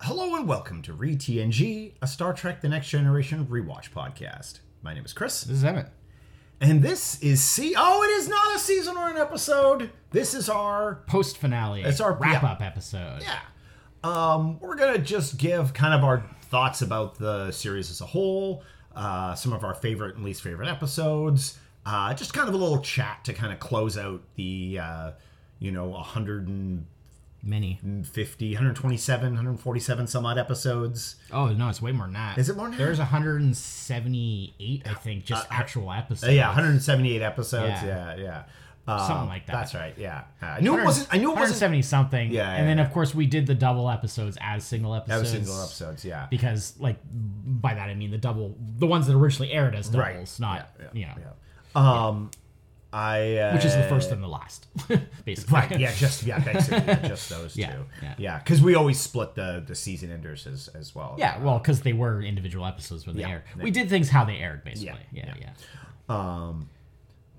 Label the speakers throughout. Speaker 1: Hello and welcome to ReTNG, a Star Trek The Next Generation rewatch podcast. My name is Chris,
Speaker 2: This is Emmett.
Speaker 1: and this is C. Oh, it is not a season or an episode. This is our
Speaker 2: Post finale.
Speaker 1: It's our-
Speaker 2: wrap
Speaker 1: yeah.
Speaker 2: up episode.
Speaker 1: yeah. Um, we're gonna just give kind of our thoughts about the series as a whole, uh, some of our favorite and least favorite episodes, uh, just kind of a little chat to kind of close out the, uh, you know, 150,
Speaker 2: Many.
Speaker 1: 127, 147 some odd episodes.
Speaker 2: Oh no, it's way more than that.
Speaker 1: Is it more than that?
Speaker 2: There's 178, I think, just actual episodes.
Speaker 1: uh, Yeah, 178 episodes. Yeah,
Speaker 2: Yeah.
Speaker 1: yeah. Uh,
Speaker 2: Something like that.
Speaker 1: That's right. Yeah, Uh, I knew it wasn't. I knew it wasn't
Speaker 2: 170 something.
Speaker 1: Yeah, yeah,
Speaker 2: and then
Speaker 1: yeah.
Speaker 2: of course we did the double episodes as single
Speaker 1: every
Speaker 2: episodes.
Speaker 1: single episodes. Yeah,
Speaker 2: Because like by that I mean the double, the ones that originally aired as
Speaker 1: Right.
Speaker 2: doubles, not
Speaker 1: yeah,
Speaker 2: you know,
Speaker 1: yeah. Um, I uh,
Speaker 2: which is the first and the last, basically.
Speaker 1: Right. Yeah. Just yeah. Basically, yeah, just those
Speaker 2: Yeah,
Speaker 1: two.
Speaker 2: yeah.
Speaker 1: Yeah. Because we always split the the season enders as as well.
Speaker 2: Yeah, well, because they were individual episodes when they
Speaker 1: Yeah.
Speaker 2: aired. We did things how they aired, basically.
Speaker 1: Yeah,
Speaker 2: Yeah, yeah.
Speaker 1: yeah.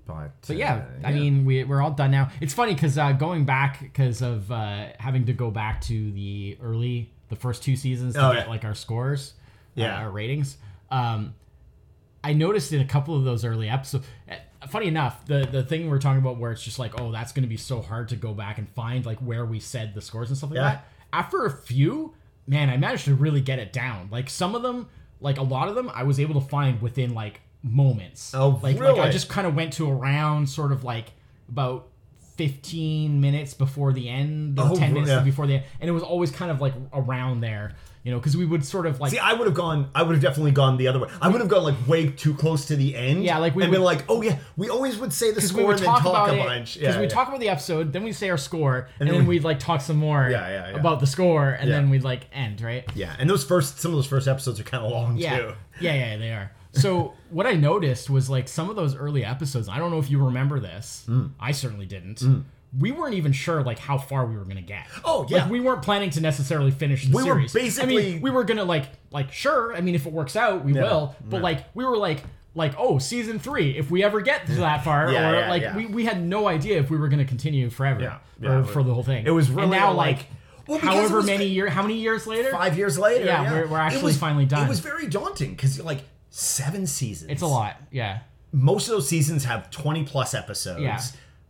Speaker 1: But, uh,
Speaker 2: But yeah, I mean, we, we're all done now. It's funny because uh, going back, because of uh, having to go back to the early, the first two seasons to
Speaker 1: Oh,
Speaker 2: get
Speaker 1: yeah.
Speaker 2: like our scores,
Speaker 1: Yeah.
Speaker 2: uh, our ratings. Um, I noticed in a couple of those early episodes. uh, Funny enough, the the thing we're talking about where it's just like, oh, that's going to be so hard to go back and find like where we said the scores and stuff like
Speaker 1: Yeah.
Speaker 2: that. After a few, man, I managed to really get it down. Like some of them, like a lot of them, I was able to find within like moments.
Speaker 1: Oh,
Speaker 2: like, like I
Speaker 1: really?
Speaker 2: just kind of went to around sort of like about. 15 minutes before the end or
Speaker 1: Oh,
Speaker 2: 10 minutes
Speaker 1: yeah.
Speaker 2: before the end and it was always kind of like around there you know because we would sort of like
Speaker 1: See, I would have gone. I would have definitely gone the other way. I would have gone like way too close to the end.
Speaker 2: Yeah, like, we
Speaker 1: and been
Speaker 2: would-
Speaker 1: like, oh yeah, we always would say the
Speaker 2: because we
Speaker 1: score
Speaker 2: would
Speaker 1: and then
Speaker 2: talk,
Speaker 1: talk
Speaker 2: about
Speaker 1: a
Speaker 2: it
Speaker 1: bunch.
Speaker 2: because
Speaker 1: Yeah,
Speaker 2: we
Speaker 1: yeah.
Speaker 2: talk about the episode, then we say our score, and,
Speaker 1: then
Speaker 2: then
Speaker 1: we-
Speaker 2: we'd like talk some more
Speaker 1: Yeah, yeah, yeah.
Speaker 2: about the score, and
Speaker 1: Yeah.
Speaker 2: then we'd like end right.
Speaker 1: Yeah, and those first some of those first episodes are kind of long
Speaker 2: Yeah,
Speaker 1: too.
Speaker 2: yeah, yeah, they are. So what I noticed was like some of those early episodes. I don't know if you remember this.
Speaker 1: Hmm.
Speaker 2: I certainly didn't. We weren't even sure like how far we were gonna get.
Speaker 1: Oh,
Speaker 2: Like,
Speaker 1: yeah.
Speaker 2: we weren't planning to necessarily finish the
Speaker 1: We were
Speaker 2: series. I
Speaker 1: basically-
Speaker 2: mean, we were gonna like like sure. I mean, if it works out, we will. But like we were like like oh season three if we ever get to that far
Speaker 1: Yeah,
Speaker 2: or
Speaker 1: yeah,
Speaker 2: like
Speaker 1: yeah.
Speaker 2: we, we had no idea if we were gonna continue forever
Speaker 1: Yeah,
Speaker 2: or
Speaker 1: yeah.
Speaker 2: for the whole thing
Speaker 1: It was really
Speaker 2: and now
Speaker 1: like-
Speaker 2: like
Speaker 1: Well, because it
Speaker 2: however
Speaker 1: was-
Speaker 2: many year how many years later
Speaker 1: Five years later,
Speaker 2: Yeah, we're- we're
Speaker 1: It
Speaker 2: actually
Speaker 1: was-
Speaker 2: finally done.
Speaker 1: It was very daunting because like seven seasons.
Speaker 2: it's a lot yeah
Speaker 1: Most of those seasons have twenty plus episodes.
Speaker 2: Yeah.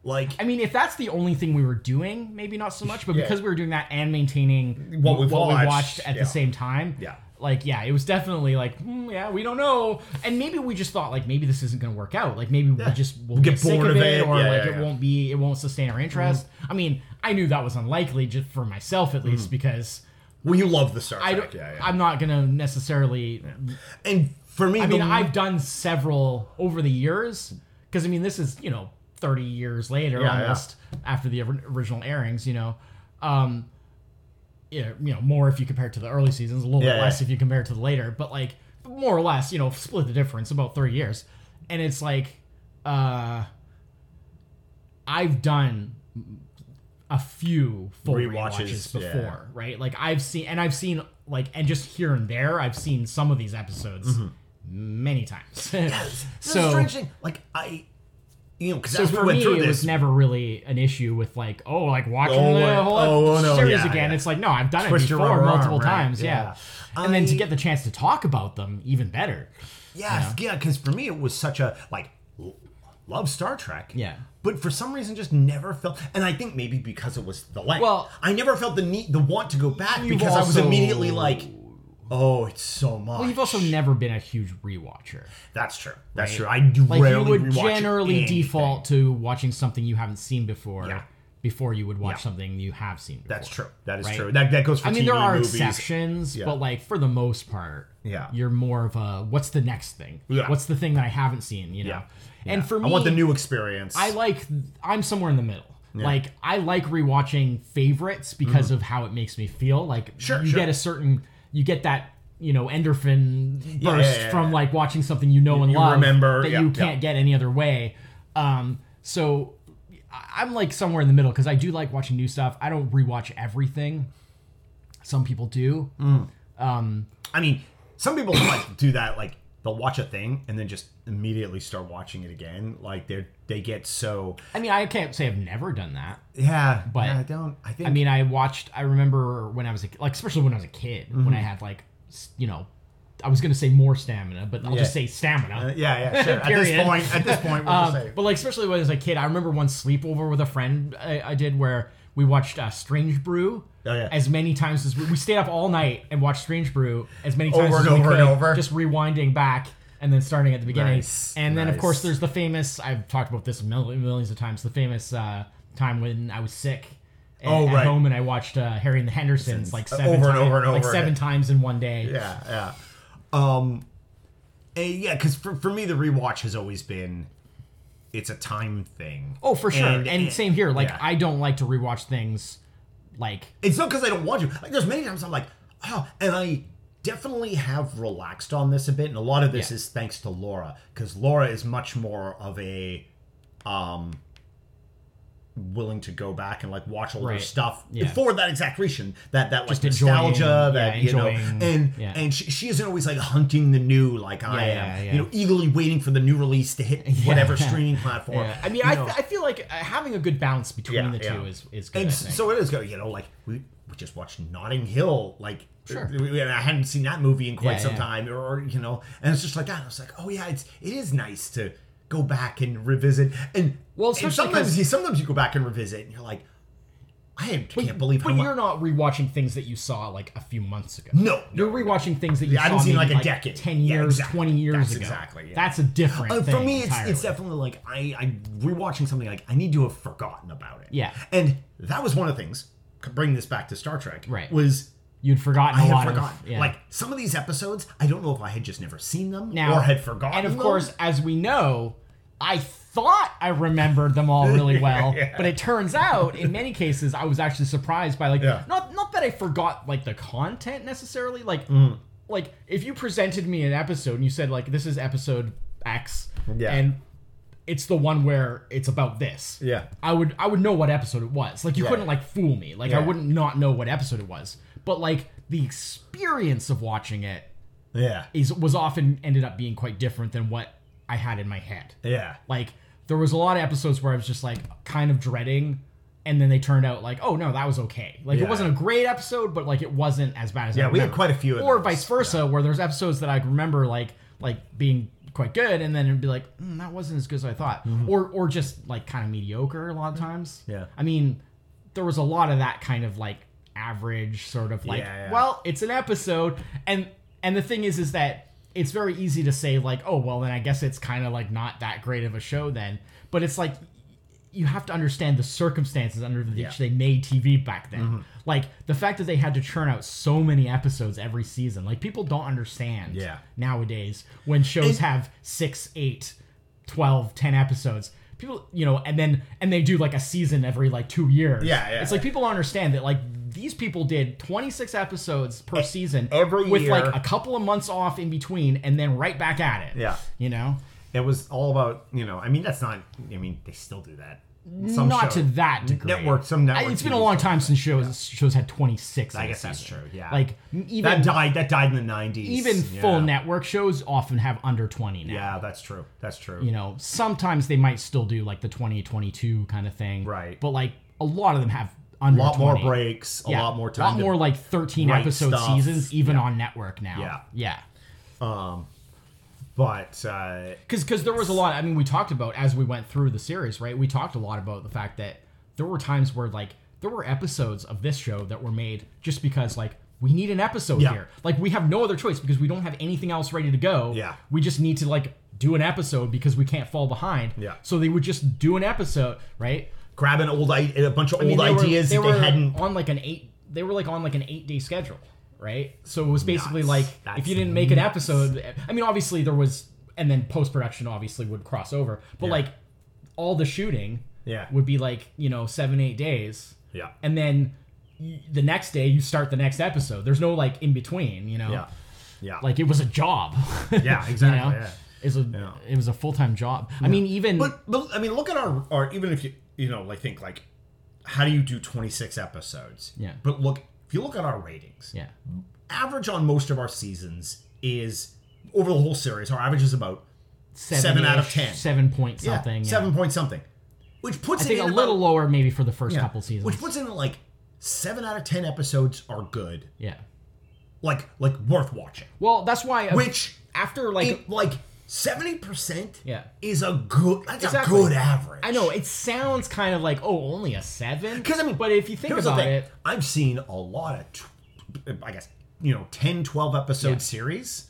Speaker 1: Like
Speaker 2: I mean, if that's the only thing we were doing, maybe not so much, but
Speaker 1: Yeah.
Speaker 2: because we were doing that and maintaining
Speaker 1: What we've watched,
Speaker 2: at
Speaker 1: yeah.
Speaker 2: the same time,
Speaker 1: Yeah.
Speaker 2: like yeah, it was definitely like, hmm, yeah, we don't know, and maybe we just thought like maybe this isn't going to work out, like maybe
Speaker 1: Yeah.
Speaker 2: we'll just we'll
Speaker 1: Get
Speaker 2: get, sick
Speaker 1: bored
Speaker 2: of
Speaker 1: of
Speaker 2: it,
Speaker 1: it.
Speaker 2: or
Speaker 1: Yeah,
Speaker 2: like
Speaker 1: yeah, Mm-hmm.
Speaker 2: it
Speaker 1: yeah.
Speaker 2: won't be, it won't sustain our interest. I mean, I knew that was unlikely just for myself at least because
Speaker 1: well, you love the Star
Speaker 2: I
Speaker 1: Trek,
Speaker 2: don't,
Speaker 1: Mm-hmm. yeah, yeah.
Speaker 2: I'm not going to necessarily
Speaker 1: and for me,
Speaker 2: I mean, I've done several over the years because I mean, this is you know 30 years later
Speaker 1: Yeah, yeah.
Speaker 2: almost after the or- original airings. You know, um, yeah, you know more if you compare it to the early seasons, a little
Speaker 1: Yeah,
Speaker 2: bit
Speaker 1: yeah.
Speaker 2: less if you compare it to the later, but like more or less, you know, split the difference about 30 years, and it's like, uh, I've done a few full
Speaker 1: Rewatches,
Speaker 2: rewatches,
Speaker 1: yeah.
Speaker 2: before, right? Like I've seen, and I've seen like, and just here and there, I've seen some of these episodes
Speaker 1: Mm-hmm.
Speaker 2: many times.
Speaker 1: This is a
Speaker 2: so,
Speaker 1: strange thing. Like I, you know, because
Speaker 2: so
Speaker 1: as we
Speaker 2: for
Speaker 1: went
Speaker 2: me,
Speaker 1: through
Speaker 2: it
Speaker 1: this,
Speaker 2: was never really an issue with like, oh, like watching
Speaker 1: Oh,
Speaker 2: the
Speaker 1: uh,
Speaker 2: whole
Speaker 1: oh, oh, no,
Speaker 2: series
Speaker 1: yeah,
Speaker 2: again.
Speaker 1: yeah.
Speaker 2: It's like, no, I've done
Speaker 1: Twist
Speaker 2: it
Speaker 1: your
Speaker 2: before
Speaker 1: rubber arm,
Speaker 2: multiple
Speaker 1: right,
Speaker 2: times,
Speaker 1: yeah.
Speaker 2: yeah. And then to
Speaker 1: I-
Speaker 2: get the chance to talk about them, even better.
Speaker 1: Yeah, yeah, because for me it was such a like l- love Star Trek.
Speaker 2: Yeah.
Speaker 1: But for some reason just never felt and I think maybe because it was the length.
Speaker 2: Well-
Speaker 1: I never felt the need the want to go back
Speaker 2: You've
Speaker 1: because I was
Speaker 2: also-
Speaker 1: immediately like, Oh, it's so much.
Speaker 2: Well, you've also never been a huge rewatcher.
Speaker 1: That's true. That's true. I do
Speaker 2: Like
Speaker 1: rarely
Speaker 2: you would
Speaker 1: rewatch
Speaker 2: generally
Speaker 1: anything.
Speaker 2: default to watching something you haven't seen before
Speaker 1: Yeah.
Speaker 2: before you would watch
Speaker 1: Yeah.
Speaker 2: something you have seen before.
Speaker 1: That's true. That is
Speaker 2: Right.
Speaker 1: true. That that goes for
Speaker 2: I mean,
Speaker 1: TV
Speaker 2: there are
Speaker 1: movies.
Speaker 2: exceptions,
Speaker 1: Yeah.
Speaker 2: but like for the most part,
Speaker 1: Yeah.
Speaker 2: you're more of a what's the next thing?
Speaker 1: Yeah.
Speaker 2: What's the thing that I haven't seen? You know.
Speaker 1: Yeah.
Speaker 2: And for me,
Speaker 1: I want the new experience.
Speaker 2: I like I'm somewhere in the middle. Like I like rewatching favorites because of how it makes me feel. Like
Speaker 1: Mm-hmm. Sure,
Speaker 2: you
Speaker 1: sure.
Speaker 2: get a certain you get that you know endorphin burst
Speaker 1: yeah, yeah,
Speaker 2: from
Speaker 1: yeah.
Speaker 2: like watching something you know and
Speaker 1: you
Speaker 2: love
Speaker 1: remember,
Speaker 2: that
Speaker 1: yeah,
Speaker 2: you
Speaker 1: yeah.
Speaker 2: can't get any other way. Um, so I- I'm like somewhere in the middle because I do like watching new stuff. I don't rewatch everything. Some people do.
Speaker 1: Mm. I mean, some people like do that like they'll watch a thing and then just immediately start watching it again. Like they are they get so
Speaker 2: I mean, I can't say I've never done that.
Speaker 1: yeah.
Speaker 2: But-
Speaker 1: yeah, I don't. I think.
Speaker 2: I mean, I watched. I remember when I was a, like, especially when I was a kid,
Speaker 1: Mm-hmm.
Speaker 2: when I had like, s- you know, I was gonna say more stamina, but I'll just
Speaker 1: Yeah.
Speaker 2: say stamina.
Speaker 1: Uh, yeah, yeah, sure. at this
Speaker 2: Period.
Speaker 1: point, at this point, we'll
Speaker 2: Um,
Speaker 1: just say.
Speaker 2: but like, especially when I was a kid, I remember one sleepover with a friend I, I did where we watched uh, Strange Brew.
Speaker 1: Oh, yeah.
Speaker 2: As many times as we, we stayed up all night and watched Strange Brew as many times
Speaker 1: Over
Speaker 2: as
Speaker 1: and
Speaker 2: we
Speaker 1: over
Speaker 2: could,
Speaker 1: and over.
Speaker 2: just rewinding back and then starting at the beginning.
Speaker 1: Nice,
Speaker 2: And then of
Speaker 1: nice.
Speaker 2: course there's the famous. I've talked about this mil- millions of times. The famous uh, time when I was sick. a-
Speaker 1: Oh,
Speaker 2: at
Speaker 1: right.
Speaker 2: home, and I watched uh, Harry and the Hendersons like
Speaker 1: Uh,
Speaker 2: seven
Speaker 1: over and
Speaker 2: times,
Speaker 1: over and
Speaker 2: like
Speaker 1: over
Speaker 2: seven
Speaker 1: again.
Speaker 2: times in one day.
Speaker 1: Yeah, yeah. Um, and yeah, because for, for me, the rewatch has always been it's a time thing.
Speaker 2: Oh, for sure. And, same here. Like
Speaker 1: yeah.
Speaker 2: I don't like to rewatch things. Like
Speaker 1: It's not because I don't want to. Like, there's many times I'm like, oh, and I definitely have relaxed on this a bit, and a lot of this
Speaker 2: Yeah.
Speaker 1: is thanks to Laura because Laura is much more of a, um, willing to go back and like watch older
Speaker 2: Right.
Speaker 1: stuff
Speaker 2: Yeah.
Speaker 1: for that exact reason that that like
Speaker 2: enjoying-
Speaker 1: nostalgia that
Speaker 2: yeah,
Speaker 1: you know
Speaker 2: enjoying-
Speaker 1: and
Speaker 2: yeah.
Speaker 1: and she, she isn't always like hunting the new like I
Speaker 2: Yeah,
Speaker 1: am
Speaker 2: yeah.
Speaker 1: you know eagerly waiting for the new release to hit whatever streaming platform
Speaker 2: Yeah. I
Speaker 1: you
Speaker 2: mean, I,
Speaker 1: know.
Speaker 2: I feel like uh, having a good balance between
Speaker 1: Yeah,
Speaker 2: the two
Speaker 1: yeah.
Speaker 2: is is good.
Speaker 1: And
Speaker 2: I
Speaker 1: s-
Speaker 2: think.
Speaker 1: so it is good, you know, like we, we just watched Notting Hill, like
Speaker 2: Sure.
Speaker 1: we- we- and I hadn't seen that movie in quite
Speaker 2: Yeah,
Speaker 1: some
Speaker 2: yeah.
Speaker 1: time, or, or, you know, and it's just like that. I was like, oh yeah, it's it is nice to go back and revisit, and
Speaker 2: Well,
Speaker 1: and
Speaker 2: especially 'cause-
Speaker 1: sometimes you sometimes you go back and revisit, and you're like, I am- can't believe how
Speaker 2: but
Speaker 1: much.
Speaker 2: you're not rewatching things that you saw like a few months ago.
Speaker 1: No,
Speaker 2: you're rewatching things that you
Speaker 1: I
Speaker 2: saw
Speaker 1: haven't seen,
Speaker 2: maybe,
Speaker 1: like, a decade.
Speaker 2: ten
Speaker 1: Yeah,
Speaker 2: years,
Speaker 1: exactly.
Speaker 2: twenty years
Speaker 1: That's
Speaker 2: ago.
Speaker 1: exactly, yeah.
Speaker 2: That's a different
Speaker 1: Uh,
Speaker 2: thing.
Speaker 1: for me, it's,
Speaker 2: entirely.
Speaker 1: it's definitely like I I rewatching something like I need to have forgotten about it.
Speaker 2: Yeah.
Speaker 1: and that was one of the things. Bring this back to Star Trek.
Speaker 2: Right.
Speaker 1: was
Speaker 2: you'd forgotten
Speaker 1: I
Speaker 2: a lot
Speaker 1: had forgotten.
Speaker 2: of yeah.
Speaker 1: Like some of these episodes, I don't know if I had just never seen them
Speaker 2: now
Speaker 1: or had forgotten.
Speaker 2: And of
Speaker 1: them.
Speaker 2: course, as we know, I thought I remembered them all really well,
Speaker 1: Yeah.
Speaker 2: but it turns out in many cases I was actually surprised by like
Speaker 1: Yeah.
Speaker 2: not not that I forgot like the content necessarily, like
Speaker 1: Mm.
Speaker 2: like if you presented me an episode and you said like this is episode X
Speaker 1: Yeah.
Speaker 2: and it's the one where it's about this.
Speaker 1: Yeah.
Speaker 2: I would I would know what episode it was. Like you
Speaker 1: Yeah.
Speaker 2: couldn't like fool me. Like I
Speaker 1: Yeah.
Speaker 2: wouldn't not know what episode it was. But like the experience of watching it
Speaker 1: yeah,
Speaker 2: is was often ended up being quite different than what I had in my head.
Speaker 1: yeah,
Speaker 2: Like there was a lot of episodes where I was just like kind of dreading and then they turned out like, oh no, that was okay. Like
Speaker 1: Yeah.
Speaker 2: it wasn't a great episode, but like it wasn't as bad as I
Speaker 1: yeah. We had
Speaker 2: remember.
Speaker 1: quite a few. Of
Speaker 2: or
Speaker 1: those.
Speaker 2: vice versa, where there's episodes that I remember like like being quite good, and then it'd be like mm, that wasn't as good as I thought, or or just like kind of mediocre a lot of times.
Speaker 1: Mm-hmm. Yeah.
Speaker 2: I mean, there was a lot of that kind of like average sort of like,
Speaker 1: Yeah, yeah.
Speaker 2: well, it's an episode, and and the thing is, is that it's very easy to say like, oh well, then I guess it's kind of like not that great of a show then, but it's like you have to understand the circumstances under which
Speaker 1: Yeah. Mm-hmm.
Speaker 2: they made TV back then. Like the fact that they had to churn out so many episodes every season. Like people don't understand
Speaker 1: Yeah.
Speaker 2: nowadays when shows have six, eight, 12, 10 episodes. People, you know, and then and they do like a season every like two years.
Speaker 1: Yeah, yeah,
Speaker 2: It's like people don't understand that like these people did 26 episodes per season
Speaker 1: E-, every
Speaker 2: with
Speaker 1: year.
Speaker 2: like a couple of months off in between and then right back at it.
Speaker 1: Yeah.
Speaker 2: You know?
Speaker 1: It was all about you know. I mean, that's not. I mean, they still do that. Some
Speaker 2: not
Speaker 1: show-
Speaker 2: to that degree.
Speaker 1: Network- some network
Speaker 2: I- It's been a
Speaker 1: TVs
Speaker 2: long time since shows shows had twenty six.
Speaker 1: I guess that's true. Yeah,
Speaker 2: Like m- even
Speaker 1: that died. That died in the nineties.
Speaker 2: even full network shows often have under twenty now.
Speaker 1: Yeah, that's true. That's true.
Speaker 2: You know, sometimes they might still do like the 20, 22 kind of thing.
Speaker 1: Right.
Speaker 2: But like a lot of them have under
Speaker 1: a lot more
Speaker 2: 20.
Speaker 1: breaks. A
Speaker 2: Yeah.
Speaker 1: lot more
Speaker 2: A
Speaker 1: time.
Speaker 2: lot
Speaker 1: to-
Speaker 2: more like thirteen
Speaker 1: write
Speaker 2: episode
Speaker 1: stuff.
Speaker 2: seasons, even on network now.
Speaker 1: Yeah.
Speaker 2: Yeah.
Speaker 1: but uh,
Speaker 2: because because there was a lot. I mean, we talked about as we went through the series, right? We talked a lot about the fact that there were times where like there were episodes of this show that were made just because like we need an episode
Speaker 1: Yeah.
Speaker 2: here. Like we have no other choice because we don't have anything else ready to go.
Speaker 1: Yeah.
Speaker 2: we just need to like do an episode because we can't fall behind.
Speaker 1: Yeah.
Speaker 2: so they would just do an episode, right?
Speaker 1: grabbing old i- a bunch of
Speaker 2: I mean,
Speaker 1: old
Speaker 2: they were-
Speaker 1: ideas
Speaker 2: they
Speaker 1: that
Speaker 2: were
Speaker 1: they hadn't.
Speaker 2: on like an eight. They were like on like an eight day schedule, right? So it was basically
Speaker 1: Nuts.
Speaker 2: like if
Speaker 1: That's
Speaker 2: you didn't make an
Speaker 1: nuts.
Speaker 2: episode. I mean, obviously there was, and then post production obviously would cross over, but like all the shooting
Speaker 1: Yeah.
Speaker 2: would be like you know seven eight days,
Speaker 1: Yeah.
Speaker 2: and then y- the next day you start the next episode. There's no like in between, you know.
Speaker 1: Yeah. Yeah.
Speaker 2: Like it was a job.
Speaker 1: Yeah, exactly, yeah.
Speaker 2: It's a it was a full time job. I mean, even
Speaker 1: But, but I mean, look at our, our even if you you know like think like, how do you do twenty six episodes?
Speaker 2: Yeah.
Speaker 1: But look, if you look at our ratings,
Speaker 2: yeah,
Speaker 1: average on most of our seasons is over the whole series, our average is about
Speaker 2: seven,
Speaker 1: Seven out of ten.
Speaker 2: seven point
Speaker 1: yeah,
Speaker 2: something, yeah.
Speaker 1: seven point something, which puts
Speaker 2: I
Speaker 1: it
Speaker 2: think a
Speaker 1: in about-
Speaker 2: little lower maybe for the first
Speaker 1: yeah,
Speaker 2: couple seasons.
Speaker 1: which puts it in like seven out of ten episodes are good,
Speaker 2: yeah.
Speaker 1: like like worth watching.
Speaker 2: Well, that's why. uh,
Speaker 1: Which
Speaker 2: after like
Speaker 1: it- like seventy percent,
Speaker 2: Yeah.
Speaker 1: is a good that's
Speaker 2: Exactly.
Speaker 1: a good average.
Speaker 2: I know it sounds kind of like oh, only a seven.
Speaker 1: 'Cause, I mean,
Speaker 2: but if you think
Speaker 1: Here's the
Speaker 2: about
Speaker 1: thing.
Speaker 2: it,
Speaker 1: I've seen a lot of, tw- I guess, you know, 10, 12 episode
Speaker 2: Yeah.
Speaker 1: series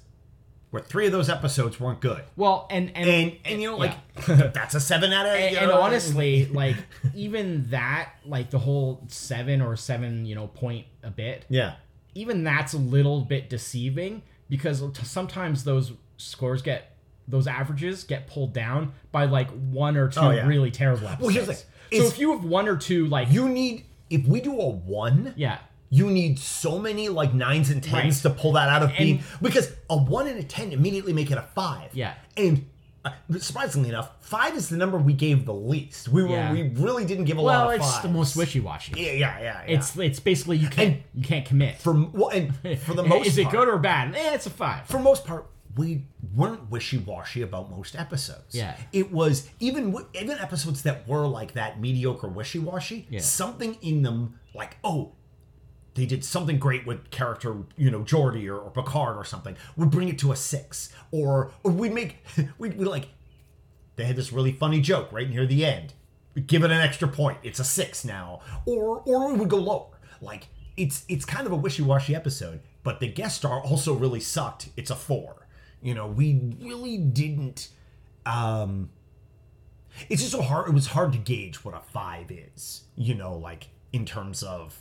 Speaker 1: where three of those episodes weren't good.
Speaker 2: well, and and
Speaker 1: And, and you know, like, that's a seven out of
Speaker 2: and,
Speaker 1: you
Speaker 2: and uh,
Speaker 1: know,
Speaker 2: honestly, like even that, like the whole seven or seven, you know, point a bit,
Speaker 1: Yeah.
Speaker 2: even that's a little bit deceiving because t- sometimes those scores get those averages get pulled down by like one or two
Speaker 1: Oh, yeah.
Speaker 2: really terrible episodes.
Speaker 1: here's the
Speaker 2: so
Speaker 1: thing. It's-
Speaker 2: if you have one or two, like
Speaker 1: You need, if we do a one,
Speaker 2: yeah,
Speaker 1: you need so many like nines and tens to pull that out of being, because a one and a 10 immediately make it a five.
Speaker 2: Yeah.
Speaker 1: And, uh, surprisingly enough, five is the number we gave the least. We were
Speaker 2: Yeah.
Speaker 1: we really didn't give a
Speaker 2: well,
Speaker 1: lot of
Speaker 2: it's
Speaker 1: fives.
Speaker 2: the most wishy washy.
Speaker 1: Yeah, yeah, yeah. yeah.
Speaker 2: It's it's basically you can't you can't commit. Eh,
Speaker 1: for well, and for the most
Speaker 2: is it
Speaker 1: part,
Speaker 2: good or bad? Eh, it's a five.
Speaker 1: for most part we weren't wishy-washy about most episodes
Speaker 2: Yeah.
Speaker 1: it was even w- even episodes that were like that mediocre wishy-washy
Speaker 2: Yeah.
Speaker 1: something in them like oh they did something great with character you know Geordie or, or Picard or something would bring it to a six or or we'd make we'd, we'd like they had this really funny joke right near the end. Give it an extra point. It's a six now, or or it would go lower. Like it's it's kind of a wishy-washy episode, but the guest star also really sucked. It's a four. You know, we really didn't. Um, it's just so hard. It was hard to gauge what a five is. You know, like in terms of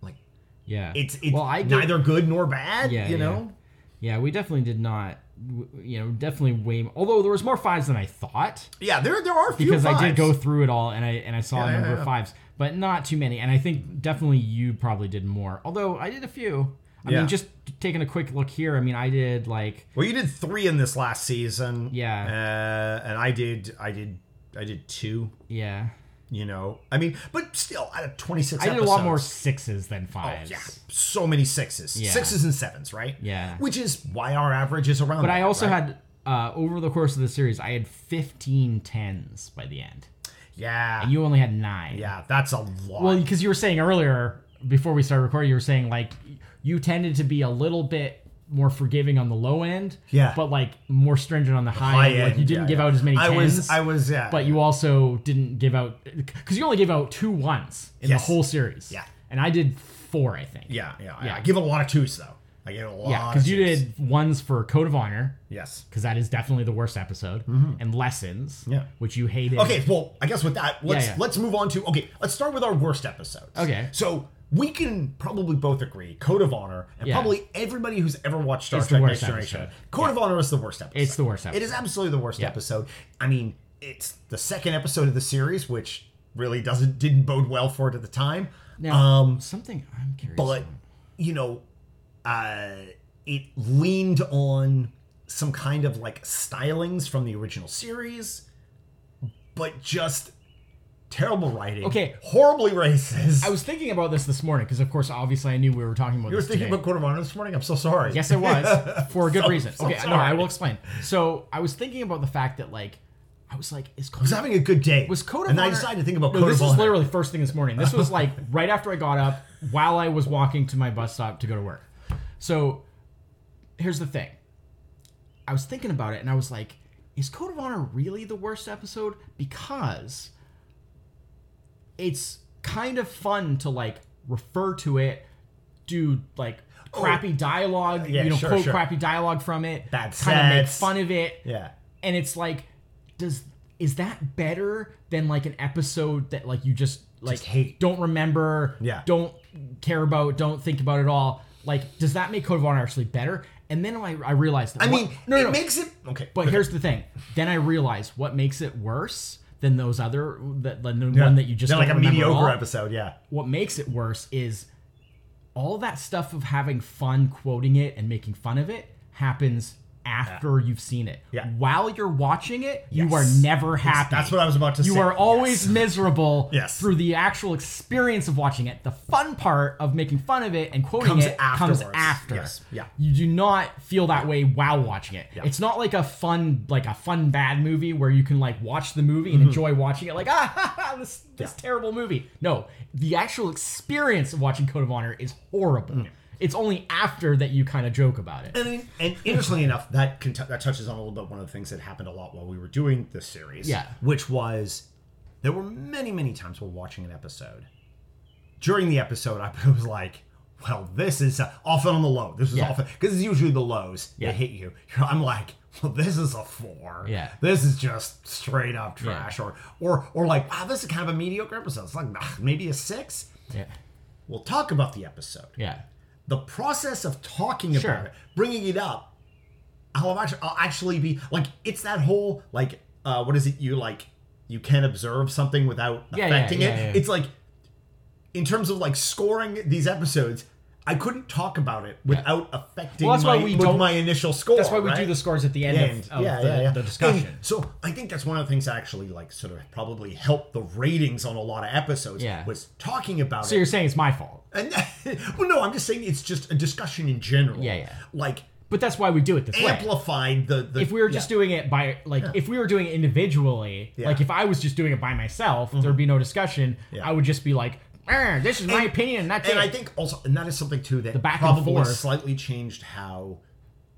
Speaker 1: like
Speaker 2: Yeah.
Speaker 1: it's it's
Speaker 2: well, I did,
Speaker 1: neither good nor bad.
Speaker 2: Yeah,
Speaker 1: you
Speaker 2: yeah.
Speaker 1: know.
Speaker 2: Yeah, we definitely did not. w- You know, definitely way. Although there was more fives than I thought
Speaker 1: Yeah, there there are a few
Speaker 2: because I did
Speaker 1: fives.
Speaker 2: go through it all and I and I saw
Speaker 1: Yeah,
Speaker 2: a
Speaker 1: yeah,
Speaker 2: number
Speaker 1: yeah.
Speaker 2: of fives, but not too many. And I think definitely you probably did more. Although I did a few. I
Speaker 1: Yeah.
Speaker 2: mean, just taking a quick look here. I mean, I did like
Speaker 1: Well, you did three in this last season.
Speaker 2: Yeah.
Speaker 1: Uh, and I did, I did, I did two.
Speaker 2: yeah.
Speaker 1: You know, I mean, but still, out of twenty six,
Speaker 2: I did a lot more sixes than fives.
Speaker 1: Oh, Yeah, so many sixes,
Speaker 2: Yeah.
Speaker 1: sixes and sevens, right?
Speaker 2: Yeah.
Speaker 1: Which is why our average is around.
Speaker 2: But I also had uh, over the course of the series, I had 15 tens by the end.
Speaker 1: yeah,
Speaker 2: And you only had nine.
Speaker 1: yeah, that's a lot.
Speaker 2: Well, because you were saying earlier, before we started recording, you were saying like you tended to be a little bit more forgiving on the low end,
Speaker 1: Yeah.
Speaker 2: but like more stringent on the high,
Speaker 1: High
Speaker 2: end. Like you
Speaker 1: end,
Speaker 2: didn't
Speaker 1: yeah,
Speaker 2: give
Speaker 1: yeah.
Speaker 2: out as many
Speaker 1: I
Speaker 2: tens,
Speaker 1: was, I was, yeah,
Speaker 2: but you also didn't give out because you only gave out two ones in
Speaker 1: Yes.
Speaker 2: the whole series.
Speaker 1: Yeah.
Speaker 2: and I did four, I think.
Speaker 1: yeah, yeah, yeah.
Speaker 2: Yeah.
Speaker 1: I give it a lot of twos though. I give it a lot.
Speaker 2: yeah, because
Speaker 1: of
Speaker 2: you
Speaker 1: twos.
Speaker 2: did ones for Code of Honor.
Speaker 1: Yes.
Speaker 2: Because that is definitely the worst episode, and lessons,
Speaker 1: Yeah.
Speaker 2: which you hated.
Speaker 1: Okay, well, I guess with that, let's
Speaker 2: yeah.
Speaker 1: let's move on to okay. Let's start with our worst episodes.
Speaker 2: Okay.
Speaker 1: so we can probably both agree, Code of Honor, and
Speaker 2: Yeah.
Speaker 1: probably everybody who's ever watched Star
Speaker 2: It's the
Speaker 1: Trek: Next
Speaker 2: worst
Speaker 1: Generation,
Speaker 2: episode.
Speaker 1: Code of Honor is the worst episode.
Speaker 2: It's the worst
Speaker 1: It is
Speaker 2: episode.
Speaker 1: absolutely the worst
Speaker 2: Yeah.
Speaker 1: episode. I mean, it's the second episode of the series, which really doesn't didn't bode well for it at the time.
Speaker 2: Now,
Speaker 1: um,
Speaker 2: something I'm curious.
Speaker 1: but you know uh it leaned on some kind of like stylings from the original series but just terrible writing
Speaker 2: Okay.
Speaker 1: horribly racist
Speaker 2: I was thinking about this this morning because, of course, obviously I knew we were talking about
Speaker 1: you were
Speaker 2: this
Speaker 1: thinking
Speaker 2: today.
Speaker 1: about Court of Honor this morning i'm so sorry
Speaker 2: yes, I was for a good
Speaker 1: So-
Speaker 2: reason.
Speaker 1: so
Speaker 2: okay, no, I
Speaker 1: sorry.
Speaker 2: will explain. So I was thinking about the fact that, like, I was like, is
Speaker 1: i was
Speaker 2: Code,
Speaker 1: having a good day
Speaker 2: was Code of
Speaker 1: and
Speaker 2: Honor?
Speaker 1: i decided to think about
Speaker 2: no,
Speaker 1: Code
Speaker 2: this
Speaker 1: of
Speaker 2: is
Speaker 1: Honor.
Speaker 2: literally first thing this morning. This was like right after I got up while I was walking to my bus stop to go to work. So here's the thing. I was thinking about it and I was like, is Code of Honor really the worst episode? Because it's kind of fun to like refer to it, do like crappy dialogue,
Speaker 1: Oh. yeah,
Speaker 2: you know,
Speaker 1: sure,
Speaker 2: quote
Speaker 1: sure.
Speaker 2: crappy dialogue from it,
Speaker 1: Bad
Speaker 2: kind of make
Speaker 1: sets.
Speaker 2: fun of it,
Speaker 1: yeah
Speaker 2: and it's like, does is that better than like an episode that like you just like
Speaker 1: Just hate.
Speaker 2: don't remember,
Speaker 1: Yeah.
Speaker 2: don't care about, don't think about at all? Like, does that make Code of Honor actually better? And then I, I realized that
Speaker 1: i mean
Speaker 2: what-
Speaker 1: it makes it okay
Speaker 2: but here's the thing. Then I realized what makes it worse than those other that than the one that you just
Speaker 1: Then,
Speaker 2: don't
Speaker 1: like a
Speaker 2: remember at all.
Speaker 1: mediocre episode yeah
Speaker 2: What makes it worse is all that stuff of having fun quoting it and making fun of it happens after you've seen it.
Speaker 1: Yeah.
Speaker 2: While you're watching it,
Speaker 1: Yes.
Speaker 2: you are never happy.
Speaker 1: That's what I was about to say.
Speaker 2: You are always
Speaker 1: Yes.
Speaker 2: miserable
Speaker 1: Yes.
Speaker 2: through the actual experience of watching it. The fun part of making fun of it and quoting
Speaker 1: Comes
Speaker 2: it comes
Speaker 1: afterwards.
Speaker 2: after.
Speaker 1: Yes. Yeah.
Speaker 2: You do not feel that way while watching it.
Speaker 1: Yeah.
Speaker 2: It's not like a fun like a fun bad movie where you can like watch the movie
Speaker 1: Mm-hmm.
Speaker 2: and enjoy watching it like ah ha, ha, this this terrible movie. No, the actual experience of watching Code of Honor is horrible.
Speaker 1: Mm.
Speaker 2: It's only after that you kind of joke about it.
Speaker 1: And, and interestingly enough, that can that touches on a little bit one of the things that happened a lot while we were doing this series.
Speaker 2: Yeah.
Speaker 1: Which was there were many, many times while watching an episode. During the episode, I was like, well, this is uh, often on the low. This is
Speaker 2: Yeah.
Speaker 1: often because it's usually the lows
Speaker 2: Yeah.
Speaker 1: that hit you. I'm like, well, this is a four.
Speaker 2: Yeah.
Speaker 1: This is just straight up trash. Or or or like, wow, this is kind of a mediocre episode. It's like ah, maybe a six.
Speaker 2: Yeah.
Speaker 1: We'll talk about the episode
Speaker 2: Yeah.
Speaker 1: the process of talking
Speaker 2: Sure.
Speaker 1: about it, bringing it up, I'll actually, I'll actually be like, it's that whole like, uh, what is it? You like, you can observe something without
Speaker 2: Yeah, yeah,
Speaker 1: affecting
Speaker 2: yeah,
Speaker 1: it.
Speaker 2: yeah.
Speaker 1: It's like, in terms of like scoring these episodes, I couldn't talk about it without affecting
Speaker 2: Well, that's
Speaker 1: my,
Speaker 2: why we
Speaker 1: with
Speaker 2: don't-
Speaker 1: my initial score.
Speaker 2: That's why we
Speaker 1: right?
Speaker 2: do the scores at the end,
Speaker 1: And-
Speaker 2: of, of the, the discussion.
Speaker 1: And so I think that's one of the things that actually like sort of probably helped the ratings on a lot of episodes
Speaker 2: Yeah.
Speaker 1: was talking about
Speaker 2: so
Speaker 1: it.
Speaker 2: you're saying it's my fault.
Speaker 1: And well, no, I'm just saying it's just a discussion in general.
Speaker 2: Yeah, yeah.
Speaker 1: Like
Speaker 2: But that's why we do it this way.
Speaker 1: amplified the, the
Speaker 2: if we were just doing it by like if we were doing it individually
Speaker 1: Yeah. Mm-hmm.
Speaker 2: like if i was just doing it by myself there'd be no discussion
Speaker 1: Yeah.
Speaker 2: i would just be like "Arr, this is my opinion and that's
Speaker 1: and
Speaker 2: it
Speaker 1: I think also, and that is something too that
Speaker 2: back and
Speaker 1: probably
Speaker 2: forth.
Speaker 1: slightly changed how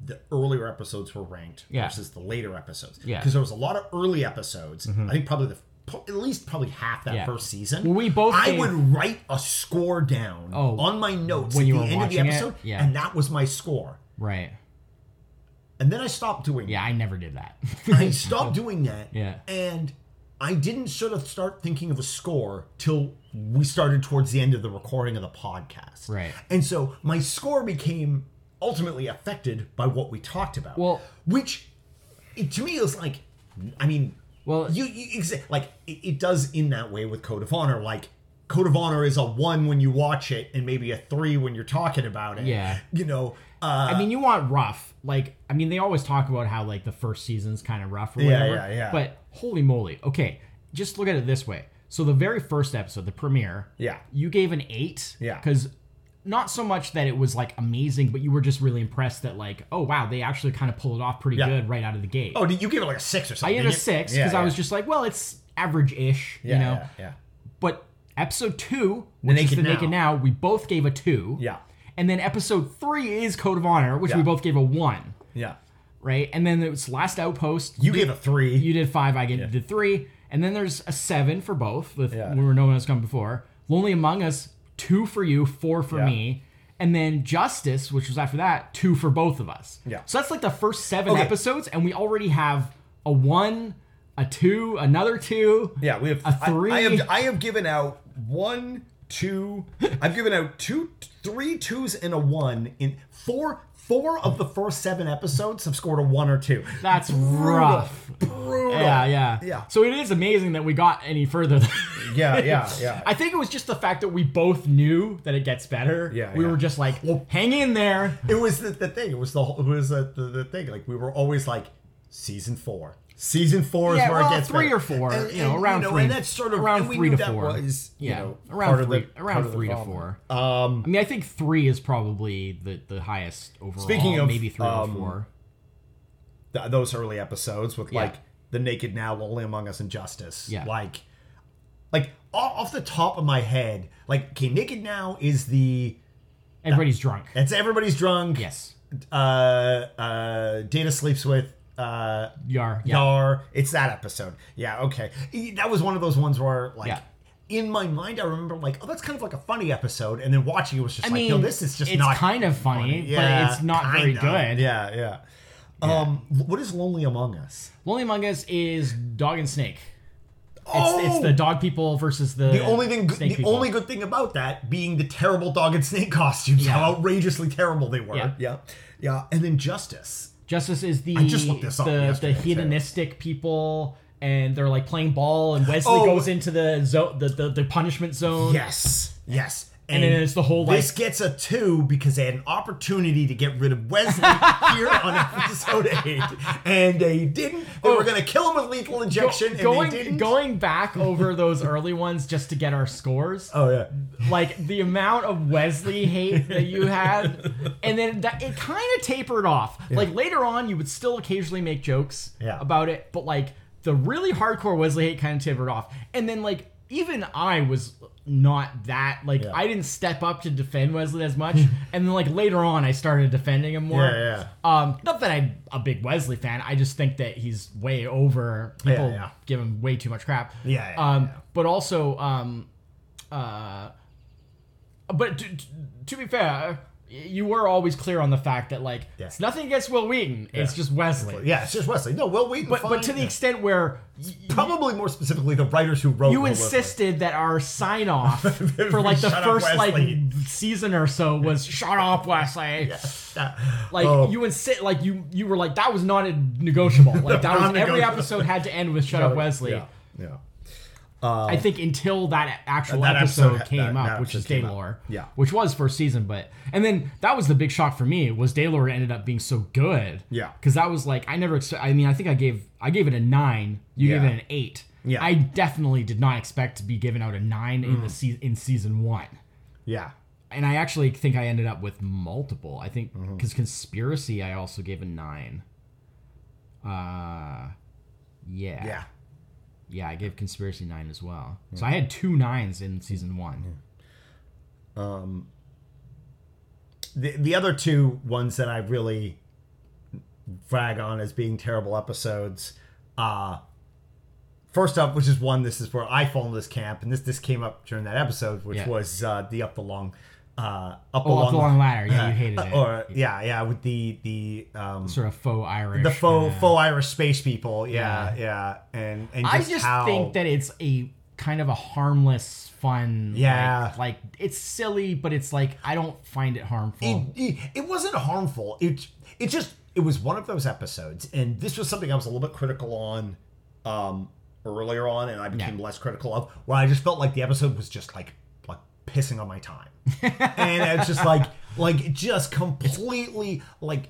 Speaker 1: the earlier episodes were ranked
Speaker 2: Yeah.
Speaker 1: versus the later episodes.
Speaker 2: Yeah. Mm-hmm.
Speaker 1: because there was a lot of early episodes. I think probably the pro- at least probably half that
Speaker 2: Yeah.
Speaker 1: first season.
Speaker 2: Well, we both
Speaker 1: I
Speaker 2: gave-
Speaker 1: would write a score down
Speaker 2: Oh,
Speaker 1: on my notes
Speaker 2: when
Speaker 1: at
Speaker 2: you
Speaker 1: the
Speaker 2: were
Speaker 1: end of the
Speaker 2: watching it?
Speaker 1: episode,
Speaker 2: Yeah.
Speaker 1: and that was my score.
Speaker 2: right
Speaker 1: And then I stopped doing.
Speaker 2: yeah i never did that
Speaker 1: I stopped doing that.
Speaker 2: Yeah.
Speaker 1: And I didn't sort of start thinking of a score till we started towards the end of the recording of the podcast.
Speaker 2: Right.
Speaker 1: And so my score became ultimately affected by what we talked about.
Speaker 2: Well-
Speaker 1: which it, to me is like, I mean,
Speaker 2: Well-
Speaker 1: you, you exa- like it, it does in that way with Code of Honor, like. Code of Honor is a one when you watch it, and maybe a three when you're talking about it.
Speaker 2: Yeah.
Speaker 1: you know, uh,
Speaker 2: i mean you want rough like i mean they always talk about how like the first season's kind of rough or
Speaker 1: Yeah,
Speaker 2: whatever
Speaker 1: yeah, yeah.
Speaker 2: but holy moly okay just look at it this way so the very first episode the premiere
Speaker 1: yeah,
Speaker 2: you gave an eight
Speaker 1: Yeah.
Speaker 2: because not so much that it was like amazing but you were just really impressed that like oh wow they actually kind of pulled it off pretty
Speaker 1: Yeah.
Speaker 2: good right out of the gate
Speaker 1: Oh, did you give it like a six or
Speaker 2: i
Speaker 1: something?
Speaker 2: had a
Speaker 1: didn't you?
Speaker 2: six
Speaker 1: Yeah,
Speaker 2: because i
Speaker 1: yeah.
Speaker 2: was just like well it's average-ish you know
Speaker 1: yeah, yeah.
Speaker 2: but episode two which is
Speaker 1: Naked
Speaker 2: the
Speaker 1: Now.
Speaker 2: naked now we both gave a two
Speaker 1: Yeah.
Speaker 2: and then episode three is code of honor which
Speaker 1: Yeah.
Speaker 2: we both gave a one
Speaker 1: Yeah.
Speaker 2: right and then it was last outpost
Speaker 1: You gave a three.
Speaker 2: you did five, I get, did three, and then there's a seven for both. With
Speaker 1: Yeah.
Speaker 2: where no one has come before. Lonely Among Us, two for you, four for
Speaker 1: Yeah.
Speaker 2: me, and then Justice, which was after that, two for both of us.
Speaker 1: Yeah.
Speaker 2: So that's like the first seven
Speaker 1: Okay.
Speaker 2: episodes, and we already have a one, a two, another two.
Speaker 1: yeah, we have
Speaker 2: A
Speaker 1: I- I,
Speaker 2: three.
Speaker 1: have I have given out one, two. I've given out two, three twos and a one in four. Four of the first seven episodes have scored a one or two.
Speaker 2: That's rough.
Speaker 1: Brutal.
Speaker 2: Yeah, yeah,
Speaker 1: yeah,
Speaker 2: So it is amazing that we got any further. than-
Speaker 1: yeah, yeah, yeah.
Speaker 2: I think it was just the fact that we both knew that it gets better.
Speaker 1: Yeah,
Speaker 2: we
Speaker 1: yeah.
Speaker 2: were just like, hang in there.
Speaker 1: it was the, the thing. It was the whole- it was the, the, the thing. Like we were always like season four. Season four is
Speaker 2: Yeah,
Speaker 1: where
Speaker 2: well,
Speaker 1: it gets
Speaker 2: three
Speaker 1: better.
Speaker 2: or four, you know, around three-
Speaker 1: and that's sort of
Speaker 2: around
Speaker 1: and we
Speaker 2: three
Speaker 1: knew
Speaker 2: to
Speaker 1: that
Speaker 2: four.
Speaker 1: was, you
Speaker 2: yeah,
Speaker 1: know, part
Speaker 2: around
Speaker 1: of the-
Speaker 2: three,
Speaker 1: part
Speaker 2: around
Speaker 1: of the
Speaker 2: three to
Speaker 1: problem. Um,
Speaker 2: four. I mean, I think three is probably the the highest overall.
Speaker 1: Speaking of,
Speaker 2: maybe three
Speaker 1: um,
Speaker 2: or four.
Speaker 1: th- those early episodes with
Speaker 2: Yeah.
Speaker 1: like the Naked Now, Lonely Among Us, and Justice.
Speaker 2: Yeah.
Speaker 1: Like, like o- off the top of my head, like okay, Naked Now is the
Speaker 2: Everybody's drunk.
Speaker 1: it's everybody's drunk.
Speaker 2: Yes,
Speaker 1: Uh, uh, Data sleeps with uh
Speaker 2: Yar. Yeah.
Speaker 1: Yar. It's that episode. Yeah. Okay. E- That was one of those ones where like.
Speaker 2: Yeah.
Speaker 1: In my mind, I remember like, oh, that's kind of like a funny episode, and then watching it was just
Speaker 2: I
Speaker 1: like,
Speaker 2: mean,
Speaker 1: yo, this is just
Speaker 2: it's
Speaker 1: not
Speaker 2: kind of funny, but it's not very
Speaker 1: kinda.
Speaker 2: good.
Speaker 1: Yeah, yeah. Um, what is Lonely Among Us?
Speaker 2: Lonely Among Us is dog and snake. It's,
Speaker 1: Oh!
Speaker 2: it's the dog people versus the
Speaker 1: The only thing,
Speaker 2: snake
Speaker 1: the
Speaker 2: people.
Speaker 1: only good thing about that being the terrible dog and snake costumes, how outrageously terrible they were.
Speaker 2: Yeah.
Speaker 1: yeah, Yeah. And then justice.
Speaker 2: Justice is the
Speaker 1: just looked this up
Speaker 2: the, the
Speaker 1: yesterday, too.
Speaker 2: hedonistic people. And they're like playing ball, and Wesley
Speaker 1: Oh.
Speaker 2: goes into the zone, the, the, the punishment zone.
Speaker 1: Yes, yes.
Speaker 2: and then it's the whole like
Speaker 1: This gets a two because they had an opportunity to get rid of Wesley here on episode eight, and they didn't. They were going to kill him with lethal
Speaker 2: Oh. go-
Speaker 1: injection, and they
Speaker 2: going
Speaker 1: didn't.
Speaker 2: going back over those early ones just to get our scores.
Speaker 1: oh yeah,
Speaker 2: like the amount of Wesley hate that you had, and then that it kind of tapered off. Like later on, you would still occasionally make jokes
Speaker 1: Yeah.
Speaker 2: about it, but like the really hardcore Wesley hate kind of tapered off. And then like even I was not that like
Speaker 1: Yeah.
Speaker 2: I didn't step up to defend Wesley as much. and then like later on, I started defending him more.
Speaker 1: Yeah, yeah.
Speaker 2: Um, not that I'm a big Wesley fan. I just think that he's way over. People
Speaker 1: yeah.
Speaker 2: give him way too much crap.
Speaker 1: Yeah, yeah,
Speaker 2: um,
Speaker 1: yeah.
Speaker 2: But also, um, uh, but to, to be fair, you were always clear on the fact that like
Speaker 1: Yeah.
Speaker 2: it's nothing against Will Wheaton. It's just Wesley.
Speaker 1: yeah. It's just Wesley. No, Will Wheaton.
Speaker 2: But,
Speaker 1: fine.
Speaker 2: but to the extent where y-
Speaker 1: probably more specifically the writers who wrote
Speaker 2: you
Speaker 1: Will Wesley.
Speaker 2: insisted that our sign off for like the
Speaker 1: Shut up,
Speaker 2: first like
Speaker 1: Wesley.
Speaker 2: season or so was shut up Wesley.
Speaker 1: Yeah.
Speaker 2: Like
Speaker 1: Oh.
Speaker 2: you insist, like you you were like that was not a negotiable. Like that was every
Speaker 1: Non-negotiable.
Speaker 2: episode had to end with "Shut Up, Wesley."
Speaker 1: Yeah. yeah.
Speaker 2: I think until that actual
Speaker 1: Oh. That
Speaker 2: episode,
Speaker 1: episode-
Speaker 2: came
Speaker 1: that-
Speaker 2: up,
Speaker 1: that
Speaker 2: which is
Speaker 1: episode came up.
Speaker 2: Daylor,
Speaker 1: Yeah.
Speaker 2: which was first season, but and then that was the big shock for me was Daylor ended up being so good,
Speaker 1: Yeah.
Speaker 2: because that was like I never, expe- I mean, I think I gave I gave it a nine, you
Speaker 1: Yeah.
Speaker 2: gave it an eight,
Speaker 1: Yeah. Mm.
Speaker 2: I definitely did not expect to be given out a nine in the se- in season one,
Speaker 1: Yeah.
Speaker 2: and I actually think I ended up with multiple. I think
Speaker 1: Mm-hmm.
Speaker 2: because conspiracy, I also gave a nine. Uh, yeah,
Speaker 1: Yeah.
Speaker 2: yeah, I gave Conspiracy nine as well. So I had two nines in season one.
Speaker 1: Um, The, the other two ones that I really frag on as being terrible episodes. Uh first up, which is one this is where I fall in this camp, and this this came up during that episode, which
Speaker 2: Yeah.
Speaker 1: was uh the up the long uh up,
Speaker 2: Oh, up the long ladder. Yeah, you hated
Speaker 1: uh,
Speaker 2: it.
Speaker 1: or yeah, yeah, with the the um
Speaker 2: sort of faux Irish.
Speaker 1: the faux
Speaker 2: yeah.
Speaker 1: faux Irish space people, yeah, yeah, and and
Speaker 2: I
Speaker 1: just
Speaker 2: just
Speaker 1: how,
Speaker 2: think that it's a kind of a harmless, fun.
Speaker 1: Yeah.
Speaker 2: Like, like, it's silly, but it's like I don't find it harmful.
Speaker 1: it, it, it wasn't harmful. It it just it was one of those episodes, and this was something I was a little bit critical on um, earlier on, and I became
Speaker 2: Yeah.
Speaker 1: less critical of. Where I just felt like the episode was just like like pissing on my time, and it's just like like just completely like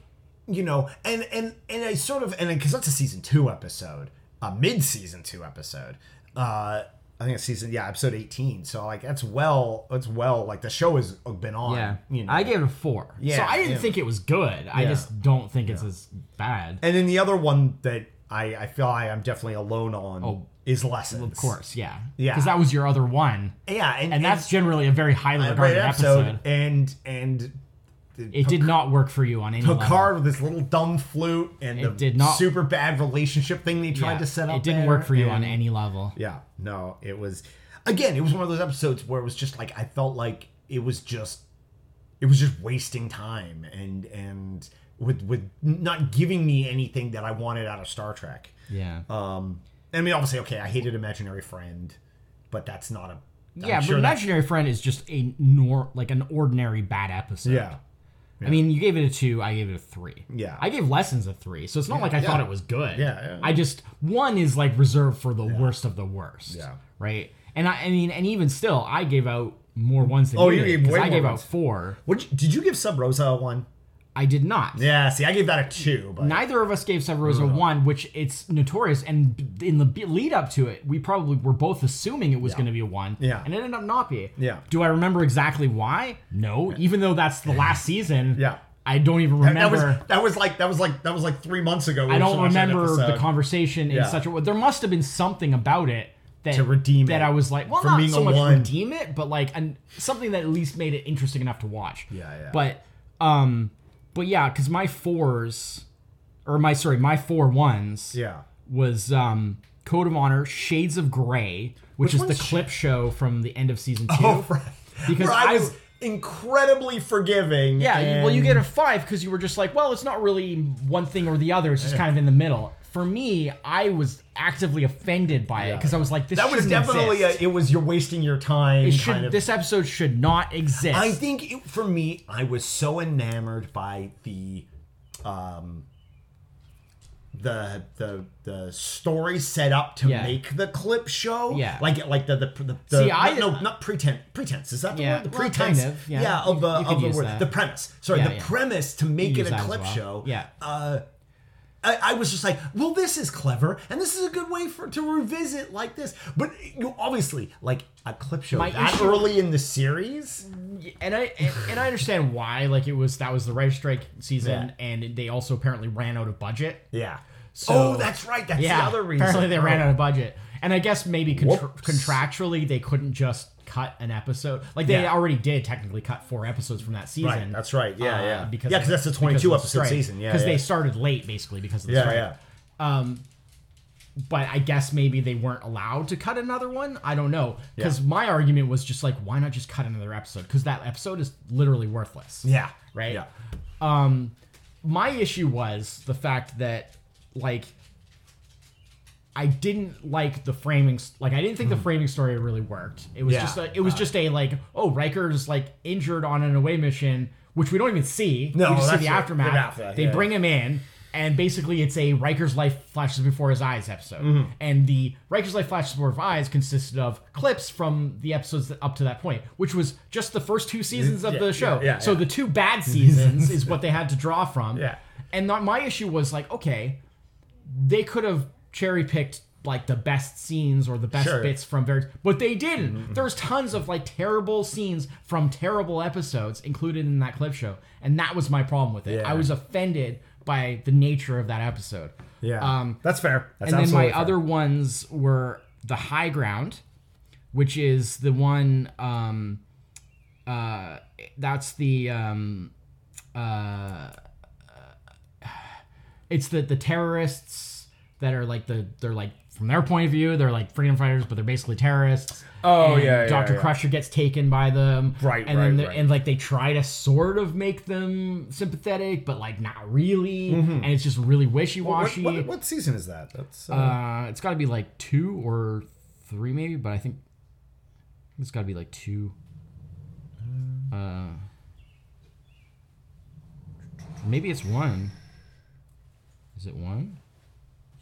Speaker 1: you know, and and and I sort of and because that's a season two episode, a mid season two episode. Uh, I think it's season yeah episode eighteen. So like that's well that's well like the show has been on.
Speaker 2: yeah.
Speaker 1: you know.
Speaker 2: I gave it a four. so
Speaker 1: Yeah,
Speaker 2: I didn't
Speaker 1: yeah.
Speaker 2: think it was good. I
Speaker 1: Yeah.
Speaker 2: just don't think it's as bad.
Speaker 1: And then the other one that I, I feel I am definitely alone on
Speaker 2: Oh,
Speaker 1: is lessons.
Speaker 2: Of course, yeah.
Speaker 1: Yeah.
Speaker 2: Because that was your other one.
Speaker 1: Yeah, and,
Speaker 2: And that's generally a very highly
Speaker 1: a great
Speaker 2: regarded
Speaker 1: episode.
Speaker 2: episode.
Speaker 1: And and
Speaker 2: It did not work for you on any level.
Speaker 1: Picard with his little dumb flute and the
Speaker 2: did not-
Speaker 1: super bad relationship thing they tried
Speaker 2: Yeah.
Speaker 1: to set up.
Speaker 2: It didn't
Speaker 1: there,
Speaker 2: work for you on
Speaker 1: and-
Speaker 2: any level.
Speaker 1: Yeah, no, it was again, it was one of those episodes where it was just like I felt like it was just it was just wasting time and and with with not giving me anything that I wanted out of Star Trek.
Speaker 2: Yeah.
Speaker 1: Um, I mean, obviously, okay, I hated Imaginary Friend, but that's not a. I'm
Speaker 2: yeah,
Speaker 1: sure
Speaker 2: but
Speaker 1: that's-
Speaker 2: imaginary friend is just a nor like an ordinary bad episode.
Speaker 1: Yeah.
Speaker 2: I mean, you gave it a two. I gave it a three.
Speaker 1: Yeah.
Speaker 2: I gave lessons a three, so it's not like I thought it was good.
Speaker 1: Yeah, yeah.
Speaker 2: I just one is like reserved for the worst of the worst.
Speaker 1: Yeah.
Speaker 2: right. And I, I mean, and even still, I gave out more ones than
Speaker 1: Oh,
Speaker 2: you
Speaker 1: you
Speaker 2: did,
Speaker 1: gave
Speaker 2: 'cause
Speaker 1: way
Speaker 2: I
Speaker 1: more
Speaker 2: gave out
Speaker 1: ones.
Speaker 2: four.
Speaker 1: Would you- did you give Sub Rosa a one?
Speaker 2: I did not.
Speaker 1: Yeah, see, I gave that a two, but
Speaker 2: Neither of us gave Severosa one, which it's notorious. And b- in the b- lead up to it, we probably were both assuming it was going to be a one,
Speaker 1: Yeah.
Speaker 2: and it ended up not being.
Speaker 1: Yeah.
Speaker 2: Do I remember exactly why? No. Even though that's the last season.
Speaker 1: Yeah.
Speaker 2: I don't even
Speaker 1: that
Speaker 2: remember.
Speaker 1: was that was like that was like that was like three months ago.
Speaker 2: I don't remember the
Speaker 1: conversation
Speaker 2: conversation
Speaker 1: Yeah.
Speaker 2: in such a way. There must have been something about it that
Speaker 1: To redeem
Speaker 2: that
Speaker 1: it
Speaker 2: I was like, well,
Speaker 1: from
Speaker 2: not
Speaker 1: being
Speaker 2: so
Speaker 1: a
Speaker 2: much
Speaker 1: one.
Speaker 2: redeem it, but like an, something that at least made it interesting enough to watch.
Speaker 1: Yeah, yeah.
Speaker 2: But um, but yeah, because my fours, or my sorry, my four ones
Speaker 1: yeah,
Speaker 2: was um, Code of Honor, Shades of Gray,
Speaker 1: Which
Speaker 2: which, is the
Speaker 1: one's
Speaker 2: clip show from the end of season two.
Speaker 1: oh, right.
Speaker 2: Because
Speaker 1: Where I,
Speaker 2: I-
Speaker 1: was incredibly forgiving.
Speaker 2: Yeah, you- well, you
Speaker 1: and-
Speaker 2: get a five because you were just like, well, it's not really one thing or the other. It's just kind of in the middle. For me, I was actively offended by it because I was like, this
Speaker 1: that was
Speaker 2: shouldn't
Speaker 1: definitely a,
Speaker 2: exist.
Speaker 1: it was you're wasting your time.
Speaker 2: it should,
Speaker 1: kind of
Speaker 2: this episode should not exist.
Speaker 1: I think it, for me, I was so enamored by the um, the the the story set up to
Speaker 2: Yeah.
Speaker 1: make the clip show.
Speaker 2: Yeah.
Speaker 1: like like the the, the, the
Speaker 2: See, I-
Speaker 1: no not pretense pretense is that the
Speaker 2: Yeah,
Speaker 1: word the
Speaker 2: well, kind
Speaker 1: pretense
Speaker 2: of, yeah.
Speaker 1: of
Speaker 2: You-
Speaker 1: the
Speaker 2: you could
Speaker 1: of the
Speaker 2: use
Speaker 1: word
Speaker 2: that.
Speaker 1: the premise sorry
Speaker 2: Yeah,
Speaker 1: the
Speaker 2: yeah.
Speaker 1: premise to make
Speaker 2: use
Speaker 1: it a
Speaker 2: that as
Speaker 1: clip
Speaker 2: well.
Speaker 1: show.
Speaker 2: Yeah.
Speaker 1: Uh, I, I was just like, well, this is clever, and this is a good way for to revisit like this. But you obviously like a clip show
Speaker 2: My
Speaker 1: that
Speaker 2: issue-
Speaker 1: early in the series.
Speaker 2: and I and, and I understand why. Like it was that was the writer's strike season,
Speaker 1: Yeah.
Speaker 2: and they also apparently ran out of budget.
Speaker 1: Yeah.
Speaker 2: So-
Speaker 1: oh, that's right. That's
Speaker 2: yeah,
Speaker 1: the other reason.
Speaker 2: apparently they
Speaker 1: Oh.
Speaker 2: ran out of budget, and I guess maybe contra-
Speaker 1: Whoops.
Speaker 2: contractually they couldn't just cut an episode. Like they
Speaker 1: Yeah.
Speaker 2: already did technically cut four episodes from that season.
Speaker 1: Right, that's right. Yeah,
Speaker 2: uh,
Speaker 1: yeah.
Speaker 2: Because
Speaker 1: yeah, because that's the twenty-two episode season. Yeah,
Speaker 2: because
Speaker 1: yeah.
Speaker 2: they started late basically because of the
Speaker 1: yeah,
Speaker 2: strike.
Speaker 1: yeah.
Speaker 2: but I guess maybe they weren't allowed to cut another one. I don't know. Because my argument was just like, why not just cut another episode? Because that episode is literally worthless.
Speaker 1: Yeah.
Speaker 2: Right?
Speaker 1: Yeah.
Speaker 2: My issue was the fact that, like, I didn't like the framing. Like, I didn't think the framing story really worked. It was
Speaker 1: Hmm. Yeah.
Speaker 2: just a, it was just a like, oh, Riker's like injured on an away mission, which we don't even see.
Speaker 1: No,
Speaker 2: we just see
Speaker 1: that's
Speaker 2: the
Speaker 1: it.
Speaker 2: aftermath.
Speaker 1: The aftermath,
Speaker 2: they
Speaker 1: yeah.
Speaker 2: bring him in, and basically it's a Riker's life flashes before his eyes episode.
Speaker 1: Mm-hmm.
Speaker 2: And the Riker's life flashes before his eyes consisted of clips from the episodes that- up to that point, which was just the first two seasons of
Speaker 1: Yeah,
Speaker 2: the show.
Speaker 1: yeah, yeah,
Speaker 2: so
Speaker 1: yeah.
Speaker 2: the two bad seasons is what they had to draw from.
Speaker 1: Yeah.
Speaker 2: And not, my issue was like, okay, they could have cherry picked like the best scenes or the best
Speaker 1: Sure.
Speaker 2: bits from various, but they didn't. There's tons of like terrible scenes from terrible episodes included in that clip show, and that was my problem with it.
Speaker 1: Yeah.
Speaker 2: I was offended by the nature of that episode.
Speaker 1: Yeah.
Speaker 2: Um,
Speaker 1: that's fair. That's
Speaker 2: and then my
Speaker 1: absolutely fair.
Speaker 2: other ones were the high ground, which is the one um, uh, that's the um, uh, it's the the terrorists that are like the they're like from their point of view they're like freedom fighters but they're basically terrorists.
Speaker 3: Oh,
Speaker 2: And
Speaker 3: yeah, yeah,
Speaker 2: Dr.
Speaker 3: yeah.
Speaker 2: Crusher gets taken by them.
Speaker 3: Right,
Speaker 2: And
Speaker 3: right,
Speaker 2: then they're-
Speaker 3: right.
Speaker 2: and like they try to sort of make them sympathetic, but like not really.
Speaker 3: Mm-hmm.
Speaker 2: And it's just really wishy
Speaker 1: What,
Speaker 2: washy.
Speaker 1: what, what season is that? That's uh,
Speaker 2: Uh, it's got to be like two or three, maybe. But I think it's got to be like two.
Speaker 1: Mm.
Speaker 2: Uh, maybe it's one. Is it one?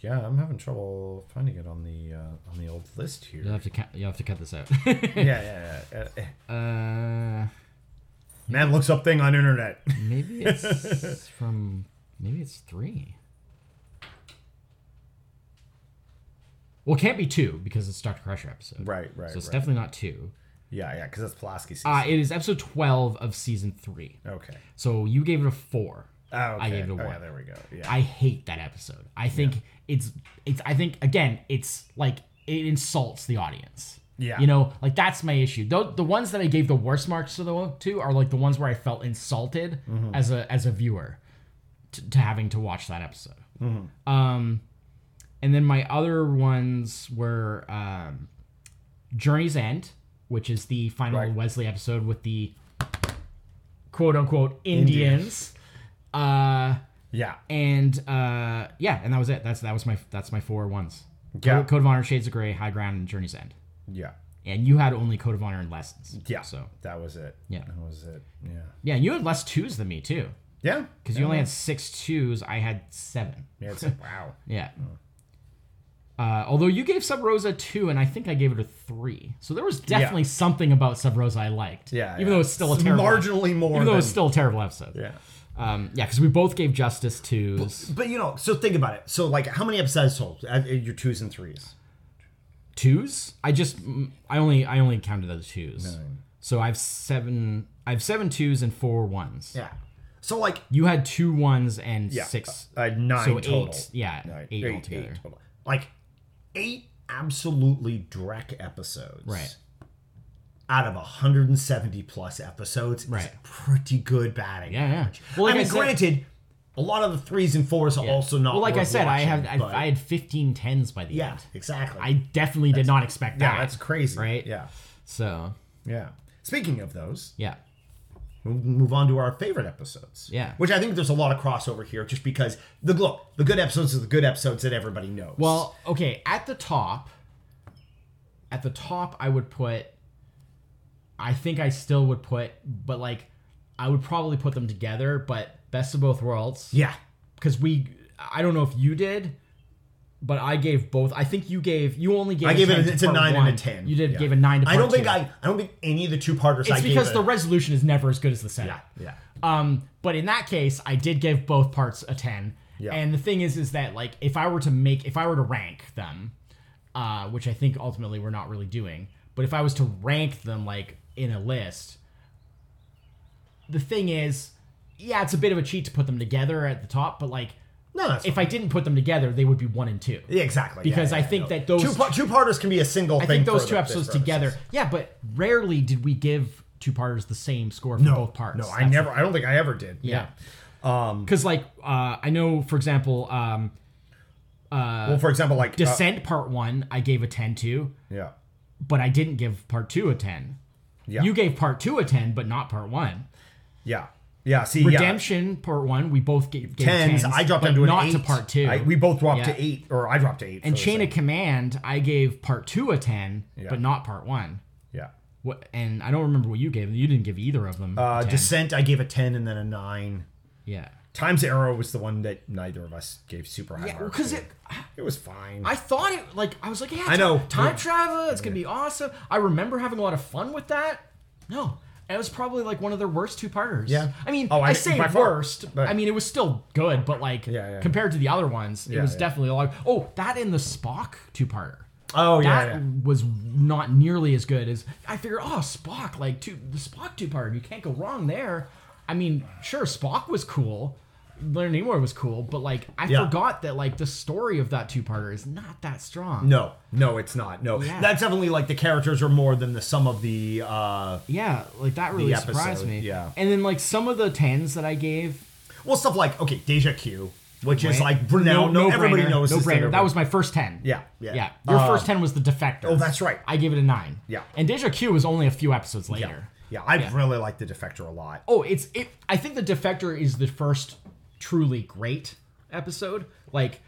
Speaker 1: yeah. I'm having trouble finding it on the uh, on the old list here.
Speaker 2: You'll have to cut. You'll have to cut this out.
Speaker 1: yeah, yeah, yeah. Uh, eh.
Speaker 2: uh,
Speaker 1: man looks up thing on internet.
Speaker 2: maybe it's from. Maybe it's three. Well, it can't be two because it's Doctor Crusher episode.
Speaker 1: Right, right,
Speaker 2: So it's
Speaker 1: right.
Speaker 2: definitely not two.
Speaker 1: yeah, yeah, because that's Pulaski season.
Speaker 2: Uh, it is episode twelve of season three.
Speaker 1: okay.
Speaker 2: So you gave it a four.
Speaker 1: Oh, okay.
Speaker 2: I gave it a
Speaker 1: oh,
Speaker 2: one.
Speaker 1: Yeah, there we go. Yeah.
Speaker 2: I hate that episode. I think it's it's. I think again, it's like it insults the audience.
Speaker 1: Yeah.
Speaker 2: You know, like that's my issue. Though the ones that I gave the worst marks to the to are like the ones where I felt insulted
Speaker 1: Mm-hmm.
Speaker 2: as a as a viewer to, to having to watch that episode.
Speaker 1: Mm-hmm.
Speaker 2: Um, and then my other ones were um, Journey's End, which is the final
Speaker 1: Right.
Speaker 2: Wesley episode with the quote unquote Indians. Uh
Speaker 1: yeah.
Speaker 2: and uh yeah, and that was it. That's that was my that's my four ones.
Speaker 1: Yeah.
Speaker 2: Code, Code of Honor, Shades of Grey, High Ground, and Journey's End.
Speaker 1: Yeah.
Speaker 2: And you had only Code of Honor and Lessons.
Speaker 1: Yeah.
Speaker 2: So
Speaker 1: that was it.
Speaker 2: Yeah.
Speaker 1: That was it. Yeah.
Speaker 2: yeah, and you had less twos than me too,
Speaker 1: Yeah.
Speaker 2: because you only had six twos. I had seven.
Speaker 1: Yeah. Oh. It's wow.
Speaker 2: Yeah. Uh, although you gave Sub Rosa two, and I think I gave it a three, so there was definitely something about Sub Rosa I liked.
Speaker 1: Yeah.
Speaker 2: even
Speaker 1: yeah.
Speaker 2: though it's still a
Speaker 1: It's
Speaker 2: terrible,
Speaker 1: marginally more.
Speaker 2: even though
Speaker 1: than,
Speaker 2: it's still a terrible episode.
Speaker 1: Yeah.
Speaker 2: um, yeah, because we both gave Justice twos,
Speaker 1: But you know, so think about it. So like, how many episodes sold? Uh, Your twos and threes.
Speaker 2: twos. I just mm, I only I only counted those twos. So I've seven I've seven twos and four ones.
Speaker 1: Yeah. So like
Speaker 2: You had two ones and
Speaker 1: yeah,
Speaker 2: six.
Speaker 1: uh, nine
Speaker 2: so
Speaker 1: total.
Speaker 2: eight. Yeah,
Speaker 1: Nine-
Speaker 2: eight, altogether.
Speaker 1: total. Like eight absolutely dreck episodes.
Speaker 2: Right.
Speaker 1: Out of 170 plus episodes,
Speaker 2: Right.
Speaker 1: it's pretty good batting.
Speaker 2: Yeah, yeah.
Speaker 1: average.
Speaker 2: Well,
Speaker 1: I
Speaker 2: like I
Speaker 1: mean,
Speaker 2: said-
Speaker 1: granted, a lot of the threes and fours are also not.
Speaker 2: Well, like I
Speaker 1: worth
Speaker 2: said, I
Speaker 1: watching,
Speaker 2: had
Speaker 1: but-
Speaker 2: I, I had 15 tens by the
Speaker 1: yeah,
Speaker 2: end.
Speaker 1: exactly.
Speaker 2: I definitely did not expect that.
Speaker 1: yeah, that's crazy,
Speaker 2: right?
Speaker 1: Yeah,
Speaker 2: so.
Speaker 1: yeah. Speaking of those,
Speaker 2: Yeah.
Speaker 1: We'll move on to our favorite episodes.
Speaker 2: Yeah.
Speaker 1: Which I think there's a lot of crossover here just because the look, the good episodes are the good episodes that everybody knows.
Speaker 2: Well, okay, at the top, at the top, I would put. I think I still would put, but like, I would probably put them together. But best of both worlds,
Speaker 1: Yeah.
Speaker 2: because we I don't know if you did, but I gave both. I think you gave you only gave.
Speaker 1: I gave
Speaker 2: 10
Speaker 1: it.
Speaker 2: to
Speaker 1: It's a
Speaker 2: part
Speaker 1: nine
Speaker 2: one.
Speaker 1: and a ten.
Speaker 2: You did
Speaker 1: Yeah.
Speaker 2: give a nine to.
Speaker 1: I
Speaker 2: part
Speaker 1: don't think
Speaker 2: two.
Speaker 1: I. I don't think any of the two parters. I
Speaker 2: It's because
Speaker 1: gave
Speaker 2: the
Speaker 1: it,
Speaker 2: resolution is never as good as the setup.
Speaker 1: yeah yeah.
Speaker 2: Um, but in that case, I did give both parts a ten.
Speaker 1: Yeah.
Speaker 2: And the thing is, is that like if I were to make, if I were to rank them, uh, which I think ultimately we're not really doing, but if I was to rank them like in a list, the thing is, yeah, it's a bit of a cheat to put them together at the top, but like
Speaker 1: No, that's
Speaker 2: if I didn't put them together, they would be one and two.
Speaker 1: Yeah, exactly.
Speaker 2: Because
Speaker 1: Yeah,
Speaker 2: I
Speaker 1: yeah,
Speaker 2: think
Speaker 1: no.
Speaker 2: that those-
Speaker 1: two, par- two parters can be a single
Speaker 2: I
Speaker 1: thing.
Speaker 2: think those
Speaker 1: for
Speaker 2: two
Speaker 1: the-
Speaker 2: episodes
Speaker 1: this purpose.
Speaker 2: together, yeah, but rarely did we give two parters the same score for
Speaker 1: No,
Speaker 2: both parts.
Speaker 1: No, I
Speaker 2: That's-
Speaker 1: never. I don't think I ever did.
Speaker 2: Yeah.
Speaker 1: Um,
Speaker 2: Because like uh, I know, for example, um,
Speaker 1: well, for example, like uh,
Speaker 2: Descent Part One, I gave a ten to,
Speaker 1: yeah,
Speaker 2: but I didn't give Part Two a ten.
Speaker 1: Yeah.
Speaker 2: You gave Part Two a ten, but not Part One.
Speaker 1: yeah, yeah. See, yeah.
Speaker 2: Redemption Part One, we both gave, gave
Speaker 1: tens.
Speaker 2: tens.
Speaker 1: I dropped
Speaker 2: but
Speaker 1: down to an
Speaker 2: not
Speaker 1: eight.
Speaker 2: to Part Two.
Speaker 1: I- we both dropped
Speaker 2: Yeah.
Speaker 1: to eight, or I dropped to eight.
Speaker 2: and
Speaker 1: for the
Speaker 2: Chain
Speaker 1: same-
Speaker 2: of Command, I gave Part Two a ten, but not Part One.
Speaker 1: Yeah.
Speaker 2: What? And I don't remember what you gave. You didn't give either of them.
Speaker 1: Uh,
Speaker 2: a 10.
Speaker 1: Descent, I gave a ten and then a nine.
Speaker 2: yeah.
Speaker 1: Times Arrow was the one that neither of us gave super high. marks
Speaker 2: Because
Speaker 1: to.
Speaker 2: it,
Speaker 1: it was fine.
Speaker 2: I thought it like I was like, yeah,
Speaker 1: I know.
Speaker 2: time
Speaker 1: Yeah.
Speaker 2: travel. It's gonna be awesome. I remember having a lot of fun with that. No, it was probably like one of their worst two parters.
Speaker 1: Yeah.
Speaker 2: I mean,
Speaker 1: Oh, I-
Speaker 2: I, say
Speaker 1: by far.
Speaker 2: worst.
Speaker 1: But-
Speaker 2: I mean, it was still good, but like
Speaker 1: Yeah, yeah.
Speaker 2: compared to the other ones, it
Speaker 1: Yeah,
Speaker 2: was
Speaker 1: yeah.
Speaker 2: definitely a lot. Oh, that in the Spock two parter.
Speaker 1: oh yeah,
Speaker 2: That
Speaker 1: yeah.
Speaker 2: was not nearly as good as I figured. Oh, Spock, like two, the Spock two parter. You can't go wrong there. I mean, sure, Spock was cool. Leonard Nimoy was cool, but like I
Speaker 1: Yeah.
Speaker 2: forgot that like the story of that two parter is not that strong.
Speaker 1: No, no, it's not. No,
Speaker 2: Yeah.
Speaker 1: that's definitely like the characters are more than the sum of the. uh
Speaker 2: Yeah, like that really
Speaker 1: The
Speaker 2: surprised
Speaker 1: episode,
Speaker 2: me.
Speaker 1: yeah.
Speaker 2: and then like some of the tens that I gave.
Speaker 1: Well, stuff like okay, Deja Q, which is like
Speaker 2: no,
Speaker 1: now no,
Speaker 2: no
Speaker 1: everybody
Speaker 2: brainer,
Speaker 1: knows
Speaker 2: no
Speaker 1: this
Speaker 2: brainer.
Speaker 1: thing.
Speaker 2: That was my first ten.
Speaker 1: Yeah, yeah.
Speaker 2: yeah. Your
Speaker 1: Uh,
Speaker 2: first ten was the defector.
Speaker 1: oh, that's right.
Speaker 2: I gave it a nine.
Speaker 1: Yeah.
Speaker 2: and Deja Q was only a few episodes later.
Speaker 1: yeah, yeah. I really like the Defector a lot.
Speaker 2: oh it's it i think the defector is the first truly great episode like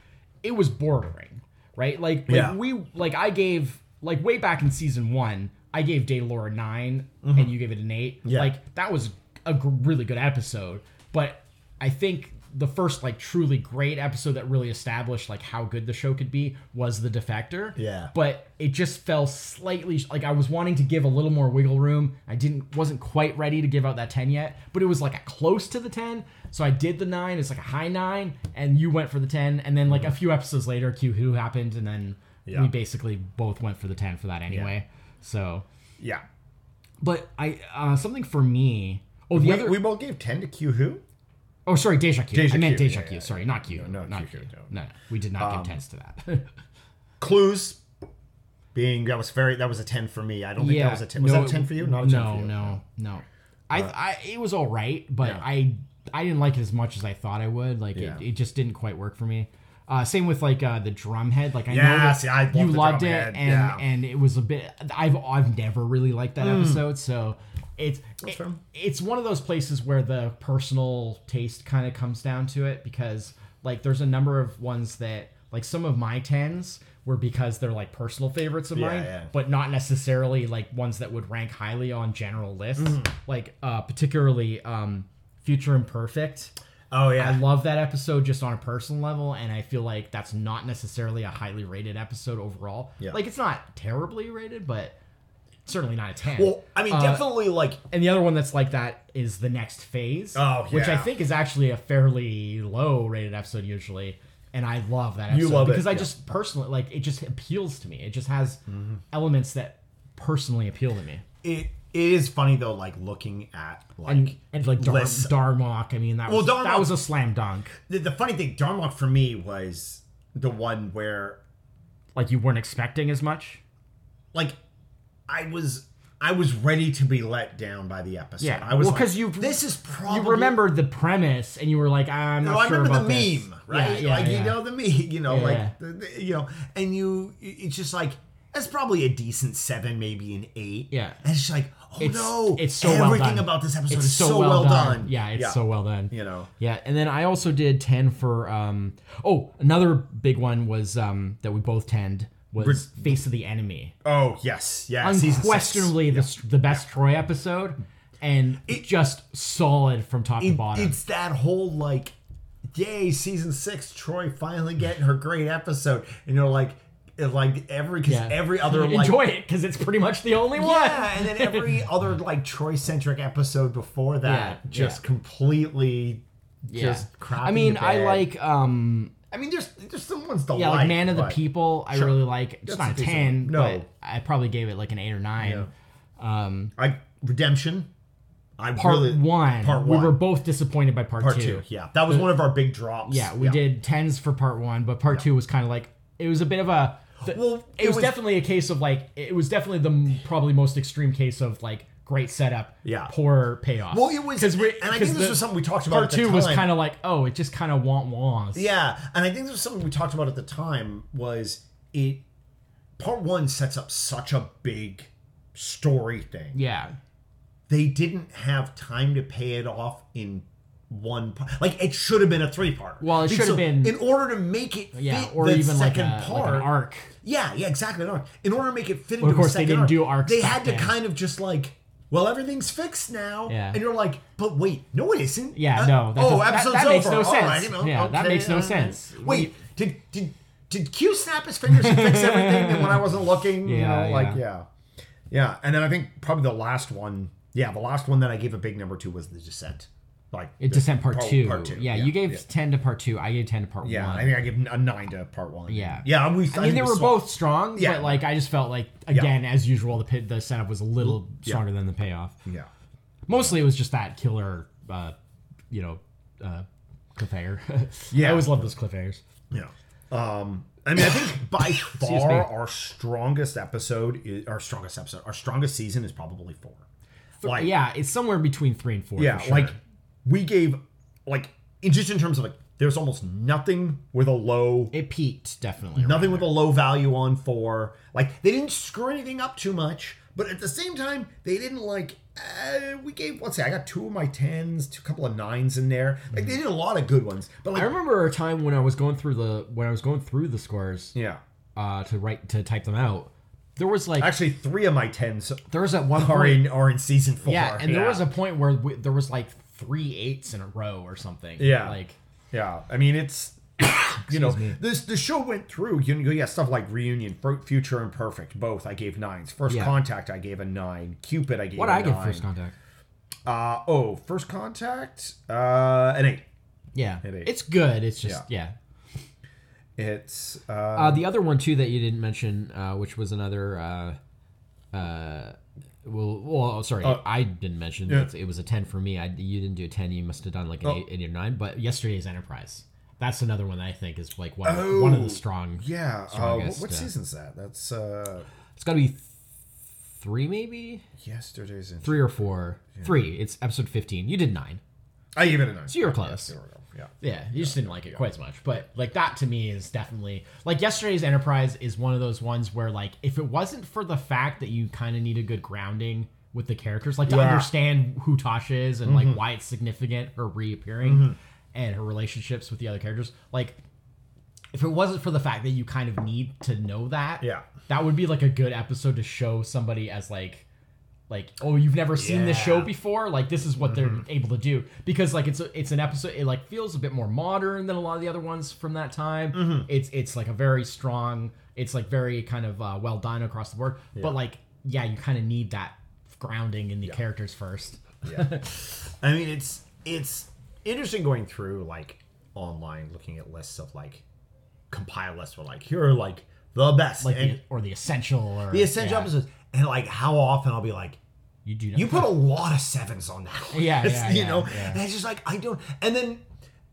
Speaker 2: it was bordering right like, like
Speaker 1: Yeah.
Speaker 2: we like i gave like way back in season one i gave day Laura 9 and you gave it an eight
Speaker 1: Mm-hmm. Yeah.
Speaker 2: like that was a gr- really good episode but i think the first like truly great episode that really established like how good the show could be was the defector
Speaker 1: Yeah.
Speaker 2: but it just fell slightly like I was wanting to give a little more wiggle room. I didn't wasn't quite ready to give out that 10 yet, but it was like a close to the 10. So I did the 9, it's like a high 9 and you went for the 10 and then like a few episodes later Q Who happened and then
Speaker 1: Mm-hmm. Yeah.
Speaker 2: we basically both went for the 10 for that anyway. So,
Speaker 1: Yeah,
Speaker 2: but I uh something for me Oh, the
Speaker 1: we,
Speaker 2: other
Speaker 1: we both gave ten to Q who?
Speaker 2: Oh, sorry, Deja Q.
Speaker 1: Deja
Speaker 2: I meant
Speaker 1: Q,
Speaker 2: Deja
Speaker 1: yeah,
Speaker 2: Q.
Speaker 1: yeah,
Speaker 2: Sorry, not Q.
Speaker 1: No, no,
Speaker 2: not
Speaker 1: Q, Um,
Speaker 2: Q.
Speaker 1: Q,
Speaker 2: No, no, we did not give tens to that.
Speaker 1: Clues being that was very that was a ten for me. I don't think that was a ten. Was
Speaker 2: no,
Speaker 1: that a ten for you?
Speaker 2: it-
Speaker 1: Not a
Speaker 2: no,
Speaker 1: ten for you.
Speaker 2: no, no. I, I, it was all right, but I, I didn't like it as much as I thought I would. Like
Speaker 1: Yeah.
Speaker 2: it, it just didn't quite work for me. Uh, same with like uh, the drumhead. Like I know
Speaker 1: Yeah,
Speaker 2: that
Speaker 1: see, I love
Speaker 2: you
Speaker 1: the
Speaker 2: loved it,
Speaker 1: Drumhead,
Speaker 2: and
Speaker 1: yeah. Hmm.
Speaker 2: and it was a bit. I've I've never really liked that episode, so it's it-
Speaker 1: fair.
Speaker 2: it's one of those places where the personal taste kind of comes down to it because like there's a number of ones that like some of my tens were because they're like personal favorites of
Speaker 1: Yeah,
Speaker 2: mine,
Speaker 1: yeah.
Speaker 2: but not necessarily like ones that would rank highly on general lists.
Speaker 1: Mm-hmm.
Speaker 2: Like uh, particularly um, Future Imperfect.
Speaker 1: Oh
Speaker 2: I
Speaker 1: yeah,
Speaker 2: love that episode just on a personal level, and I feel like that's not necessarily a highly rated episode overall.
Speaker 1: Yeah.
Speaker 2: Like it's not terribly rated, but certainly not a ten.
Speaker 1: well, I mean,
Speaker 2: Uh,
Speaker 1: definitely like
Speaker 2: and the other one that's like that is the next phase.
Speaker 1: Oh,
Speaker 2: which I
Speaker 1: yeah.
Speaker 2: think is actually a fairly low rated episode usually. And I love that episode
Speaker 1: love it,
Speaker 2: because I
Speaker 1: yeah.
Speaker 2: just personally like it just appeals to me. It just has elements that personally appeal to me.
Speaker 1: it. It is funny though, like looking at like
Speaker 2: And and like Dar-
Speaker 1: Listen.
Speaker 2: Darmok, I mean that was
Speaker 1: Darmok-
Speaker 2: that was a slam dunk.
Speaker 1: the, the funny thing. Darmok for me was the one where
Speaker 2: Like you weren't expecting as much.
Speaker 1: like I was I was ready to be let down by the episode.
Speaker 2: Yeah.
Speaker 1: I was
Speaker 2: Well,
Speaker 1: because
Speaker 2: 'cause you-
Speaker 1: this is probably
Speaker 2: You remembered the premise and you were like, I'm not
Speaker 1: Oh, No, I
Speaker 2: sure
Speaker 1: remember
Speaker 2: about
Speaker 1: the
Speaker 2: this.
Speaker 1: meme, right?
Speaker 2: Yeah, yeah,
Speaker 1: like
Speaker 2: yeah.
Speaker 1: you know the meme, you know,
Speaker 2: Yeah, yeah.
Speaker 1: like the, the- you know, and you it's just like that's probably a decent seven, maybe an eight.
Speaker 2: Yeah.
Speaker 1: and it's just like oh
Speaker 2: It's-
Speaker 1: no,
Speaker 2: it's so well
Speaker 1: everything
Speaker 2: done.
Speaker 1: about this episode
Speaker 2: It's
Speaker 1: is so, well done.
Speaker 2: Yeah, it's so well done.
Speaker 1: you know.
Speaker 2: Yeah, and then I also did ten for um oh another big one was um that we both tend was
Speaker 1: Re-
Speaker 2: Face of the Enemy.
Speaker 1: Oh yes, yeah. season six.
Speaker 2: Unquestionably the s the best Troy episode and just solid from top to
Speaker 1: It-
Speaker 2: bottom.
Speaker 1: It's that whole like yay, season six, Troy finally getting her great episode, and you're like, it- like every because
Speaker 2: Yeah.
Speaker 1: every other like
Speaker 2: enjoy it because it's pretty much the only one.
Speaker 1: yeah, and then every other like Troy centric episode before that
Speaker 2: Yeah,
Speaker 1: just
Speaker 2: yeah.
Speaker 1: completely
Speaker 2: Yeah.
Speaker 1: just crap.
Speaker 2: I
Speaker 1: in
Speaker 2: mean,
Speaker 1: the
Speaker 2: I
Speaker 1: bed.
Speaker 2: like um
Speaker 1: I mean, there's there's some ones to
Speaker 2: yeah, like,
Speaker 1: like
Speaker 2: Man of the
Speaker 1: but-
Speaker 2: People. I
Speaker 1: Sure.
Speaker 2: really like. It's
Speaker 1: That's
Speaker 2: not
Speaker 1: a
Speaker 2: a
Speaker 1: decent
Speaker 2: ten,
Speaker 1: one. No.
Speaker 2: but I probably gave it like an eight or nine. Um,
Speaker 1: I Redemption. I
Speaker 2: part
Speaker 1: really
Speaker 2: one,
Speaker 1: Part
Speaker 2: we
Speaker 1: one.
Speaker 2: were both disappointed by part,
Speaker 1: part two. Yeah, that was one of our big drops.
Speaker 2: Yeah, we did tens for part one, but part two was kind of like it was a bit of a. the-
Speaker 1: Well,
Speaker 2: it,
Speaker 1: it
Speaker 2: was,
Speaker 1: was-
Speaker 2: definitely a case of like it was definitely the m- probably most extreme case of like great setup,
Speaker 1: Yeah.
Speaker 2: poor payoff.
Speaker 1: Well, it was,
Speaker 2: because we
Speaker 1: and I
Speaker 2: because
Speaker 1: think this
Speaker 2: the-
Speaker 1: was something we talked about.
Speaker 2: part
Speaker 1: at the
Speaker 2: two was
Speaker 1: time.
Speaker 2: kind of like oh, it just kind of want wants.
Speaker 1: Yeah, and I think there's something we talked about at the time was it. Part one sets up such a big story thing.
Speaker 2: yeah,
Speaker 1: They didn't have time to pay it off in one part. Like it should have been a three part.
Speaker 2: Well, it should have been-
Speaker 1: in order to make it
Speaker 2: yeah,
Speaker 1: fit
Speaker 2: or
Speaker 1: the
Speaker 2: even like, a,
Speaker 1: second
Speaker 2: like
Speaker 1: part.
Speaker 2: an arc.
Speaker 1: Yeah, yeah, exactly. An arc. In order to make it fit
Speaker 2: Well,
Speaker 1: into
Speaker 2: of course,
Speaker 1: a
Speaker 2: they
Speaker 1: second
Speaker 2: didn't
Speaker 1: arc,
Speaker 2: do arcs
Speaker 1: They
Speaker 2: back
Speaker 1: had to
Speaker 2: then.
Speaker 1: kind of just like, well, everything's fixed now,
Speaker 2: Yeah.
Speaker 1: and you're like, but wait, no, it isn't.
Speaker 2: Yeah,
Speaker 1: Uh,
Speaker 2: no, that
Speaker 1: oh,
Speaker 2: doesn't- that-
Speaker 1: episode's
Speaker 2: that makes
Speaker 1: over.
Speaker 2: no
Speaker 1: All
Speaker 2: sense.
Speaker 1: right, no,
Speaker 2: Yeah, that
Speaker 1: okay,
Speaker 2: makes no
Speaker 1: uh,
Speaker 2: sense.
Speaker 1: Wait, did did did Q snap his fingers and fix everything? And when I wasn't looking,
Speaker 2: Yeah,
Speaker 1: you know, like
Speaker 2: yeah.
Speaker 1: yeah, yeah. And then I think probably the last one, yeah, the last one that I gave a big number to was the Descent. Like
Speaker 2: It Descent part, two.
Speaker 1: Part two.
Speaker 2: Yeah, you gave
Speaker 1: Yeah,
Speaker 2: ten to part two. I gave ten to part
Speaker 1: yeah
Speaker 2: one.
Speaker 1: I think I gave a nine to part one.
Speaker 2: Yeah.
Speaker 1: yeah. We,
Speaker 2: I mean, they
Speaker 1: we
Speaker 2: were
Speaker 1: saw-
Speaker 2: both strong,
Speaker 1: Yeah.
Speaker 2: but like I just felt like again, as usual, the pit, the setup was a little stronger than the payoff.
Speaker 1: Yeah.
Speaker 2: Mostly, it was just that killer, uh, you know, uh, cliffhanger.
Speaker 1: Yeah.
Speaker 2: I always love those cliffhangers.
Speaker 1: Yeah. Um, I mean, I think by far
Speaker 2: me.
Speaker 1: our strongest episode, is, our strongest episode, our strongest season is probably four. Like,
Speaker 2: yeah, it's somewhere between three and four.
Speaker 1: yeah,
Speaker 2: for sure.
Speaker 1: like we gave, like in just in terms of like, there's almost nothing with a low,
Speaker 2: it peaked definitely.
Speaker 1: nothing with a low value on four. Like they didn't screw anything up too much, but at the same time, they didn't like. Uh, we gave let's say I got two of my tens, two couple of nines in there. Like
Speaker 2: Mm-hmm.
Speaker 1: they did a lot of good ones, but
Speaker 2: I
Speaker 1: like
Speaker 2: remember a time when I was going through the when I was going through the scores
Speaker 1: yeah,
Speaker 2: uh, to write to type them out. There was like
Speaker 1: actually three of my tens
Speaker 2: there was at one
Speaker 1: are
Speaker 2: point,
Speaker 1: in are in season four.
Speaker 2: yeah, and there was a point where we, there was like three eights in a row or something.
Speaker 1: Yeah.
Speaker 2: like
Speaker 1: yeah. I mean, it's you know this the show went through. You know, yeah, stuff like reunion, Fr- future and perfect. Both I gave nines. First
Speaker 2: Yeah.
Speaker 1: contact I gave a nine. Cupid I gave
Speaker 2: what
Speaker 1: a
Speaker 2: I
Speaker 1: nine.
Speaker 2: get first contact.
Speaker 1: Uh, oh, first contact uh, an eight.
Speaker 2: Yeah,
Speaker 1: It ain't.
Speaker 2: it's good. It's just yeah.
Speaker 1: It's uh,
Speaker 2: Uh, the other one too that you didn't mention, uh, which was another. Uh, uh, well, well, oh, sorry, I didn't mention. It's, it was a ten for me. I you didn't do a ten. You must have done like an eight, eight or nine. But yesterday's Enterprise. That's another one that I think is like one, of the- one of
Speaker 1: Oh,
Speaker 2: the strong.
Speaker 1: yeah. Uh, what,
Speaker 2: Strongest,
Speaker 1: what
Speaker 2: uh,
Speaker 1: season's that? That's uh,
Speaker 2: It's got to be th- three, maybe
Speaker 1: yesterday's. In-
Speaker 2: three or four. Three. It's episode fifteen. You did nine,
Speaker 1: I gave it a nine.
Speaker 2: so you were close.
Speaker 1: There we go. Yeah.
Speaker 2: Yeah, you just didn't like it quite as much. But like that to me is definitely like yesterday's Enterprise is one of those ones where like if it wasn't for the fact that you kind of need a good grounding with the characters, like to
Speaker 1: Yeah.
Speaker 2: understand who Tasha is and like why it's significant, her reappearing and her relationships with the other characters, like if it wasn't for the fact that you kind of need to know that,
Speaker 1: Yeah.
Speaker 2: that would be like a good episode to show somebody as like like oh you've never seen this show
Speaker 1: Yeah. Mm-hmm.
Speaker 2: before like this is what they're able to do because like it's a, it's an episode it like feels a bit more modern than a lot of the other ones from that time
Speaker 1: Mm-hmm.
Speaker 2: it's it's like a very strong it's like very kind of uh, well done across the board but like yeah you kind of need that grounding in the characters first
Speaker 1: yeah. I mean, it's it's interesting going through like online, looking at lists of like compile lists where like here are like the best
Speaker 2: like
Speaker 1: and
Speaker 2: the, or the essential or
Speaker 1: the essential
Speaker 2: yeah.
Speaker 1: episodes, and like how often I'll be like.
Speaker 2: you do
Speaker 1: You put a lot of sevens on that list,
Speaker 2: Yeah, yeah,
Speaker 1: you
Speaker 2: yeah,
Speaker 1: know,
Speaker 2: yeah.
Speaker 1: and it's just like I don't. And then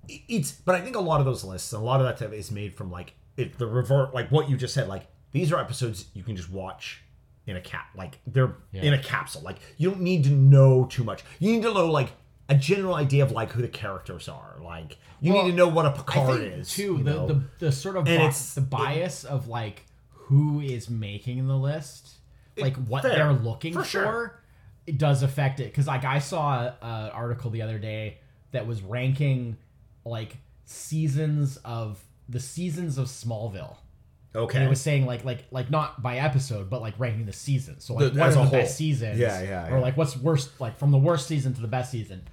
Speaker 1: it's, but I think a lot of those lists, and a lot of that stuff is made from like it, the revert, like what you just said. Like these are episodes you can just watch in a cap, like they're in a capsule. Like you don't need to know too much. You need to know like a general idea of like who the characters are. Like you
Speaker 2: Well,
Speaker 1: need to know what a
Speaker 2: I
Speaker 1: Picard
Speaker 2: think
Speaker 1: is
Speaker 2: too
Speaker 1: you
Speaker 2: the,
Speaker 1: know?
Speaker 2: the the sort of
Speaker 1: And
Speaker 2: bi-
Speaker 1: it's-
Speaker 2: the bias of like who is making the list, like what
Speaker 1: fair.
Speaker 2: they're looking
Speaker 1: For
Speaker 2: for,
Speaker 1: sure.
Speaker 2: it does affect it. Because like I saw an article the other day that was ranking like seasons of the seasons of Smallville. And
Speaker 1: okay.
Speaker 2: it was saying like like like not by episode, but like ranking the season. So
Speaker 1: The-
Speaker 2: like
Speaker 1: as
Speaker 2: what are
Speaker 1: a
Speaker 2: the
Speaker 1: whole.
Speaker 2: best seasons?
Speaker 1: Yeah, yeah,
Speaker 2: Or
Speaker 1: yeah.
Speaker 2: like what's worst like from the worst season to the best season.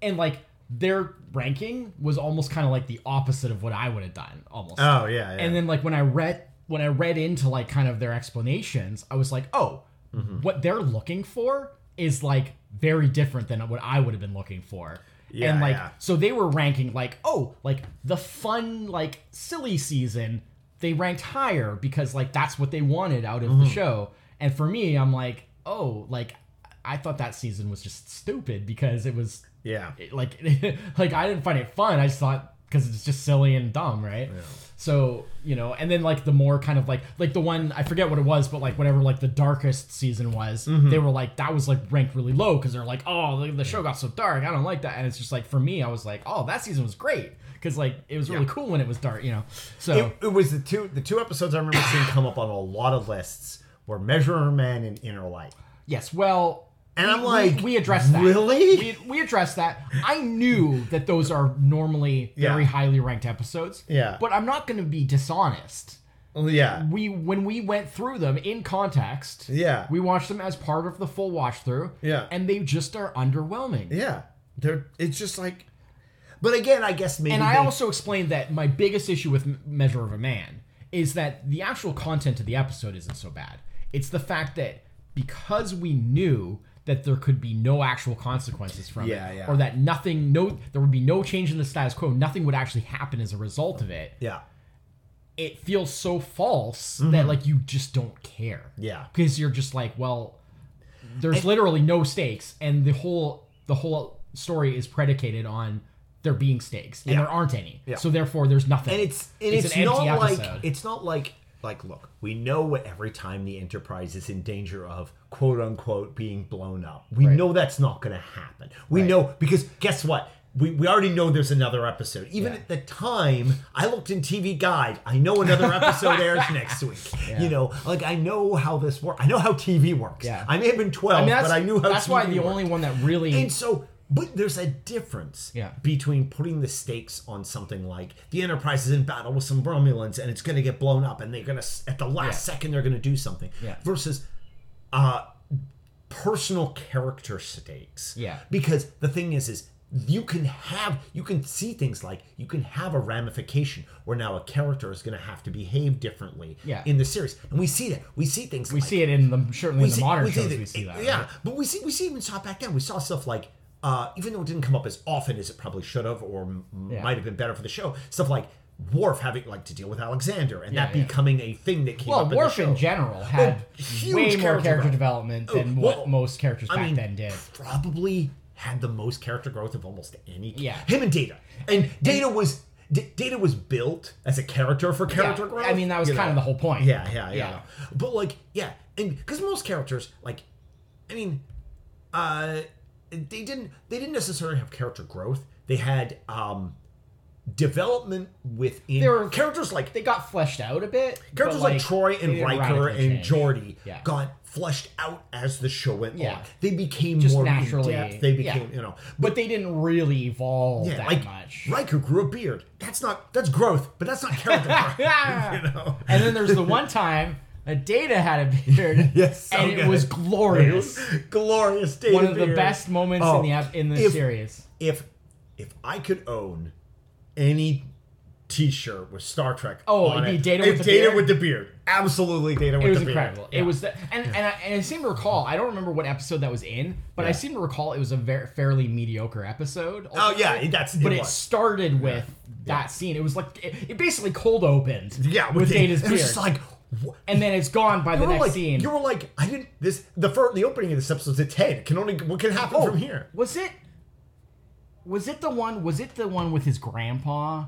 Speaker 2: And like their ranking was almost kind of like the opposite of what I would have done almost.
Speaker 1: Oh yeah, yeah.
Speaker 2: and then like when I read when I read into like kind of their explanations, I was like, oh,
Speaker 1: Mm-hmm.
Speaker 2: what they're looking for is like very different than what I would have been looking for.
Speaker 1: Yeah,
Speaker 2: and like
Speaker 1: yeah.
Speaker 2: so they were ranking like, oh, like the fun, like silly season, they ranked higher because like that's what they wanted out of the
Speaker 1: Mm-hmm.
Speaker 2: show. And for me, I'm like, oh, like I thought that season was just stupid because it was
Speaker 1: yeah.
Speaker 2: it- like like I didn't find it fun. I just thought because it's just silly and dumb, right? So you know, and then like the more kind of like like the one I forget what it was, but like whatever like the darkest season was,
Speaker 1: Mm-hmm.
Speaker 2: they were like that was like ranked really low because they're like oh the, the show got so dark, I don't like that, and it's just like for me I was like oh that season was great because like it was really cool when it was dark, you know. So
Speaker 1: It, it was the two the two episodes I remember seeing come up on a lot of lists were Measure Man and Inner Light.
Speaker 2: yes, well.
Speaker 1: And
Speaker 2: we-
Speaker 1: I'm
Speaker 2: we-
Speaker 1: like,
Speaker 2: we addressed that.
Speaker 1: really?
Speaker 2: We, we addressed that. I knew that those are normally very
Speaker 1: Yeah.
Speaker 2: highly ranked episodes.
Speaker 1: Yeah.
Speaker 2: But I'm not going to be dishonest.
Speaker 1: Yeah.
Speaker 2: We when we went through them in context,
Speaker 1: Yeah.
Speaker 2: we watched them as part of the full watch through.
Speaker 1: Yeah.
Speaker 2: And they just are underwhelming.
Speaker 1: Yeah. They're it's just like But again, I guess maybe
Speaker 2: And I
Speaker 1: they-
Speaker 2: also explained that my biggest issue with M- Measure of a Man is that the actual content of the episode isn't so bad. It's the fact that because we knew that there could be no actual consequences from
Speaker 1: Yeah,
Speaker 2: it,
Speaker 1: yeah.
Speaker 2: or that nothing, no, there would be no change in the status quo, nothing would actually happen as a result of it.
Speaker 1: Yeah.
Speaker 2: It feels so false that like you just don't care.
Speaker 1: Mm-hmm. Yeah.
Speaker 2: because you're just like, well, there's literally no stakes, and the whole the whole story is predicated on there being stakes, and
Speaker 1: Yeah.
Speaker 2: there aren't any.
Speaker 1: Yeah.
Speaker 2: So therefore, there's nothing.
Speaker 1: And it's and it's,
Speaker 2: an empty
Speaker 1: not like
Speaker 2: episode.
Speaker 1: it's not like like look, we know what every time the Enterprise is in danger of quote unquote being blown up. We
Speaker 2: Right.
Speaker 1: know that's not gonna happen. We
Speaker 2: Right.
Speaker 1: know because guess what? We, we already know there's another episode. Even
Speaker 2: Yeah.
Speaker 1: at the time, I looked in TV Guide. I know another episode airs next week. You know, like I know how this works. I know how TV works.
Speaker 2: Yeah.
Speaker 1: I may have been 12,
Speaker 2: I mean, that's,
Speaker 1: but I knew how
Speaker 2: that's
Speaker 1: TV
Speaker 2: why the
Speaker 1: worked.
Speaker 2: only one that really
Speaker 1: And so, but there's a difference
Speaker 2: Yeah.
Speaker 1: between putting the stakes on something like the Enterprise is in battle with some Romulans and it's going to get blown up, and they're going to at the last second they're going to do something.
Speaker 2: Yeah.
Speaker 1: Versus, uh, personal character stakes.
Speaker 2: Yeah.
Speaker 1: Because the thing is, is you can have you can see things like you can have a ramification where now a character is going to have to behave differently
Speaker 2: Yeah.
Speaker 1: in the series, and we see that we see things
Speaker 2: we
Speaker 1: like,
Speaker 2: see it in the certainly in the
Speaker 1: see-
Speaker 2: modern
Speaker 1: see
Speaker 2: shows
Speaker 1: the-
Speaker 2: we see that.
Speaker 1: Yeah,
Speaker 2: right?
Speaker 1: but we see we see even saw it back then. We saw stuff like. Uh, even though it didn't come up as often as it probably should have, or m-
Speaker 2: Yeah.
Speaker 1: might have been better for the show, stuff like Worf having like to deal with Alexander and
Speaker 2: Yeah,
Speaker 1: that
Speaker 2: yeah.
Speaker 1: becoming a thing that came
Speaker 2: Well,
Speaker 1: up.
Speaker 2: Worf
Speaker 1: in,
Speaker 2: in
Speaker 1: the show.
Speaker 2: general had
Speaker 1: huge
Speaker 2: way more
Speaker 1: character
Speaker 2: character
Speaker 1: growth.
Speaker 2: development than
Speaker 1: Oh,
Speaker 2: what
Speaker 1: well,
Speaker 2: most characters back then did.
Speaker 1: probably had the most character growth of almost any.
Speaker 2: Yeah.
Speaker 1: him and Data, and Data was D- Data was built as a character for character
Speaker 2: Yeah,
Speaker 1: growth.
Speaker 2: I mean, that was
Speaker 1: you
Speaker 2: kind of
Speaker 1: know?
Speaker 2: the whole point.
Speaker 1: Yeah, yeah, yeah.
Speaker 2: Yeah.
Speaker 1: But like, yeah, and because most characters, like, I mean, uh, they didn't they didn't necessarily have character growth. They had um development within
Speaker 2: They were-
Speaker 1: characters like
Speaker 2: They got fleshed out a bit. but,
Speaker 1: characters like, Troy
Speaker 2: they
Speaker 1: and
Speaker 2: didn't
Speaker 1: Riker
Speaker 2: radically
Speaker 1: and
Speaker 2: change.
Speaker 1: Geordi
Speaker 2: Yeah.
Speaker 1: got fleshed out as the show went
Speaker 2: Yeah.
Speaker 1: on. They became
Speaker 2: Just
Speaker 1: more
Speaker 2: naturally,
Speaker 1: in depth. They
Speaker 2: yeah.
Speaker 1: became, you know,
Speaker 2: but they didn't really evolve
Speaker 1: yeah,
Speaker 2: that
Speaker 1: like
Speaker 2: much.
Speaker 1: Riker grew a beard. That's not that's growth, but that's not character growth. you know.
Speaker 2: And then there's the one time that Data had a beard.
Speaker 1: Yes, so
Speaker 2: and it
Speaker 1: good.
Speaker 2: was glorious.
Speaker 1: glorious day.
Speaker 2: one
Speaker 1: to
Speaker 2: of
Speaker 1: be
Speaker 2: the
Speaker 1: here.
Speaker 2: best moments
Speaker 1: Oh,
Speaker 2: in the ep- in the
Speaker 1: if-
Speaker 2: series.
Speaker 1: If if I could own any T-shirt with Star Trek,
Speaker 2: Oh,
Speaker 1: on
Speaker 2: it'd be
Speaker 1: it,
Speaker 2: Data
Speaker 1: it'd
Speaker 2: with the
Speaker 1: Data
Speaker 2: beard?
Speaker 1: with the beard. Absolutely, Data with
Speaker 2: It was
Speaker 1: the beard.
Speaker 2: incredible. It was the, and and I, and I seem to recall. I don't remember what episode that was in, but I seem to recall it was a very fairly mediocre episode.
Speaker 1: Oh yeah, that's
Speaker 2: But
Speaker 1: it
Speaker 2: it
Speaker 1: was.
Speaker 2: started with that scene. It was like it, it basically cold opened.
Speaker 1: yeah,
Speaker 2: with Data's
Speaker 1: it
Speaker 2: beard,
Speaker 1: was just like. wha-
Speaker 2: and then it's gone by the
Speaker 1: you were
Speaker 2: next
Speaker 1: like,
Speaker 2: scene.
Speaker 1: you were like, I didn't. This the first, the opening of this episode's at ten. It can only what can happen
Speaker 2: Oh.
Speaker 1: from here.
Speaker 2: Was it? Was it the one? Was it the one with his grandpa?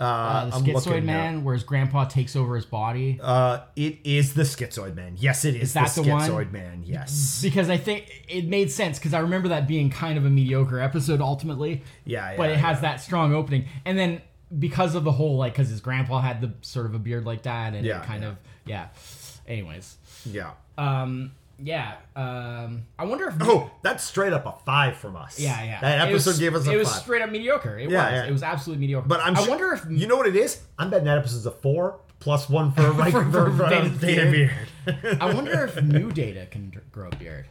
Speaker 1: Uh,
Speaker 2: Uh, the
Speaker 1: I'm
Speaker 2: schizoid
Speaker 1: looking now.
Speaker 2: man, where his grandpa takes over his body.
Speaker 1: Uh, it is the schizoid man. Yes, it is,
Speaker 2: that
Speaker 1: the
Speaker 2: the one?
Speaker 1: schizoid man. Yes.
Speaker 2: because I think it made sense because I remember that being kind of a mediocre episode ultimately.
Speaker 1: Yeah, yeah,
Speaker 2: but it has that strong opening, and then because of the whole like because his grandpa had the sort of a beard like that, and it
Speaker 1: Yeah,
Speaker 2: kind
Speaker 1: yeah.
Speaker 2: of yeah. Anyways,
Speaker 1: Yeah.
Speaker 2: um, yeah, um, I wonder if
Speaker 1: Oh, that's straight up a five from us.
Speaker 2: yeah, yeah,
Speaker 1: That
Speaker 2: It was-
Speaker 1: episode gave us a
Speaker 2: it was
Speaker 1: five.
Speaker 2: straight up mediocre. It
Speaker 1: Yeah,
Speaker 2: was
Speaker 1: yeah.
Speaker 2: it was absolutely mediocre.
Speaker 1: but I'm.
Speaker 2: I
Speaker 1: su-
Speaker 2: wonder if
Speaker 1: you know what it is. I'm betting that episode's a four plus one for right
Speaker 2: For-
Speaker 1: for,
Speaker 2: for
Speaker 1: for,
Speaker 2: Data's
Speaker 1: Data Beard.
Speaker 2: I wonder if new data can dr- grow a beard.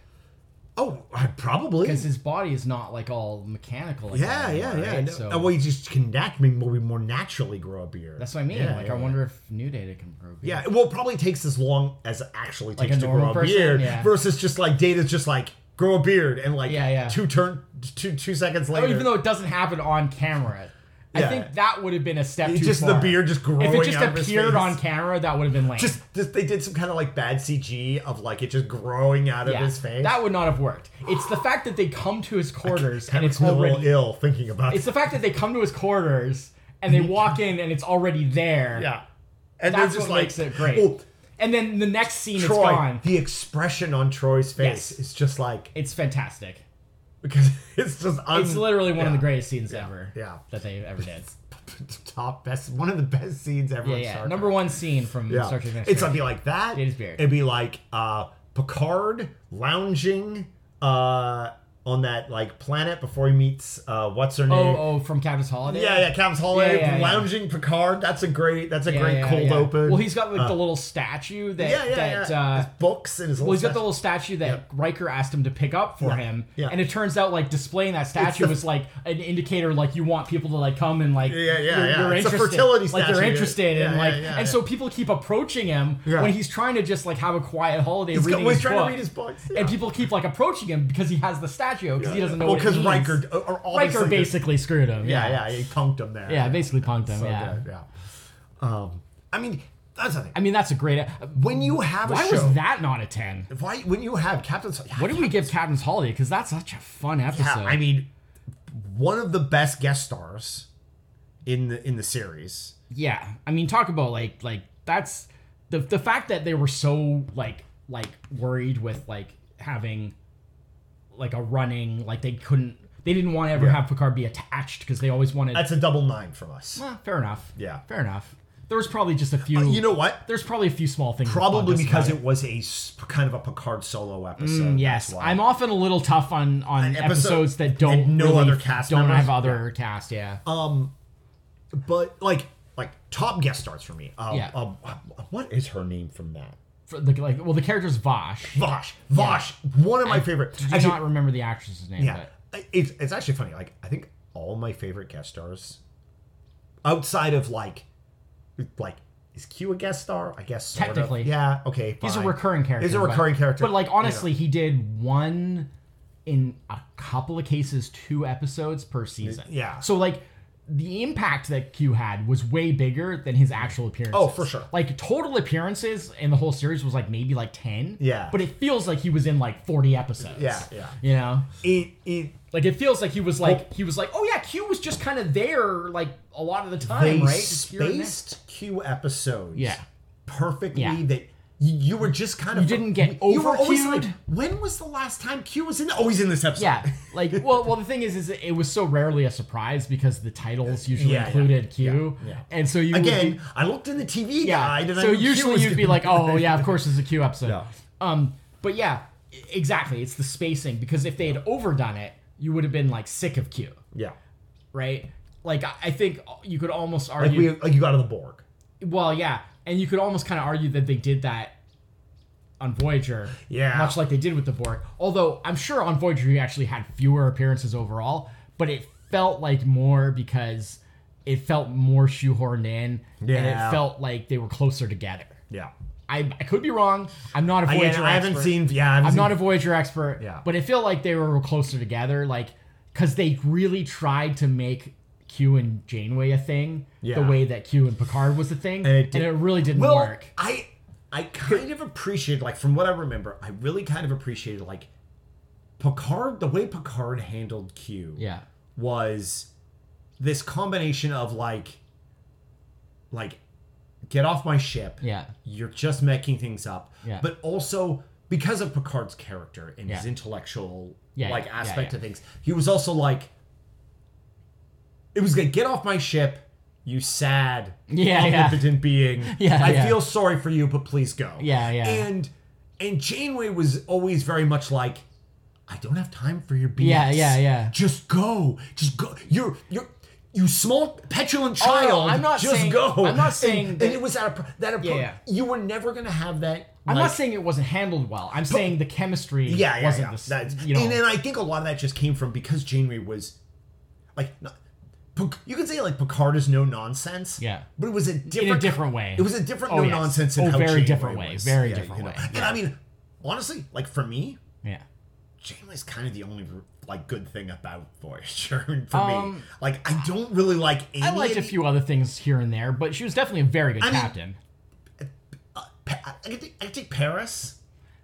Speaker 1: Oh, I- probably.
Speaker 2: because his body is not like all mechanical. Like
Speaker 1: Yeah,
Speaker 2: that
Speaker 1: yeah,
Speaker 2: anymore,
Speaker 1: yeah.
Speaker 2: right?
Speaker 1: No,
Speaker 2: So
Speaker 1: uh, well, you just can that mean will we more naturally grow a beard?
Speaker 2: that's what I mean.
Speaker 1: Yeah,
Speaker 2: like
Speaker 1: yeah,
Speaker 2: I wonder if New Data can grow.
Speaker 1: Yeah,
Speaker 2: beards.
Speaker 1: yeah, well, it probably takes as long as it actually
Speaker 2: Like
Speaker 1: takes
Speaker 2: a
Speaker 1: to
Speaker 2: normal
Speaker 1: grow a
Speaker 2: person?
Speaker 1: beard
Speaker 2: Yeah.
Speaker 1: versus just like Data's just like grow a beard and like
Speaker 2: Yeah, yeah.
Speaker 1: two turn two two seconds
Speaker 2: Oh,
Speaker 1: later.
Speaker 2: even though it doesn't happen on camera. I
Speaker 1: Yeah.
Speaker 2: think that would have been a step
Speaker 1: It's
Speaker 2: too
Speaker 1: just the
Speaker 2: far.
Speaker 1: beard just
Speaker 2: If
Speaker 1: growing
Speaker 2: it just
Speaker 1: out of his
Speaker 2: appeared
Speaker 1: face.
Speaker 2: on camera, that would have been lame.
Speaker 1: just, just they did some kind of like bad CG of like it just growing out of
Speaker 2: Yeah,
Speaker 1: his face.
Speaker 2: That would not have worked. It's the fact that they come to his quarters
Speaker 1: kind
Speaker 2: and
Speaker 1: of
Speaker 2: it's
Speaker 1: makes me a little
Speaker 2: already.
Speaker 1: ill thinking about. it.
Speaker 2: It's the fact that they come to his quarters and they walk in and it's already there.
Speaker 1: yeah, and
Speaker 2: that's
Speaker 1: they're just
Speaker 2: what
Speaker 1: like,
Speaker 2: makes it great.
Speaker 1: Oh,
Speaker 2: and then the next scene, it's
Speaker 1: Troy,
Speaker 2: gone.
Speaker 1: the expression on Troy's face
Speaker 2: Yes.
Speaker 1: is just like
Speaker 2: It's fantastic.
Speaker 1: because it's just un-
Speaker 2: It's literally one of
Speaker 1: yeah.
Speaker 2: the greatest scenes ever.
Speaker 1: yeah.
Speaker 2: That they ever did.
Speaker 1: top best one of the best scenes ever
Speaker 2: Yeah,
Speaker 1: in
Speaker 2: yeah.
Speaker 1: Star
Speaker 2: Number one scene from
Speaker 1: Yeah.
Speaker 2: Star Trek Next
Speaker 1: It's
Speaker 2: Generation.
Speaker 1: something like that.
Speaker 2: Data's beard.
Speaker 1: It'd be like uh, Picard lounging uh, on that like planet before he meets uh, what's her name.
Speaker 2: Oh, oh, from Captain's Holiday.
Speaker 1: Yeah, yeah, Captain's Holiday
Speaker 2: Yeah, yeah, yeah.
Speaker 1: lounging Picard. That's a great. That's a
Speaker 2: Yeah,
Speaker 1: great
Speaker 2: yeah,
Speaker 1: cold
Speaker 2: yeah.
Speaker 1: open.
Speaker 2: Well, he's got like
Speaker 1: Uh,
Speaker 2: the little statue that
Speaker 1: yeah, yeah,
Speaker 2: that
Speaker 1: yeah.
Speaker 2: uh,
Speaker 1: his books and his.
Speaker 2: Well, he's got the little statue that Riker asked him to pick up for
Speaker 1: Yeah,
Speaker 2: him,
Speaker 1: yeah.
Speaker 2: and it turns out like displaying that statue
Speaker 1: the-
Speaker 2: was like an indicator, like you want people to like come and like
Speaker 1: Yeah, yeah,
Speaker 2: you're,
Speaker 1: yeah.
Speaker 2: you're
Speaker 1: It's a
Speaker 2: interested,
Speaker 1: fertility
Speaker 2: like you're
Speaker 1: statue.
Speaker 2: interested,
Speaker 1: Yeah,
Speaker 2: and
Speaker 1: yeah,
Speaker 2: like
Speaker 1: yeah,
Speaker 2: and
Speaker 1: yeah.
Speaker 2: so people keep approaching him
Speaker 1: Yeah.
Speaker 2: when he's trying to just like have a quiet holiday
Speaker 1: He's, got-
Speaker 2: reading
Speaker 1: well, he's
Speaker 2: his
Speaker 1: trying
Speaker 2: book,
Speaker 1: to read his books.
Speaker 2: and people keep like approaching him because he has the statue because he doesn't know
Speaker 1: Well,
Speaker 2: because
Speaker 1: because Riker, uh, uh, all
Speaker 2: Riker
Speaker 1: these things-
Speaker 2: basically screwed him.
Speaker 1: Yeah,
Speaker 2: Yeah,
Speaker 1: yeah, he punked him there.
Speaker 2: Yeah, basically punked him.
Speaker 1: So
Speaker 2: yeah,
Speaker 1: good, yeah. Um, I mean, that's the thing.
Speaker 2: I mean that's a great. uh,
Speaker 1: when you have a
Speaker 2: Why
Speaker 1: show,
Speaker 2: was that not a ten?
Speaker 1: why when you have Captain's,
Speaker 2: What did we give Captain's Holiday? Because that's such a fun episode.
Speaker 1: Yeah, I mean, one of the best guest stars in the in the series.
Speaker 2: yeah i mean talk about like like that's the the fact that they were so like like worried with like having like a running like they couldn't they didn't want to ever
Speaker 1: Yeah.
Speaker 2: have picard be attached because they always wanted
Speaker 1: That's a double nine from us.
Speaker 2: Eh, fair enough
Speaker 1: Yeah. Uh,
Speaker 2: fair enough there was probably just a few
Speaker 1: You know what?
Speaker 2: there's probably a few small things
Speaker 1: Probably because
Speaker 2: it,
Speaker 1: it was a s- kind of a Picard solo episode. that's
Speaker 2: Mm, yes
Speaker 1: why.
Speaker 2: i'm often a little tough on on
Speaker 1: An episode-
Speaker 2: episodes that don't
Speaker 1: and no
Speaker 2: really
Speaker 1: other cast
Speaker 2: don't
Speaker 1: members? Um,
Speaker 2: have other cast yeah
Speaker 1: but like like top guest stars for me. Um,
Speaker 2: Yeah.
Speaker 1: um, what is her name from that?
Speaker 2: For the, like well the character's vosh
Speaker 1: Vosh. Vosh. One of my favorite.
Speaker 2: i do
Speaker 1: Actually,
Speaker 2: not remember the actress's name
Speaker 1: Yeah,
Speaker 2: but
Speaker 1: it's it's actually funny. Like I think all my favorite guest stars, outside of like, like is Q a guest star? I guess sort of.
Speaker 2: Technically.
Speaker 1: yeah. Okay,
Speaker 2: He's a
Speaker 1: fine.
Speaker 2: recurring character.
Speaker 1: He's a
Speaker 2: but-
Speaker 1: recurring character.
Speaker 2: But like honestly, he did one in a couple of cases, two episodes per season.
Speaker 1: yeah.
Speaker 2: So like the impact that Q had was way bigger than his actual appearances.
Speaker 1: Oh, for sure.
Speaker 2: Like total appearances in the whole series was like maybe like ten.
Speaker 1: Yeah.
Speaker 2: But it feels like he was in like forty episodes.
Speaker 1: Yeah, yeah.
Speaker 2: You know,
Speaker 1: it it
Speaker 2: like it feels like he was like he was like oh yeah, Q was just kind of there like a lot of the time,
Speaker 1: they
Speaker 2: right? Just here and there.
Speaker 1: spaced Q episodes.
Speaker 2: Yeah.
Speaker 1: perfectly.
Speaker 2: Yeah.
Speaker 1: That you, you were just kind of
Speaker 2: You didn't get
Speaker 1: you were always
Speaker 2: over-Q'd.
Speaker 1: like, when was the last time Q was in? The, oh, he's in this episode.
Speaker 2: Yeah, like well, well, the thing is, is it was so rarely a surprise because the titles usually
Speaker 1: Yeah, yeah,
Speaker 2: included Q,
Speaker 1: yeah, yeah.
Speaker 2: and so you would
Speaker 1: Again,
Speaker 2: be-
Speaker 1: I looked in the TV
Speaker 2: yeah.
Speaker 1: guide, and I
Speaker 2: so
Speaker 1: knew Q
Speaker 2: usually
Speaker 1: was
Speaker 2: you'd be
Speaker 1: gonna-
Speaker 2: like, oh yeah, of course it's a Q episode.
Speaker 1: Yeah.
Speaker 2: Um, but yeah, i- exactly. It's the spacing because if they had overdone it, you would have been like sick of Q,
Speaker 1: yeah,
Speaker 2: right? Like I I think you could almost
Speaker 1: like
Speaker 2: argue
Speaker 1: we like you got out of the Borg.
Speaker 2: well, yeah, and you could almost kind of argue that they did that on Voyager,
Speaker 1: Yeah.
Speaker 2: much like they did with the Borg. Although I'm sure on Voyager you actually had fewer appearances overall, but it felt like more because it felt more shoehorned in, and it
Speaker 1: Yeah.
Speaker 2: felt like they were closer together.
Speaker 1: Yeah.
Speaker 2: I, I could be wrong. I'm not a Voyager.
Speaker 1: Again, I haven't
Speaker 2: expert.
Speaker 1: seen. Yeah, I haven't
Speaker 2: I'm
Speaker 1: seen,
Speaker 2: not a Voyager expert,
Speaker 1: Yeah.
Speaker 2: but it felt like they were closer together, like because they really tried to make Q and Janeway a thing,
Speaker 1: Yeah.
Speaker 2: the way that Q and Picard was a thing,
Speaker 1: And
Speaker 2: and
Speaker 1: it
Speaker 2: it,
Speaker 1: did-
Speaker 2: really didn't
Speaker 1: well,
Speaker 2: work.
Speaker 1: I I kind of appreciated, like from what I remember, I really kind of appreciated like Picard. The way Picard handled Q
Speaker 2: Yeah,
Speaker 1: was this combination of like, like, get off my ship.
Speaker 2: yeah,
Speaker 1: You're just making things up.
Speaker 2: Yeah.
Speaker 1: But also because of Picard's character and his
Speaker 2: Yeah.
Speaker 1: intellectual
Speaker 2: Yeah,
Speaker 1: like
Speaker 2: yeah, yeah,
Speaker 1: aspect
Speaker 2: yeah.
Speaker 1: of things, he was also like it was like get off my ship, you sad,
Speaker 2: Yeah, yeah.
Speaker 1: omnipotent being.
Speaker 2: Yeah,
Speaker 1: I
Speaker 2: yeah.
Speaker 1: feel sorry for you, but please go.
Speaker 2: Yeah, yeah.
Speaker 1: And and Janeway was always very much like I don't have time for your BS.
Speaker 2: Yeah, yeah, yeah.
Speaker 1: Just go. Just go. You're you're you small petulant
Speaker 2: Oh,
Speaker 1: child.
Speaker 2: I'm not
Speaker 1: just
Speaker 2: saying-
Speaker 1: go.
Speaker 2: I'm not saying
Speaker 1: And,
Speaker 2: that-
Speaker 1: and it was that appro- that appro-
Speaker 2: Yeah, yeah.
Speaker 1: you were never gonna have that.
Speaker 2: I'm
Speaker 1: like,
Speaker 2: not saying it wasn't handled well. I'm saying the chemistry
Speaker 1: yeah, yeah,
Speaker 2: wasn't
Speaker 1: yeah.
Speaker 2: this.
Speaker 1: That's-
Speaker 2: you know,
Speaker 1: and, and I think a lot of that just came from because Janeway was like, not, Pic- you can say like Picard is no nonsense.
Speaker 2: Yeah.
Speaker 1: but it was a different,
Speaker 2: in a different way.
Speaker 1: It was a different
Speaker 2: Oh,
Speaker 1: no
Speaker 2: yes.
Speaker 1: nonsense.
Speaker 2: Oh,
Speaker 1: in how
Speaker 2: very
Speaker 1: Janeway
Speaker 2: different way.
Speaker 1: was.
Speaker 2: Very
Speaker 1: Yeah,
Speaker 2: different
Speaker 1: you know.
Speaker 2: way.
Speaker 1: And I mean, honestly, like for me,
Speaker 2: yeah.
Speaker 1: Janeway's kind of the only like good thing about Voyager for me.
Speaker 2: Um,
Speaker 1: Like I don't really like any.
Speaker 2: I liked
Speaker 1: of
Speaker 2: a
Speaker 1: the-
Speaker 2: few other things here and there, but she was definitely a very good
Speaker 1: I mean,
Speaker 2: captain.
Speaker 1: uh, Pa- I could take, I could take Paris,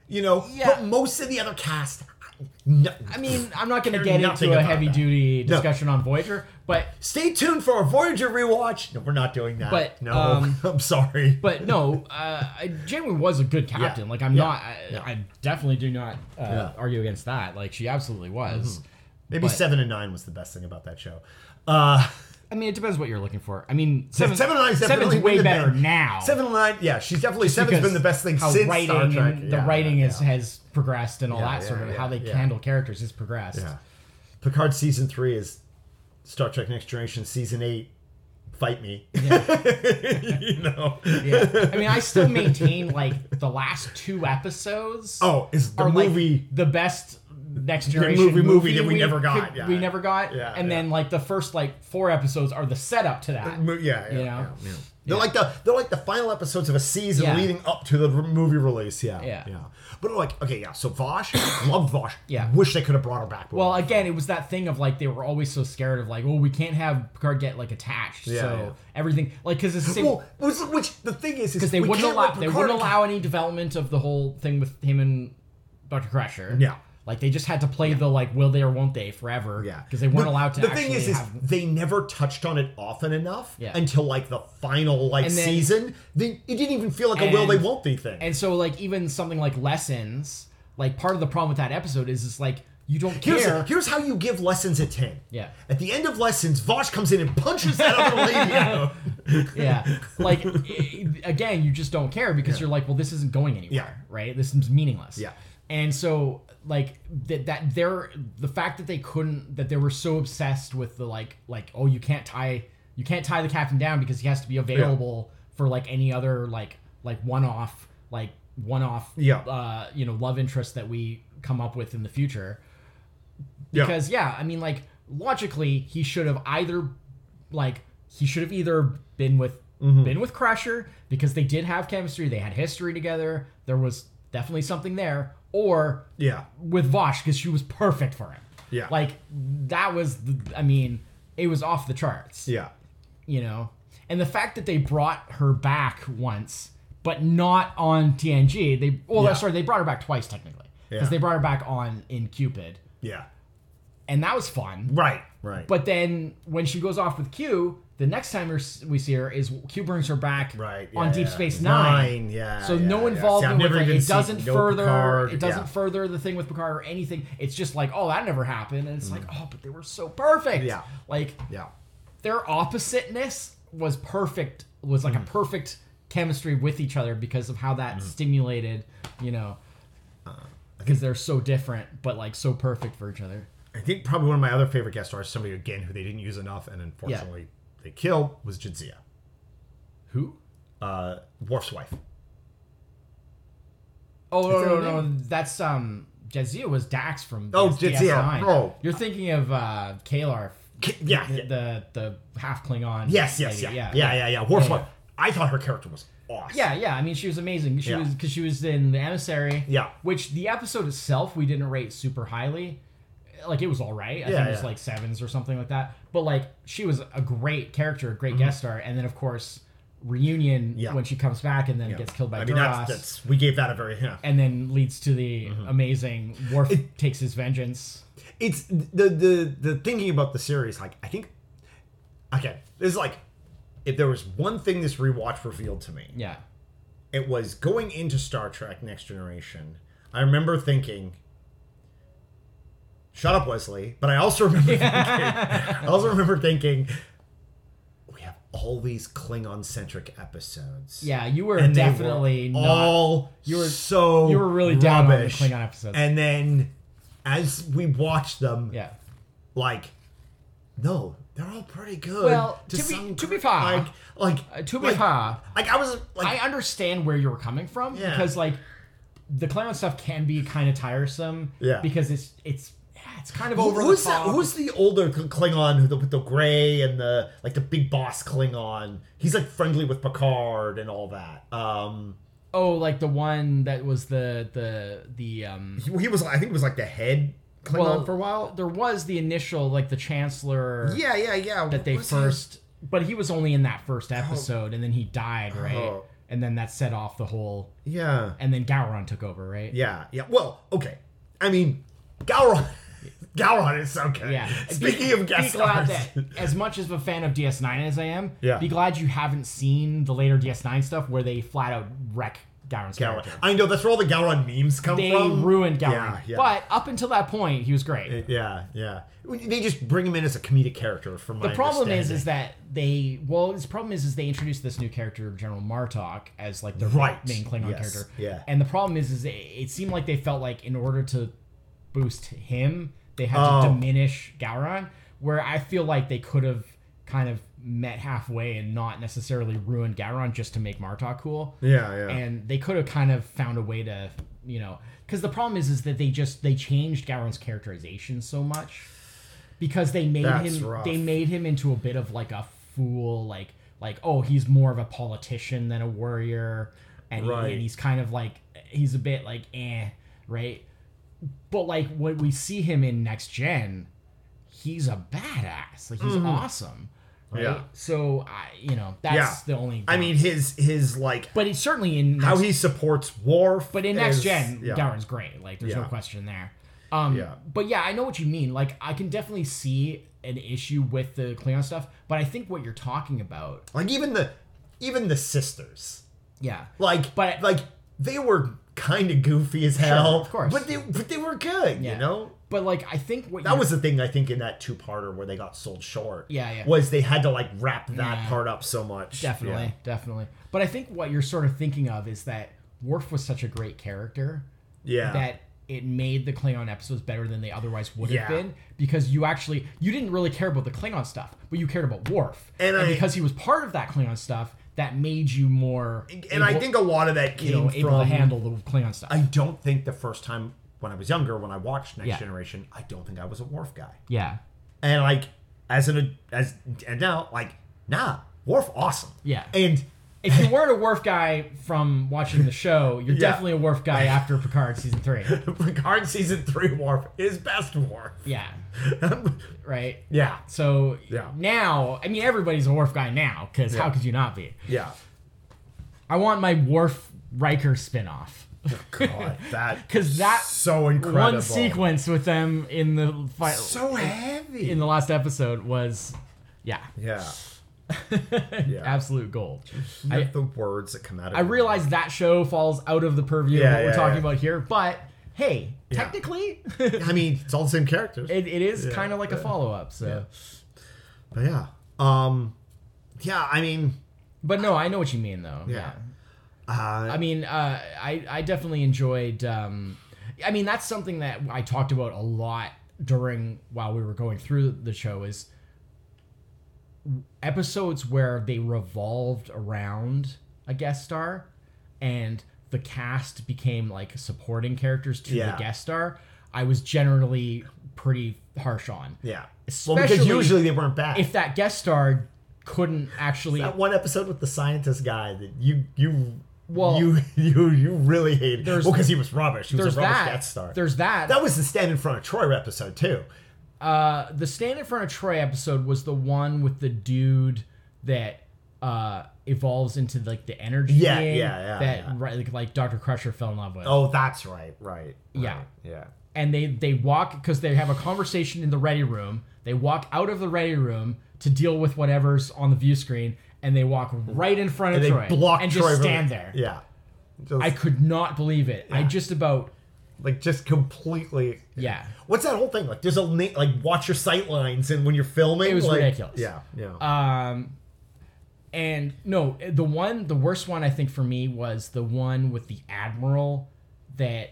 Speaker 1: you know.
Speaker 2: Yeah.
Speaker 1: But most of the other cast, I- no.
Speaker 2: I mean, I'm not going to
Speaker 1: care
Speaker 2: get
Speaker 1: nothing
Speaker 2: into a
Speaker 1: about
Speaker 2: heavy
Speaker 1: that.
Speaker 2: duty
Speaker 1: No.
Speaker 2: discussion on Voyager, but
Speaker 1: Stay tuned for a Voyager rewatch. No, we're not doing that.
Speaker 2: But,
Speaker 1: no,
Speaker 2: um,
Speaker 1: I'm sorry.
Speaker 2: but no, uh, I- Janeway was a good captain. Like I'm
Speaker 1: Yeah.
Speaker 2: not, I,
Speaker 1: Yeah.
Speaker 2: I definitely do not uh,
Speaker 1: Yeah. Mm-hmm.
Speaker 2: argue against that. Like she absolutely was.
Speaker 1: Maybe
Speaker 2: but-
Speaker 1: seven and nine was the best thing about that show. Uh,
Speaker 2: I mean, it depends what you're looking for. I mean, seven,
Speaker 1: seven and nine is
Speaker 2: seven's
Speaker 1: definitely been
Speaker 2: way
Speaker 1: the
Speaker 2: better
Speaker 1: best.
Speaker 2: now.
Speaker 1: seven and nine, yeah, she's definitely seven's
Speaker 2: because
Speaker 1: been the best thing
Speaker 2: how
Speaker 1: since
Speaker 2: writing
Speaker 1: Star Trek.
Speaker 2: and
Speaker 1: Yeah,
Speaker 2: the
Speaker 1: yeah,
Speaker 2: writing is
Speaker 1: yeah.
Speaker 2: has progressed and all
Speaker 1: Yeah,
Speaker 2: that sort
Speaker 1: yeah,
Speaker 2: of how they
Speaker 1: yeah, yeah.
Speaker 2: handle characters has progressed.
Speaker 1: Yeah. Picard season three is Star Trek Next Generation season eight. Fight me. you know.
Speaker 2: Yeah. I mean, I still maintain like the last two episodes.
Speaker 1: Oh, is the
Speaker 2: are like,
Speaker 1: movie
Speaker 2: the best next generation
Speaker 1: movie- movie that we never got,
Speaker 2: could-
Speaker 1: yeah.
Speaker 2: we never got
Speaker 1: Yeah,
Speaker 2: and
Speaker 1: yeah.
Speaker 2: then like the first like four episodes are the setup to that
Speaker 1: mo- yeah, yeah,
Speaker 2: you know?
Speaker 1: yeah, yeah. They're like the they're like the final episodes of a season
Speaker 2: Yeah.
Speaker 1: leading up to the r- movie release. Yeah,
Speaker 2: Yeah.
Speaker 1: But like, okay, yeah. So Vosh, love Vosh.
Speaker 2: Yeah.
Speaker 1: Wish they could have brought her back.
Speaker 2: well again it was that thing of like they were always so scared of like oh we can't have picard get like attached
Speaker 1: Yeah,
Speaker 2: so
Speaker 1: yeah.
Speaker 2: everything like because it's the same
Speaker 1: well, which, which the thing is, is
Speaker 2: they
Speaker 1: we
Speaker 2: wouldn't
Speaker 1: can't
Speaker 2: allow
Speaker 1: let
Speaker 2: they
Speaker 1: Picard-
Speaker 2: wouldn't allow any development of the whole thing with him and dr crusher
Speaker 1: Yeah.
Speaker 2: like they just had to play the like will they or won't they forever
Speaker 1: Yeah,
Speaker 2: because they weren't
Speaker 1: The-
Speaker 2: allowed to
Speaker 1: The
Speaker 2: actually
Speaker 1: thing is, is
Speaker 2: have
Speaker 1: they never touched on it often enough
Speaker 2: Yeah.
Speaker 1: until like the final like
Speaker 2: And then-
Speaker 1: season. They it didn't even feel like a will they
Speaker 2: And-
Speaker 1: won't they thing.
Speaker 2: And so like even something like lessons, like part of the problem with that episode is it's like you don't
Speaker 1: Here's,
Speaker 2: care.
Speaker 1: here's how you give lessons a 10.
Speaker 2: Yeah.
Speaker 1: At the end of lessons, Vosh comes in and punches that other lady out.
Speaker 2: yeah. Like i- i- again, you just don't care because you're like, well, this isn't going anywhere,
Speaker 1: Yeah.
Speaker 2: right? This is meaningless.
Speaker 1: Yeah.
Speaker 2: And so like that that they're the fact that they couldn't that they were so obsessed with the like like oh you can't tie you can't tie the captain down because he has to be available for like any other like like one off like one off
Speaker 1: Yeah.
Speaker 2: uh you know love interest that we come up with in the future
Speaker 1: Yeah.
Speaker 2: because yeah. i mean like logically he should have either like he should have either been with
Speaker 1: Mm-hmm.
Speaker 2: been with crusher because they did have chemistry they had history together there was definitely something there or
Speaker 1: Yeah.
Speaker 2: with vosh because she was perfect for him
Speaker 1: Yeah.
Speaker 2: like that was the, i mean it was off the charts
Speaker 1: Yeah.
Speaker 2: you know and the fact that they brought her back once but not on tng they well
Speaker 1: Yeah.
Speaker 2: sorry they brought her back twice technically because
Speaker 1: Yeah.
Speaker 2: they brought her back on in cupid
Speaker 1: Yeah.
Speaker 2: and that was fun
Speaker 1: Right. Right.
Speaker 2: but then when she goes off with q the next time her- we see her is q brings her back
Speaker 1: Right,
Speaker 2: on
Speaker 1: yeah,
Speaker 2: deep
Speaker 1: yeah.
Speaker 2: space
Speaker 1: Nine,
Speaker 2: nine,
Speaker 1: yeah,
Speaker 2: so
Speaker 1: yeah, yeah.
Speaker 2: no
Speaker 1: See, I've
Speaker 2: involvement
Speaker 1: never
Speaker 2: with like,
Speaker 1: even
Speaker 2: it
Speaker 1: seen
Speaker 2: doesn't
Speaker 1: no
Speaker 2: further
Speaker 1: Picard,
Speaker 2: it doesn't
Speaker 1: yeah.
Speaker 2: further the thing with picard or anything it's just like oh that never happened and it's like oh but they were so perfect
Speaker 1: Mm. Yeah.
Speaker 2: like
Speaker 1: yeah.
Speaker 2: their oppositeness was perfect was
Speaker 1: Mm.
Speaker 2: like a perfect chemistry with each other because of how that stimulated you know
Speaker 1: Uh,
Speaker 2: because they're so different but like so perfect for each other
Speaker 1: I think probably one of my other favorite guest stars, somebody again who they didn't use enough and unfortunately they killed, was Jadzia,
Speaker 2: who
Speaker 1: uh, Worf's wife.
Speaker 2: oh no
Speaker 1: Is
Speaker 2: no
Speaker 1: that
Speaker 2: no
Speaker 1: her
Speaker 2: no, that's um Jadzia was Dax from
Speaker 1: Oh,
Speaker 2: DS9.
Speaker 1: Jadzia. Oh.
Speaker 2: you're thinking of uh Kalar
Speaker 1: K- Yeah.
Speaker 2: the,
Speaker 1: yeah.
Speaker 2: the the half Klingon
Speaker 1: yes. Yes. Yeah.
Speaker 2: lady.
Speaker 1: Yeah. Yeah. Yeah. Worf's
Speaker 2: Yeah, yeah.
Speaker 1: wife. I thought her character was awesome.
Speaker 2: Yeah, yeah. I mean, she was amazing. She
Speaker 1: Yeah.
Speaker 2: was because she was in the emissary.
Speaker 1: Yeah.
Speaker 2: Which the episode itself we didn't rate super highly. Like it was all right. I think
Speaker 1: Yeah,
Speaker 2: it was
Speaker 1: yeah.
Speaker 2: like sevens or something like that. But like she was a great character, a great guest star, and then of course reunion
Speaker 1: Mm-hmm. Yeah.
Speaker 2: when she comes back and then gets killed by
Speaker 1: I
Speaker 2: Duras,
Speaker 1: mean, that's, that's we gave that a very yeah.
Speaker 2: and then leads to the amazing Worf takes his vengeance.
Speaker 1: it's the the the thinking about the series like i think okay this is like if there was one thing this rewatch revealed to me
Speaker 2: Yeah.
Speaker 1: it was going into star trek next generation i remember thinking shut up wesley but i also remember thinking, i also remember thinking we have all these klingon centric episodes
Speaker 2: Yeah, you were
Speaker 1: and they were
Speaker 2: definitely not
Speaker 1: all you were so
Speaker 2: you were really
Speaker 1: rubbish.
Speaker 2: down on the Klingon episodes.
Speaker 1: and then as we watched them
Speaker 2: Yeah.
Speaker 1: like No, they're all pretty good.
Speaker 2: Well, to be-
Speaker 1: some
Speaker 2: to be
Speaker 1: cr-
Speaker 2: fair-
Speaker 1: like like
Speaker 2: Uh, to be
Speaker 1: like,
Speaker 2: fair,
Speaker 1: like I was like
Speaker 2: I understand where you were coming from
Speaker 1: Yeah.
Speaker 2: because like the clown stuff can be kind of tiresome.
Speaker 1: Yeah.
Speaker 2: Because it's it's yeah, it's kind of
Speaker 1: Who-
Speaker 2: over
Speaker 1: who's
Speaker 2: the
Speaker 1: that,
Speaker 2: top.
Speaker 1: who's the older K- Klingon with the, with the gray and the like the big boss Klingon? He's like friendly with Picard and all that. Um,
Speaker 2: oh, like the one that was the the the um.
Speaker 1: he, he was I think was like the head Klingon
Speaker 2: Well,
Speaker 1: for a while.
Speaker 2: There was the initial like the chancellor
Speaker 1: Yeah, yeah, yeah.
Speaker 2: that they
Speaker 1: What's his-
Speaker 2: first, but he was only in that first episode, and then he died, right?
Speaker 1: Oh.
Speaker 2: And then that set off the whole.
Speaker 1: Yeah,
Speaker 2: And then Gowron took over, right?
Speaker 1: yeah, yeah. Well, okay. I mean, Gowron. Gowron is so good.
Speaker 2: Yeah.
Speaker 1: Speaking
Speaker 2: Be-
Speaker 1: of guest
Speaker 2: be glad
Speaker 1: stars,
Speaker 2: that as much of a fan of DS9 as I am,
Speaker 1: Yeah.
Speaker 2: be glad you haven't seen the later DS9 stuff where they flat out wreck Gowron's
Speaker 1: Gowron.
Speaker 2: character.
Speaker 1: I know that's where all the Gowron memes come
Speaker 2: They
Speaker 1: from.
Speaker 2: ruined Gowron.
Speaker 1: Yeah, yeah.
Speaker 2: But up until that point, he was great.
Speaker 1: yeah, yeah. They just bring him in as a comedic character. From
Speaker 2: the problem is, is that they well, the problem is, is they introduced this new character, General Martok, as like their
Speaker 1: Right.
Speaker 2: main Klingon
Speaker 1: Yes.
Speaker 2: character.
Speaker 1: Yeah.
Speaker 2: And the problem is, is it, it seemed like they felt like in order to boost him, they had
Speaker 1: Oh.
Speaker 2: to diminish Gowron. Where I feel like they could have kind of met halfway and not necessarily ruined Gowron just to make Martok cool
Speaker 1: yeah, yeah.
Speaker 2: and they could have kind of found a way to you know because the problem is is that they just they changed Gowron's characterization so much because they made
Speaker 1: That's
Speaker 2: him
Speaker 1: rough.
Speaker 2: they made him into a bit of like a fool like like oh he's more of a politician than a warrior and, he-
Speaker 1: Right.
Speaker 2: and he's kind of like he's a bit like eh right but like what we see him in next gen he's a badass like he's awesome right
Speaker 1: Mm-hmm. Yeah.
Speaker 2: so I you know that's
Speaker 1: Yeah.
Speaker 2: the only
Speaker 1: I mean, his his like
Speaker 2: but it's certainly in next
Speaker 1: how he supports war.
Speaker 2: but in next gen, Gowron's great. Like there's no
Speaker 1: Yeah.
Speaker 2: question there. Um,
Speaker 1: Yeah.
Speaker 2: But yeah, I know what you mean. Like I can definitely see an issue with the Klingon stuff, but I think what you're talking about,
Speaker 1: like even the even the sisters,
Speaker 2: yeah,
Speaker 1: like
Speaker 2: But-
Speaker 1: like they were kind of goofy as hell,
Speaker 2: of course.
Speaker 1: but they but they were good,
Speaker 2: Yeah.
Speaker 1: you know.
Speaker 2: but like I think what
Speaker 1: That
Speaker 2: you're-
Speaker 1: was the thing I think in that two parter where they got sold short.
Speaker 2: Yeah, yeah.
Speaker 1: Was they had to like wrap that
Speaker 2: Yeah.
Speaker 1: part up so much.
Speaker 2: definitely, definitely. But I think what you're sort of thinking of is that Worf was such a great character
Speaker 1: Yeah. Yeah.
Speaker 2: that it made the Klingon episodes better than they otherwise would have
Speaker 1: Yeah.
Speaker 2: been because you actually you didn't really care about the Klingon stuff, but you cared about Worf,
Speaker 1: And I-
Speaker 2: because he was part of that Klingon stuff, that made you more.
Speaker 1: and I
Speaker 2: able-
Speaker 1: think a lot of that came
Speaker 2: you know,
Speaker 1: from
Speaker 2: able to handle the Klingon stuff.
Speaker 1: I don't think the first time when I was younger, when I watched Next
Speaker 2: Yeah.
Speaker 1: Generation, I don't think I was a Worf guy.
Speaker 2: yeah,
Speaker 1: and like as an as and now like nah Worf awesome
Speaker 2: Yeah.
Speaker 1: and
Speaker 2: if you weren't a Worf guy from watching the show, you're
Speaker 1: Yeah.
Speaker 2: definitely a Worf guy after Picard season three.
Speaker 1: Picard season three Worf is best Worf
Speaker 2: Yeah, right.
Speaker 1: yeah
Speaker 2: So
Speaker 1: Yeah.
Speaker 2: now, I mean, everybody's a Worf guy now because how
Speaker 1: Yeah.
Speaker 2: could you not be?
Speaker 1: yeah
Speaker 2: I want my Worf Riker spinoff
Speaker 1: Oh, God that
Speaker 2: 'Cause that
Speaker 1: so incredible
Speaker 2: one sequence with them in the fi-
Speaker 1: so heavy
Speaker 2: in the last episode was, yeah,
Speaker 1: yeah
Speaker 2: absolute gold.
Speaker 1: I, the words that come out of
Speaker 2: I realize that show falls out of the purview
Speaker 1: Yeah,
Speaker 2: of what we're
Speaker 1: yeah,
Speaker 2: talking
Speaker 1: yeah.
Speaker 2: about here, but hey, technically,
Speaker 1: I mean it's all the same characters
Speaker 2: it, it is kind of like a follow up. So,
Speaker 1: but yeah um yeah I mean
Speaker 2: but no, I know what you mean though.
Speaker 1: yeah
Speaker 2: I mean, uh, I I definitely enjoyed. Um, I mean, that's something that I talked about a lot during while we were going through the show is episodes where they revolved around a guest star and the cast became like supporting characters to
Speaker 1: Yeah.
Speaker 2: the guest star. I was generally pretty harsh on.
Speaker 1: yeah well because
Speaker 2: Especially
Speaker 1: usually they weren't bad
Speaker 2: If that guest star couldn't actually
Speaker 1: That one episode with the scientist guy that you you
Speaker 2: Well-
Speaker 1: you you you really hated.
Speaker 2: There's-
Speaker 1: well, because he was rubbish. He was
Speaker 2: there's
Speaker 1: a rubbish
Speaker 2: that
Speaker 1: Death Star.
Speaker 2: there's that
Speaker 1: that was the stand in front of Troy episode too.
Speaker 2: Uh, the stand in front of Troy episode was the one with the dude that uh evolves into like the energy
Speaker 1: Yeah,
Speaker 2: being
Speaker 1: yeah, yeah,
Speaker 2: that
Speaker 1: yeah.
Speaker 2: Right, like, like Dr. Crusher fell in love with.
Speaker 1: Oh, that's right, right.
Speaker 2: Yeah.
Speaker 1: right, yeah.
Speaker 2: And they they walk cuz they have a conversation in the ready room. They walk out of the ready room to deal with whatever's on the view screen and they walk right in front of
Speaker 1: They
Speaker 2: Troy
Speaker 1: blocked
Speaker 2: and
Speaker 1: Troy
Speaker 2: just
Speaker 1: from-
Speaker 2: stand there.
Speaker 1: Yeah, just,
Speaker 2: I could not believe it. I just about
Speaker 1: like just completely.
Speaker 2: yeah.
Speaker 1: What's that whole thing like? There's a na- like watch your sight lines and when you're filming.
Speaker 2: It was
Speaker 1: like-
Speaker 2: ridiculous.
Speaker 1: Yeah, yeah.
Speaker 2: Um, and no, the one, the worst one I think for me was the one with the admiral that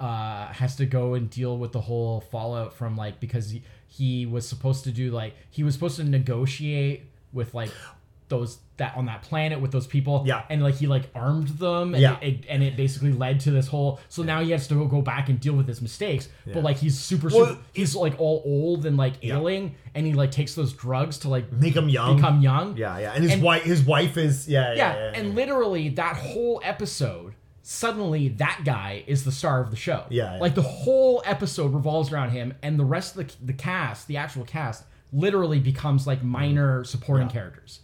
Speaker 2: uh, has to go and deal with the whole fallout from like because he, he was supposed to do like he was supposed to negotiate with like those that on that planet with those people
Speaker 1: Yeah.
Speaker 2: and like he like armed them and,
Speaker 1: Yeah.
Speaker 2: it, and it basically led to this whole so now he has to go back and deal with his mistakes
Speaker 1: Yeah.
Speaker 2: but like he's super,
Speaker 1: Well,
Speaker 2: super he's like all old and like
Speaker 1: Yeah.
Speaker 2: ailing and he like takes those drugs to like
Speaker 1: Make him young.
Speaker 2: become young
Speaker 1: yeah, yeah. And his
Speaker 2: And-
Speaker 1: wife, his wife is yeah, yeah,
Speaker 2: yeah,
Speaker 1: yeah, yeah.
Speaker 2: and literally that whole episode suddenly that guy is the star of the show
Speaker 1: Yeah, yeah.
Speaker 2: like the whole episode revolves around him and the rest of the, the cast the actual cast literally becomes like minor supporting characters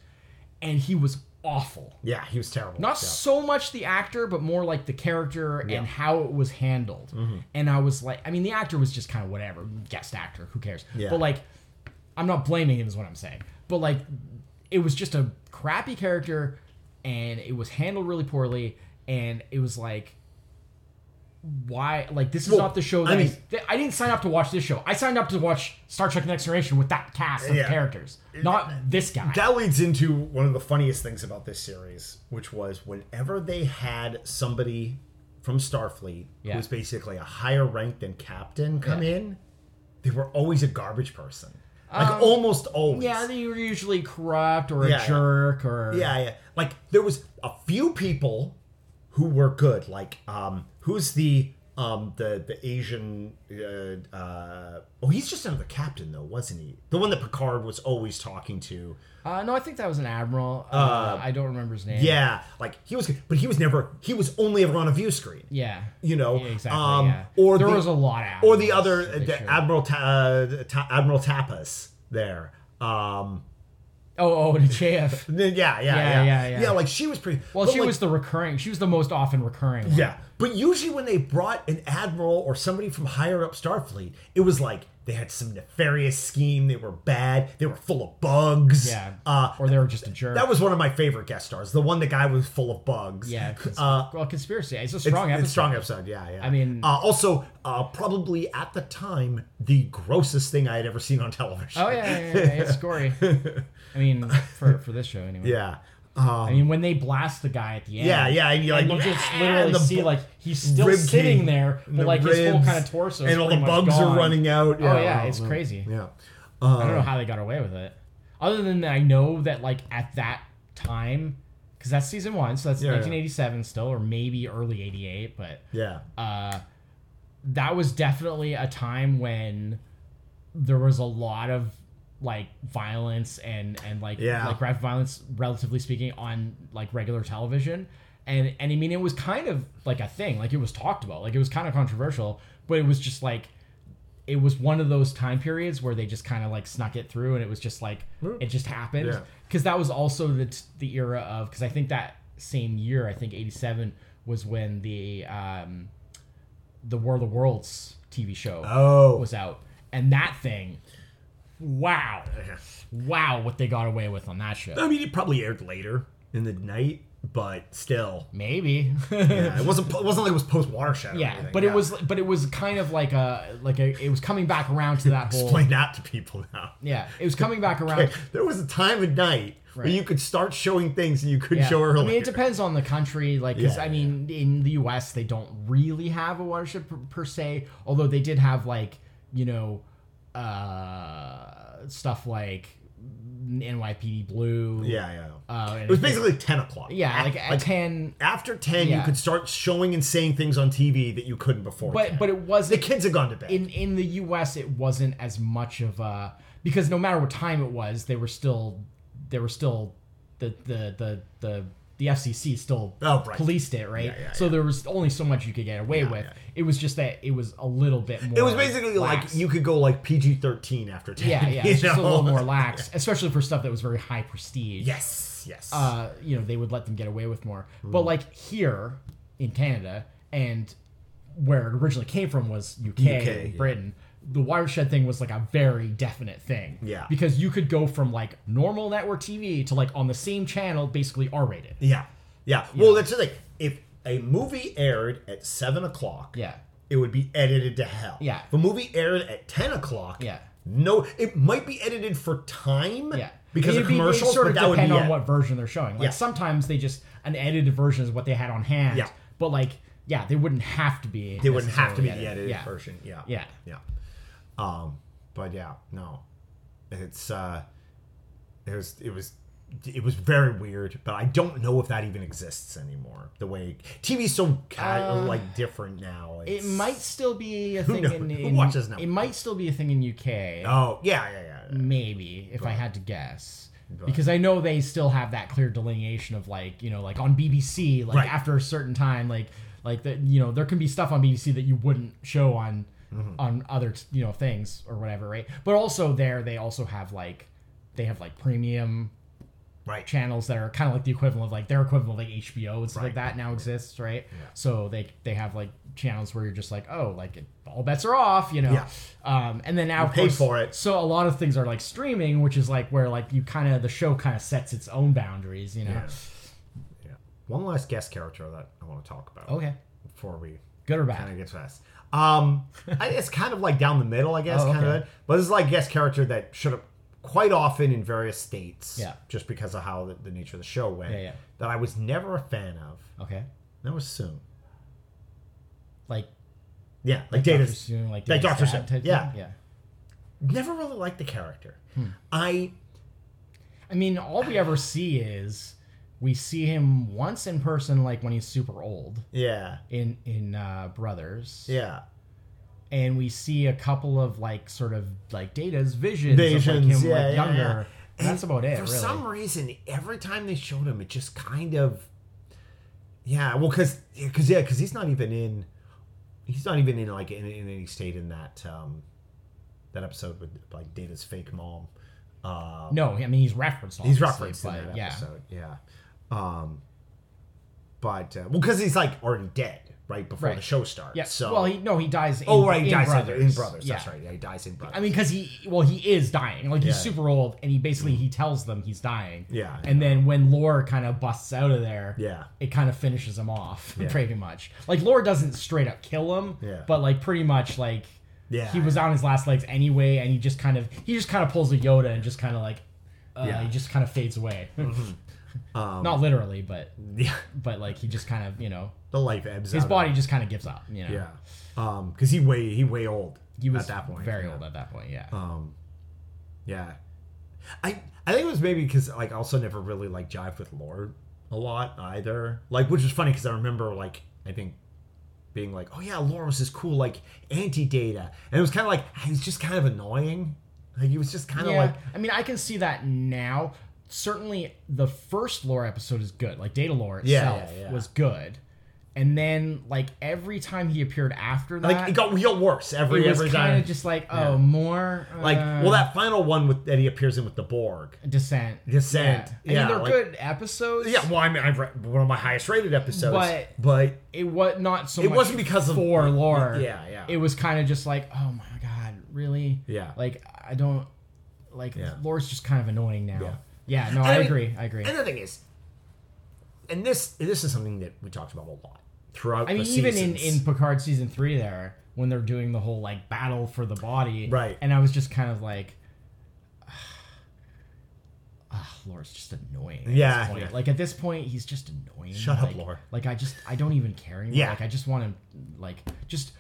Speaker 2: and he was awful
Speaker 1: Yeah, he was terrible.
Speaker 2: not
Speaker 1: yeah.
Speaker 2: so much the actor but more like the character and how it was handled
Speaker 1: Mm-hmm.
Speaker 2: and i was like i mean the actor was just kind of whatever guest actor who cares
Speaker 1: Yeah.
Speaker 2: but like i'm not blaming him is what i'm saying but like it was just a crappy character and it was handled really poorly and it was like why like this is
Speaker 1: Well,
Speaker 2: not the show
Speaker 1: I
Speaker 2: that I,
Speaker 1: mean-
Speaker 2: that- I didn't sign up to watch this show i signed up to watch star trek next generation with that cast of
Speaker 1: Yeah.
Speaker 2: characters not this guy
Speaker 1: That leads into one of the funniest things about this series, which was whenever they had somebody from Starfleet
Speaker 2: Yeah.
Speaker 1: who was basically a higher rank than captain come
Speaker 2: Yeah.
Speaker 1: in, they were always a garbage person. Like almost always.
Speaker 2: yeah they were usually corrupt or a
Speaker 1: Yeah, yeah.
Speaker 2: jerk or
Speaker 1: Yeah, yeah. Like there was a few people who were good. Like um who's the um the the Asian uh, uh oh he's just another captain though, wasn't he? The one that Picard was always talking to.
Speaker 2: Uh, no, I think that was an admiral. Uh, I don't remember his name.
Speaker 1: Yeah, like he was but he was never he was only ever on a view screen.
Speaker 2: yeah,
Speaker 1: You know,
Speaker 2: Yeah, exactly.
Speaker 1: um,
Speaker 2: yeah.
Speaker 1: or
Speaker 2: there
Speaker 1: the-
Speaker 2: was a lot of
Speaker 1: or the
Speaker 2: admirals
Speaker 1: other
Speaker 2: that they
Speaker 1: the
Speaker 2: showed.
Speaker 1: Admiral Ta- uh, Ta- Admiral Tapas there. Um,
Speaker 2: oh, oh, the JF.
Speaker 1: yeah, yeah, yeah,
Speaker 2: Yeah, yeah, yeah.
Speaker 1: like she was pretty.
Speaker 2: Well,
Speaker 1: but,
Speaker 2: she
Speaker 1: like,
Speaker 2: was the recurring. She was the most often recurring. one.
Speaker 1: Yeah, but usually when they brought an admiral or somebody from higher up Starfleet, it was like they had some nefarious scheme. They were bad. They were full of bugs.
Speaker 2: yeah.
Speaker 1: uh,
Speaker 2: or they were just a jerk.
Speaker 1: that was one of my favorite guest stars. The one the guy was full of bugs.
Speaker 2: yeah. Cons-
Speaker 1: uh,
Speaker 2: well, conspiracy. It's a strong
Speaker 1: it's,
Speaker 2: episode.
Speaker 1: it's strong episode. Yeah, yeah.
Speaker 2: I mean-
Speaker 1: uh, also uh, probably at the time the grossest thing I had ever seen on television.
Speaker 2: Oh yeah, yeah, yeah, yeah, it's gory. I mean, for for this show anyway.
Speaker 1: yeah. Uh,
Speaker 2: I mean, when they blast the guy at the end.
Speaker 1: Yeah, yeah, and you're
Speaker 2: and
Speaker 1: like,
Speaker 2: you just
Speaker 1: "Yeah,"
Speaker 2: literally
Speaker 1: and the
Speaker 2: see
Speaker 1: bu-
Speaker 2: like he's still
Speaker 1: rib
Speaker 2: sitting
Speaker 1: cage,
Speaker 2: there,
Speaker 1: and
Speaker 2: but
Speaker 1: the
Speaker 2: like his whole
Speaker 1: ribs,
Speaker 2: kind of torso is
Speaker 1: and all the
Speaker 2: pretty much
Speaker 1: bugs
Speaker 2: gone.
Speaker 1: are running out. Um,
Speaker 2: Oh yeah, it's crazy.
Speaker 1: Yeah. Uh,
Speaker 2: I
Speaker 1: Oh.
Speaker 2: don't know how they got away with it. Other than that, I know that like at that time, because that's season one, so that's
Speaker 1: Yeah, yeah.
Speaker 2: 1987 still, or maybe early 88, but
Speaker 1: Yeah.
Speaker 2: uh, that was definitely a time when there was a lot of like violence and and like
Speaker 1: Yeah.
Speaker 2: like graphic violence, relatively speaking, on like regular television. And and I mean, it was kind of like a thing, like it was talked about, like it was kind of controversial, but it was just like it was one of those time periods where they just kind of like snuck it through and it was just like it just happened
Speaker 1: Hmm. Yeah.
Speaker 2: because that was also the the era of because i think that same year i think 87 was when the um the war of the worlds tv show
Speaker 1: Oh.
Speaker 2: was out and that thing wow wow what they got away with on that show
Speaker 1: I mean, it probably aired later in the night, but still,
Speaker 2: maybe
Speaker 1: yeah, it wasn't. It wasn't like it was post watershed.
Speaker 2: yeah but it was but it was kind of like a like a it was coming back around to that whole
Speaker 1: Explain that to people now.
Speaker 2: yeah it was coming back around
Speaker 1: There was a time of night where
Speaker 2: Right.
Speaker 1: you could start showing things and you couldn't
Speaker 2: Yeah.
Speaker 1: show earlier.
Speaker 2: I mean, it depends on the country. Like, 'cause,
Speaker 1: Yeah,
Speaker 2: I mean, in the U.S., they don't really have a watershed per, per se. Although they did have like you know uh, stuff like NYPD Blue.
Speaker 1: Yeah, yeah.
Speaker 2: Uh, and
Speaker 1: it was basically ten o'clock.
Speaker 2: yeah,
Speaker 1: A-
Speaker 2: like, at ten.
Speaker 1: after ten, you
Speaker 2: Yeah.
Speaker 1: could start showing and saying things on TV that you couldn't before.
Speaker 2: But
Speaker 1: 10.
Speaker 2: but it
Speaker 1: the
Speaker 2: wasn't
Speaker 1: kids had gone to bed.
Speaker 2: in in the U.S. It wasn't as much of a because no matter what time it was, they were still they were still the the the the the FCC still
Speaker 1: Oh, right.
Speaker 2: policed it, right?
Speaker 1: Yeah, yeah,
Speaker 2: so there was only so much you could get away with.
Speaker 1: yeah.
Speaker 2: It was just that it was a little bit more.
Speaker 1: it was basically
Speaker 2: lax.
Speaker 1: like you could go like PG thirteen after ten.
Speaker 2: yeah, yeah,
Speaker 1: you
Speaker 2: it's just a
Speaker 1: know?
Speaker 2: little more lax, especially for stuff that was very high prestige.
Speaker 1: Yes, yes.
Speaker 2: uh, you know, they would let them get away with more.
Speaker 1: Hmm.
Speaker 2: But like here in Canada and where it originally came from was UK,
Speaker 1: UK, yeah.
Speaker 2: Britain. The watershed thing was like a very definite thing.
Speaker 1: Yeah.
Speaker 2: Because you could go from like normal network TV to like on the same channel, basically R rated.
Speaker 1: Yeah. Yeah. Well, that's the thing. If a movie aired at seven o'clock,
Speaker 2: Yeah.
Speaker 1: it would be edited to hell.
Speaker 2: Yeah.
Speaker 1: If a movie aired at ten o'clock,
Speaker 2: Yeah.
Speaker 1: no, it might be edited for time.
Speaker 2: Yeah.
Speaker 1: Because
Speaker 2: It'd
Speaker 1: of
Speaker 2: be- it'd
Speaker 1: commercials,
Speaker 2: sort
Speaker 1: but
Speaker 2: of
Speaker 1: that would be
Speaker 2: depend on
Speaker 1: it.
Speaker 2: what version they're showing. Like
Speaker 1: Yeah.
Speaker 2: sometimes they just an edited version is what they had on hand.
Speaker 1: Yeah.
Speaker 2: But like yeah, they wouldn't have to be.
Speaker 1: They wouldn't have to be
Speaker 2: necessarily
Speaker 1: the edited
Speaker 2: Yeah.
Speaker 1: version. Yeah.
Speaker 2: Yeah.
Speaker 1: Yeah. Um, but yeah, no, it's uh, it was it was it was very weird. But I don't know if that even exists anymore. The way TV's so ca-
Speaker 2: Uh,
Speaker 1: like different now.
Speaker 2: It
Speaker 1: It's-
Speaker 2: might still be a thing
Speaker 1: knows?
Speaker 2: in,
Speaker 1: Who
Speaker 2: in
Speaker 1: watches now?
Speaker 2: It might still be a thing in UK.
Speaker 1: Oh yeah, yeah, yeah. yeah.
Speaker 2: maybe if I had to guess.
Speaker 1: But-
Speaker 2: Because I know they still have that clear delineation of like you know like on BBC like
Speaker 1: Right.
Speaker 2: after a certain time like like that you know there can be stuff on BBC that you wouldn't show on
Speaker 1: Mm-hmm.
Speaker 2: on other t- you know things or whatever right but also there they also have like they have like premium
Speaker 1: Right.
Speaker 2: channels that are kind of like the equivalent of like their equivalent of like HBO and stuff like
Speaker 1: Right.
Speaker 2: that now exists, right?
Speaker 1: Yeah.
Speaker 2: So they they have like channels where you're just like, oh, like it, all bets are off, you know.
Speaker 1: Yeah.
Speaker 2: Um, and then now of
Speaker 1: pay
Speaker 2: course-
Speaker 1: for it.
Speaker 2: So a lot of things are like streaming, which is like where like you kind of the show kind of sets its own boundaries, you know.
Speaker 1: Yeah. yeah. One last guest character that I want to talk about.
Speaker 2: Okay,
Speaker 1: Before we
Speaker 2: good or
Speaker 1: kind
Speaker 2: bad?
Speaker 1: of gets us. Um, I, it's kind of like down the middle, I guess,
Speaker 2: Oh,
Speaker 1: kind of.
Speaker 2: okay.
Speaker 1: But this is like guest character that showed up quite often in various states,
Speaker 2: Yeah.
Speaker 1: just because of how the, the nature of the show went.
Speaker 2: Yeah, yeah.
Speaker 1: That I was never a fan of.
Speaker 2: Okay,
Speaker 1: That was soon.
Speaker 2: like
Speaker 1: Yeah, like, Data.
Speaker 2: Dr. Seuss, like,
Speaker 1: like
Speaker 2: Data's
Speaker 1: Dr.
Speaker 2: dad
Speaker 1: Seuss,
Speaker 2: type thing?
Speaker 1: yeah.
Speaker 2: yeah.
Speaker 1: Never really liked the character.
Speaker 2: Hmm.
Speaker 1: I
Speaker 2: I mean, all we ever see is we see him once in person, like when he's super old
Speaker 1: yeah
Speaker 2: in in uh, Brothers.
Speaker 1: yeah
Speaker 2: and we see a couple of like sort of like Data's visions, of like
Speaker 1: Visions,
Speaker 2: him
Speaker 1: yeah,
Speaker 2: like
Speaker 1: yeah,
Speaker 2: younger.
Speaker 1: yeah.
Speaker 2: And that's about it,
Speaker 1: for
Speaker 2: really.
Speaker 1: some reason every time they showed him it just kind of yeah well because because yeah because he's not even in he's not even in like in, in any state in that um that episode with like data's fake mom uh
Speaker 2: no, I mean he's referenced.
Speaker 1: he's
Speaker 2: obviously,
Speaker 1: referenced in that
Speaker 2: yeah,
Speaker 1: episode yeah um but uh, well because he's like already dead right before
Speaker 2: Right.
Speaker 1: the show starts
Speaker 2: yeah.
Speaker 1: so
Speaker 2: well, he no, he dies. In,
Speaker 1: oh right he
Speaker 2: in
Speaker 1: dies in-
Speaker 2: brothers.
Speaker 1: in brothers
Speaker 2: Yeah.
Speaker 1: that's right yeah he dies in brothers
Speaker 2: I mean, because he well, he is dying. Like he's
Speaker 1: Yeah.
Speaker 2: super old, and he basically he tells them he's dying.
Speaker 1: Yeah, I
Speaker 2: And then when Lore kind of busts out of there,
Speaker 1: Yeah.
Speaker 2: it kind of finishes him off
Speaker 1: Yeah.
Speaker 2: pretty much. Like Lore doesn't straight up kill him,
Speaker 1: Yeah.
Speaker 2: but like pretty much like
Speaker 1: Yeah,
Speaker 2: he was on his last legs anyway, and he just kind of he just kind of pulls a Yoda and just kind of like uh,
Speaker 1: Yeah. Mm-hmm.
Speaker 2: he just kind of fades away. Not literally, but
Speaker 1: um, yeah
Speaker 2: but like he just kind of you know
Speaker 1: the life ebbs
Speaker 2: his
Speaker 1: out of
Speaker 2: body just kind of gives up. You know,
Speaker 1: Yeah, Um 'cause because he way he way old.
Speaker 2: he was
Speaker 1: at that point.
Speaker 2: very
Speaker 1: yeah.
Speaker 2: old at that point. Yeah,
Speaker 1: Um, yeah, I I think it was maybe because like I also never really like jived with Lord a lot either. Like, which is funny because I remember like I think being like, oh yeah, Lord was this cool like anti data, and it was kind of like he was just kind of annoying. Like he was just kind of
Speaker 2: yeah.
Speaker 1: like
Speaker 2: I mean, I can see that now. Certainly, the first lore episode is good. Like data lore
Speaker 1: Yeah,
Speaker 2: itself
Speaker 1: yeah, yeah.
Speaker 2: was good, and then like every time he appeared after that,
Speaker 1: like it got real worse
Speaker 2: it
Speaker 1: every
Speaker 2: was
Speaker 1: every
Speaker 2: kind
Speaker 1: time.
Speaker 2: of just like oh more
Speaker 1: like
Speaker 2: uh,
Speaker 1: well, that final one with that he appears in with the Borg.
Speaker 2: Descent.
Speaker 1: Descent,
Speaker 2: Yeah.
Speaker 1: yeah,
Speaker 2: I mean, they're
Speaker 1: like-
Speaker 2: good episodes.
Speaker 1: Yeah, well, I mean, I've read one of my highest rated episodes,
Speaker 2: But-
Speaker 1: but
Speaker 2: It was not so
Speaker 1: It
Speaker 2: much
Speaker 1: wasn't because of-
Speaker 2: for lore.
Speaker 1: Yeah, yeah.
Speaker 2: It was kind of just like, oh my god, really?
Speaker 1: Yeah.
Speaker 2: Like I don't like
Speaker 1: Yeah.
Speaker 2: lore's just kind of annoying now.
Speaker 1: Yeah.
Speaker 2: Yeah, no,
Speaker 1: And
Speaker 2: I,
Speaker 1: mean-
Speaker 2: agree. I agree.
Speaker 1: And the thing is, and this this is something that we talked about a lot throughout.
Speaker 2: I mean, even in, in Picard season three there, when they're doing the whole like battle for the body.
Speaker 1: Right.
Speaker 2: And I was just kind of like Ah, Lore's just annoying. At
Speaker 1: Yeah,
Speaker 2: this point.
Speaker 1: yeah.
Speaker 2: Like at this point, he's just annoying.
Speaker 1: Shut up,
Speaker 2: like,
Speaker 1: Lore.
Speaker 2: Like I just, I don't even care anymore.
Speaker 1: Yeah.
Speaker 2: Like I just want to, like just,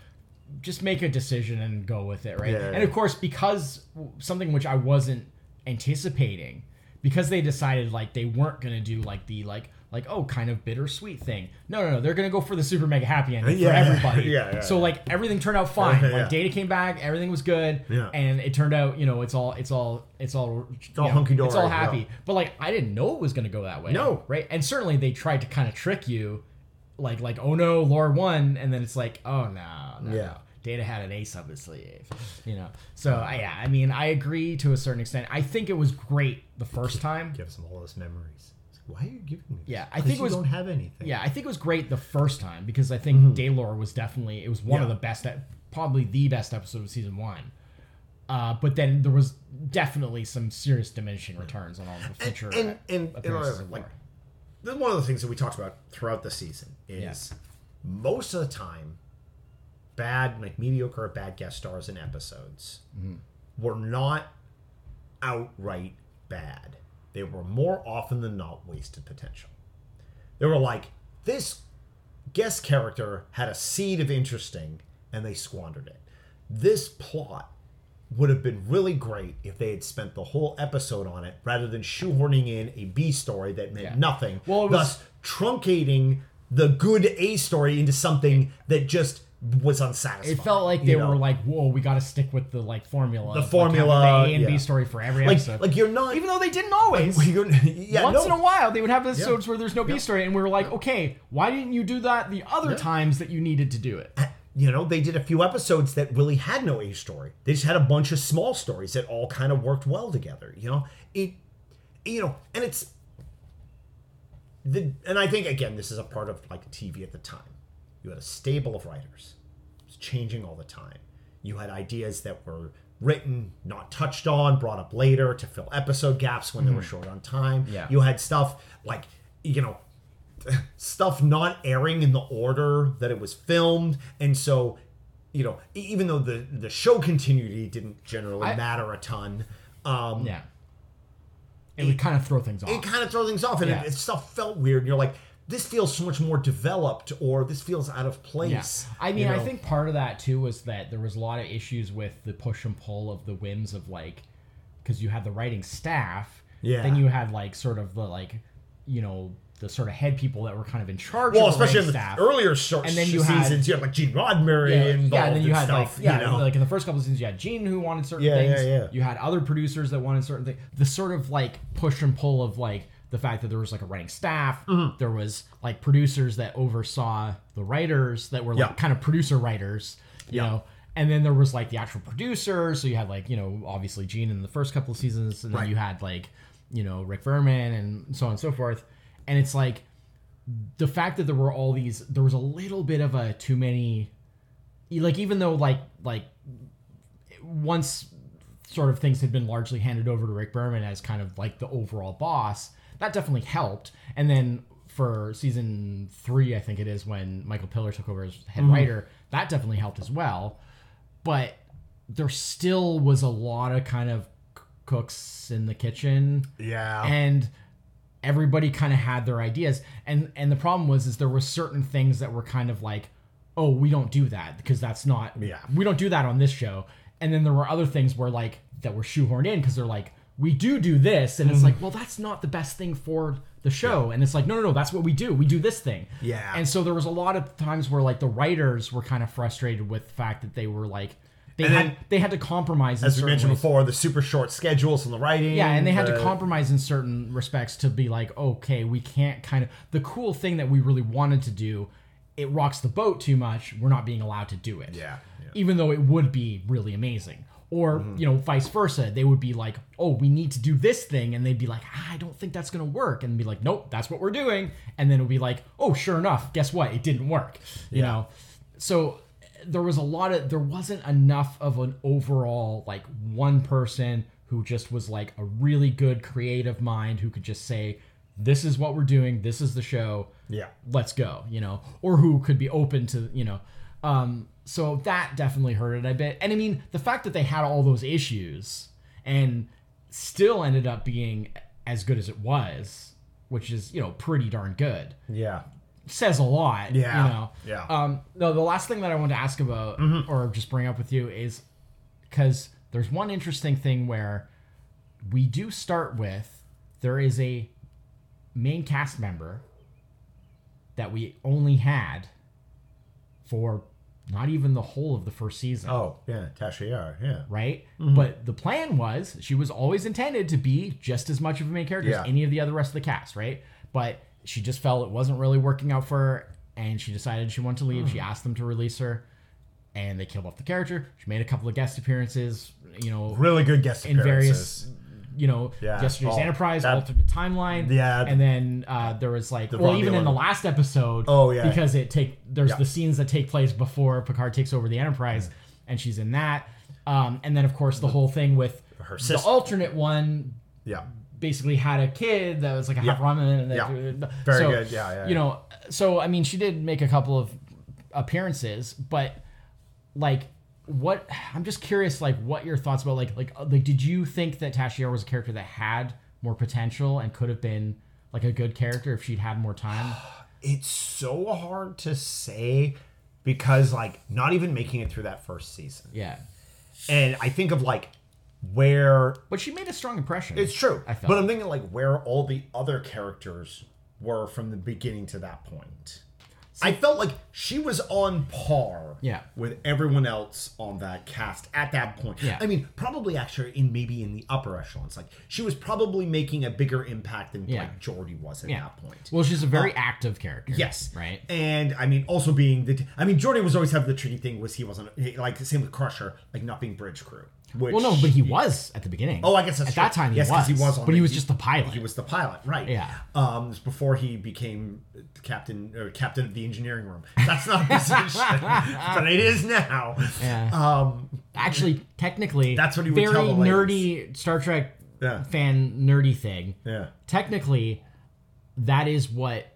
Speaker 2: just make a decision and go with it, right?
Speaker 1: Yeah,
Speaker 2: and
Speaker 1: yeah.
Speaker 2: of course, because something which I wasn't anticipating, because they decided like they weren't gonna do like the like like oh kind of bittersweet thing. No, no, no. They're gonna go for the super mega happy ending
Speaker 1: Yeah,
Speaker 2: for
Speaker 1: yeah,
Speaker 2: everybody.
Speaker 1: yeah, yeah,
Speaker 2: so
Speaker 1: yeah.
Speaker 2: like everything turned out fine.
Speaker 1: Yeah, yeah.
Speaker 2: Like data came back, everything was good,
Speaker 1: Yeah.
Speaker 2: and it turned out you know it's all it's all it's all it's
Speaker 1: all hunky-dory,
Speaker 2: It's all
Speaker 1: yeah.
Speaker 2: happy. But like I didn't know it was gonna go that way.
Speaker 1: No.
Speaker 2: right? And certainly they tried to kind of trick you, like like oh no, lore one, and then it's like oh no, no,
Speaker 1: Yeah.
Speaker 2: no. Data had an ace up his sleeve, you know. So I, yeah, I mean, I agree to a certain extent. I think it was great the first time.
Speaker 1: gives them all those memories. It's like, Why are you giving me? This?
Speaker 2: Yeah, I
Speaker 1: 'Cause
Speaker 2: think it
Speaker 1: you
Speaker 2: was-
Speaker 1: don't have anything.
Speaker 2: Yeah, I think it was great the first time because I think Daylore was definitely it was one of
Speaker 1: Yeah.
Speaker 2: the best, e, probably the best episode of season one. Uh, but then there was definitely some serious diminishing returns on all the future
Speaker 1: and- and- and
Speaker 2: appearances
Speaker 1: whatever,
Speaker 2: of
Speaker 1: like,
Speaker 2: Lore.
Speaker 1: This is one of the things that we talked about throughout the season is most of the time, bad like mediocre or bad guest stars in episodes were not outright bad. They were more often than not wasted potential. They were like, this guest character had a seed of interesting and they squandered it. This plot would have been really great if they had spent the whole episode on it rather than shoehorning in a B story that meant
Speaker 2: Yeah.
Speaker 1: nothing,
Speaker 2: Well, it was-
Speaker 1: thus truncating the good A story into something that just was unsatisfying.
Speaker 2: It felt like they
Speaker 1: you
Speaker 2: were
Speaker 1: know?
Speaker 2: like, "Whoa, we got to stick with the like formula,
Speaker 1: The
Speaker 2: of, like,
Speaker 1: formula,
Speaker 2: having the A and
Speaker 1: yeah.
Speaker 2: B story for every
Speaker 1: like,
Speaker 2: episode."
Speaker 1: like you're not
Speaker 2: even though they didn't always.
Speaker 1: you're, yeah,
Speaker 2: Once
Speaker 1: no.
Speaker 2: in a while, they would have episodes where there's no B story, and we were like, "Okay, why didn't you do that the other times that you needed to do it?"
Speaker 1: you know, they did a few episodes that really had no A story. They just had a bunch of small stories that all kind of worked well together. You know, it, you know, and it's the, and I think again, this is a part of like TV at the time. You had a stable of writers, it was changing all the time. You had ideas that were written, not touched on, brought up later to fill episode gaps when they were short on time.
Speaker 2: Yeah.
Speaker 1: You had stuff like, you know, stuff not airing in the order that it was filmed and so you know e- even though the the show continuity didn't generally
Speaker 2: I-
Speaker 1: matter a ton um
Speaker 2: Yeah, it, would kind of throw things off.
Speaker 1: it kind of throws things off and
Speaker 2: Yeah.
Speaker 1: it, it stuff felt weird and you're like this feels so much more developed or this feels out of
Speaker 2: Yeah.
Speaker 1: place
Speaker 2: I
Speaker 1: you
Speaker 2: mean, I
Speaker 1: know?
Speaker 2: think part of that too was that there was a lot of issues with the push and pull of the whims of like, because you had the writing staff,
Speaker 1: Yeah.
Speaker 2: Then you had like sort of the like, you know, the sort of head people that were kind of in charge.
Speaker 1: well
Speaker 2: of the
Speaker 1: especially in
Speaker 2: writing
Speaker 1: the
Speaker 2: staff.
Speaker 1: earlier short
Speaker 2: And then you had-
Speaker 1: seasons you had like gene roddenberry
Speaker 2: yeah,
Speaker 1: involved
Speaker 2: yeah, and then you
Speaker 1: and
Speaker 2: had
Speaker 1: stuff
Speaker 2: like yeah,
Speaker 1: you know
Speaker 2: like in the first couple of seasons, you had Gene who wanted certain
Speaker 1: Yeah, yeah,
Speaker 2: things.
Speaker 1: yeah.
Speaker 2: You had other producers that wanted certain things. The sort of like push and pull of like the fact that there was like a writing staff,
Speaker 1: Mm-hmm.
Speaker 2: there was like producers that oversaw the writers that were like
Speaker 1: Yeah.
Speaker 2: kind of producer writers, you
Speaker 1: Yeah.
Speaker 2: know. And then there was like the actual producer, so you had like you know obviously Gene in the first couple of seasons, and
Speaker 1: Right.
Speaker 2: then you had like you know Rick Verman and so on and so forth. And it's like the fact that there were all these there was a little bit of a too many like even though like like once sort of things had been largely handed over to Rick Berman as kind of like the overall boss that definitely helped and then for season 3 I think it is when Michael Piller took over as head writer that definitely helped as well but there still was a lot of kind of c- cooks in the kitchen
Speaker 1: yeah
Speaker 2: and everybody kind of had their ideas and and the problem was is there were certain things that were kind of like oh we don't do that because that's not
Speaker 1: Yeah.
Speaker 2: we don't do that on this show and then there were other things where like that were shoehorned in because they're like we do do this and
Speaker 1: Mm-hmm.
Speaker 2: it's like well that's not the best thing for the show and it's like no no no that's what we do we do this thing
Speaker 1: Yeah.
Speaker 2: and so there was a lot of times where like the writers were kind of frustrated with the fact that they were like they
Speaker 1: And
Speaker 2: had
Speaker 1: then-
Speaker 2: they had to compromise in
Speaker 1: as we
Speaker 2: certain
Speaker 1: mentioned
Speaker 2: ways.
Speaker 1: before the super short schedules and the writing
Speaker 2: Yeah, and they had to
Speaker 1: the-
Speaker 2: compromise in certain respects to be like, okay, we can't kind of the cool thing that we really wanted to do, it rocks the boat too much. We're not being allowed to do it.
Speaker 1: Yeah, yeah. Mm-hmm.
Speaker 2: Even though it would be really amazing. Or, you know, vice versa. They would be like, oh, we need to do this thing. And they'd be like, ah, I don't think that's going to work. And be like, nope, that's what we're doing. And then it would be like, oh, sure enough, guess what? It didn't work. You know? So there was a lot of there wasn't enough of an overall like one person who just was like a really good creative mind who could just say this is what we're doing this is the show
Speaker 1: Yeah.
Speaker 2: let's go you know or who could be open to you know um so that definitely hurt it a bit and i mean the fact that they had all those issues and still ended up being as good as it was which is you know pretty darn good
Speaker 1: yeah
Speaker 2: says a lot.
Speaker 1: Yeah,
Speaker 2: You know?
Speaker 1: yeah.
Speaker 2: Um, no, the last thing that I wanted to ask about or just bring up with you is because there's one interesting thing where we do start with there is a main cast member that we only had for not even the whole of the first season.
Speaker 1: oh yeah tasha yar yeah Mm-hmm.
Speaker 2: Right, but the plan was she was always intended to be just as much of a main character
Speaker 1: Yeah.
Speaker 2: as any of the other rest of the cast, right? But she just felt it wasn't really working out for her, and she decided she wanted to leave.
Speaker 1: Mm.
Speaker 2: She asked them to release her, and they killed off the character. She made a couple of guest appearances, you know,
Speaker 1: really good guest
Speaker 2: in
Speaker 1: appearances.
Speaker 2: various, you know,
Speaker 1: Yeah,
Speaker 2: yesterday's
Speaker 1: well,
Speaker 2: Enterprise,
Speaker 1: that-
Speaker 2: alternate timeline,
Speaker 1: Yeah.
Speaker 2: and then uh, there was like, well,
Speaker 1: Ron
Speaker 2: even in
Speaker 1: Dillon.
Speaker 2: the last episode,
Speaker 1: Oh, yeah.
Speaker 2: because it take there's
Speaker 1: Yeah. Mm.
Speaker 2: the scenes that take place before Picard takes over the Enterprise, and she's in that, um, and then of course the whole thing with
Speaker 1: Her
Speaker 2: the
Speaker 1: sister.
Speaker 2: alternate one
Speaker 1: yeah
Speaker 2: basically had a kid that was like a half
Speaker 1: Yeah.
Speaker 2: Roman. And
Speaker 1: Yeah.
Speaker 2: that,
Speaker 1: Very
Speaker 2: so,
Speaker 1: good. Yeah, yeah,
Speaker 2: You know, so I mean, she did make a couple of appearances, but like, what? I'm just curious, like, what your thoughts about like, like, uh, like, did you think that Tashier was a character that had more potential and could have been like a good character if she'd had more time?
Speaker 1: it's so hard to say because like not even making it through that first season.
Speaker 2: Yeah.
Speaker 1: And I think of like where
Speaker 2: But she made a strong impression.
Speaker 1: it's true,
Speaker 2: I felt.
Speaker 1: but I'm thinking like where all the other characters were from the beginning to that point. I felt like she was on par
Speaker 2: Yeah.
Speaker 1: with everyone else on that cast at that point.
Speaker 2: Yeah.
Speaker 1: I mean, probably actually in maybe in the upper echelons. Like she was probably making a bigger impact than
Speaker 2: Yeah.
Speaker 1: like Jordy was at
Speaker 2: Yeah.
Speaker 1: that point.
Speaker 2: well, she's a very active character.
Speaker 1: Yes.
Speaker 2: Right.
Speaker 1: And I mean, also being the, I mean, Jordy was always having the tricky thing was he wasn't he- like the same with Crusher, like not being bridge crew. Which,
Speaker 2: Well, no, but he was at the beginning.
Speaker 1: oh, I guess that's
Speaker 2: at that
Speaker 1: true.
Speaker 2: time he
Speaker 1: yes, 'cause
Speaker 2: was.
Speaker 1: he was, on
Speaker 2: but he
Speaker 1: the-
Speaker 2: was just the pilot.
Speaker 1: He was the pilot, right?
Speaker 2: Yeah.
Speaker 1: Um, it was before he became the captain or captain of the engineering room. That's not a position, but it is now.
Speaker 2: Yeah.
Speaker 1: Um,
Speaker 2: Actually, technically,
Speaker 1: That's what he would
Speaker 2: very
Speaker 1: tell the ladies.
Speaker 2: nerdy Star Trek
Speaker 1: Yeah.
Speaker 2: fan nerdy thing.
Speaker 1: yeah.
Speaker 2: Technically, that is what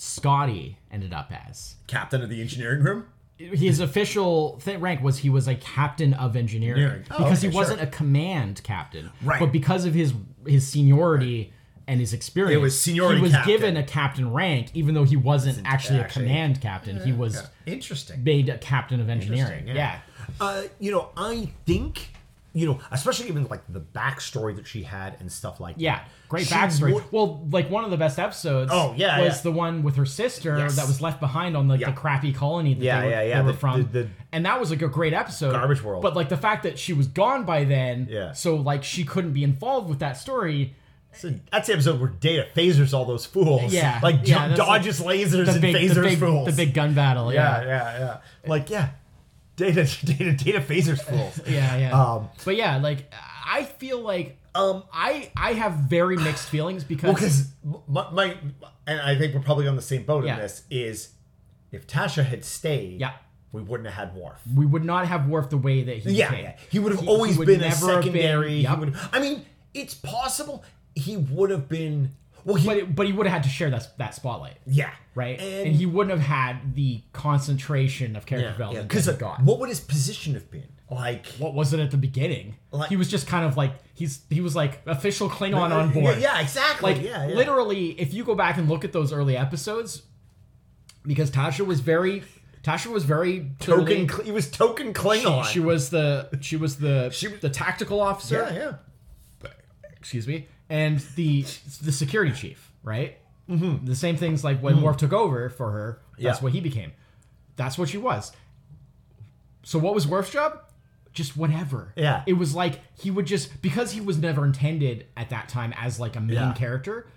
Speaker 2: Scotty ended up as.
Speaker 1: Captain of the engineering room.
Speaker 2: his official th- rank was he was a captain of engineering
Speaker 1: Engineering. Oh,
Speaker 2: because
Speaker 1: okay,
Speaker 2: he wasn't
Speaker 1: sure.
Speaker 2: a command captain,
Speaker 1: Right.
Speaker 2: But because of his his seniority and his experience,
Speaker 1: It was seniority
Speaker 2: He was
Speaker 1: captain.
Speaker 2: given a captain rank, even though he wasn't actually a
Speaker 1: actually-
Speaker 2: command captain. he was
Speaker 1: Interesting.
Speaker 2: made a captain of engineering.
Speaker 1: Interesting,
Speaker 2: Yeah.
Speaker 1: yeah. Uh, you know, I think, you know, especially given like the backstory that she had and stuff like
Speaker 2: Yeah,
Speaker 1: that.
Speaker 2: great
Speaker 1: She
Speaker 2: backstory.
Speaker 1: would-
Speaker 2: well, like one of the best episodes.
Speaker 1: Oh, yeah,
Speaker 2: was
Speaker 1: yeah.
Speaker 2: the one with her sister
Speaker 1: Yes.
Speaker 2: that was left behind on like
Speaker 1: Yeah.
Speaker 2: the crappy colony that
Speaker 1: Yeah,
Speaker 2: they were,
Speaker 1: yeah,
Speaker 2: they
Speaker 1: yeah,
Speaker 2: were
Speaker 1: the-
Speaker 2: from,
Speaker 1: the- the-
Speaker 2: and that was like a great episode.
Speaker 1: Garbage world.
Speaker 2: But like the fact that she was gone by then,
Speaker 1: Yeah.
Speaker 2: So like she couldn't be involved with that story.
Speaker 1: so that's the episode where Data phasers all those fools.
Speaker 2: Yeah,
Speaker 1: Like
Speaker 2: yeah,
Speaker 1: ju-
Speaker 2: that's like
Speaker 1: dodges lasers
Speaker 2: The
Speaker 1: and
Speaker 2: big,
Speaker 1: phasers
Speaker 2: the big,
Speaker 1: fools.
Speaker 2: the big gun battle.
Speaker 1: yeah,
Speaker 2: Yeah,
Speaker 1: yeah, yeah. Like, yeah. Data, data, data phasers fools.
Speaker 2: yeah, yeah.
Speaker 1: Um,
Speaker 2: but yeah, like I feel like
Speaker 1: Um,
Speaker 2: I I have very mixed feelings because
Speaker 1: Well, because my, my, and I think we're probably on the same boat
Speaker 2: Yeah.
Speaker 1: in this, is if Tasha had stayed,
Speaker 2: Yeah.
Speaker 1: we wouldn't have had Worf.
Speaker 2: we would not have Worf the way that he
Speaker 1: Yeah,
Speaker 2: became.
Speaker 1: yeah. he would have
Speaker 2: He-
Speaker 1: always
Speaker 2: he would
Speaker 1: been a
Speaker 2: never have been-
Speaker 1: secondary. he
Speaker 2: Yup.
Speaker 1: would- I mean, it's possible he would have been. Well, he,
Speaker 2: But it, but he would have had to share that that spotlight,
Speaker 1: yeah,
Speaker 2: right? And,
Speaker 1: and,
Speaker 2: he wouldn't have had the concentration of character
Speaker 1: yeah,
Speaker 2: development
Speaker 1: because
Speaker 2: that he
Speaker 1: like,
Speaker 2: got.
Speaker 1: what would his position have been? Like,
Speaker 2: what was it at the beginning?
Speaker 1: Like-
Speaker 2: he was just kind of like he's he was like official Klingon on
Speaker 1: Yeah,
Speaker 2: board.
Speaker 1: Yeah, exactly.
Speaker 2: Like
Speaker 1: yeah, yeah.
Speaker 2: literally, if you go back and look at those early episodes, because Tasha was very Tasha was very
Speaker 1: token.
Speaker 2: clearly-
Speaker 1: Kl- He was token Klingon.
Speaker 2: She was the she was the
Speaker 1: She was-
Speaker 2: the tactical officer.
Speaker 1: yeah, yeah.
Speaker 2: excuse me, and the the security chief, right? Mm-hmm. The same things like when Worf took over for her. That's
Speaker 1: Yeah.
Speaker 2: what he became. That's what she was. So what was Worf's job? Just whatever.
Speaker 1: Yeah.
Speaker 2: It was like he would just because he was never intended at that time as like a main
Speaker 1: Yeah.
Speaker 2: character.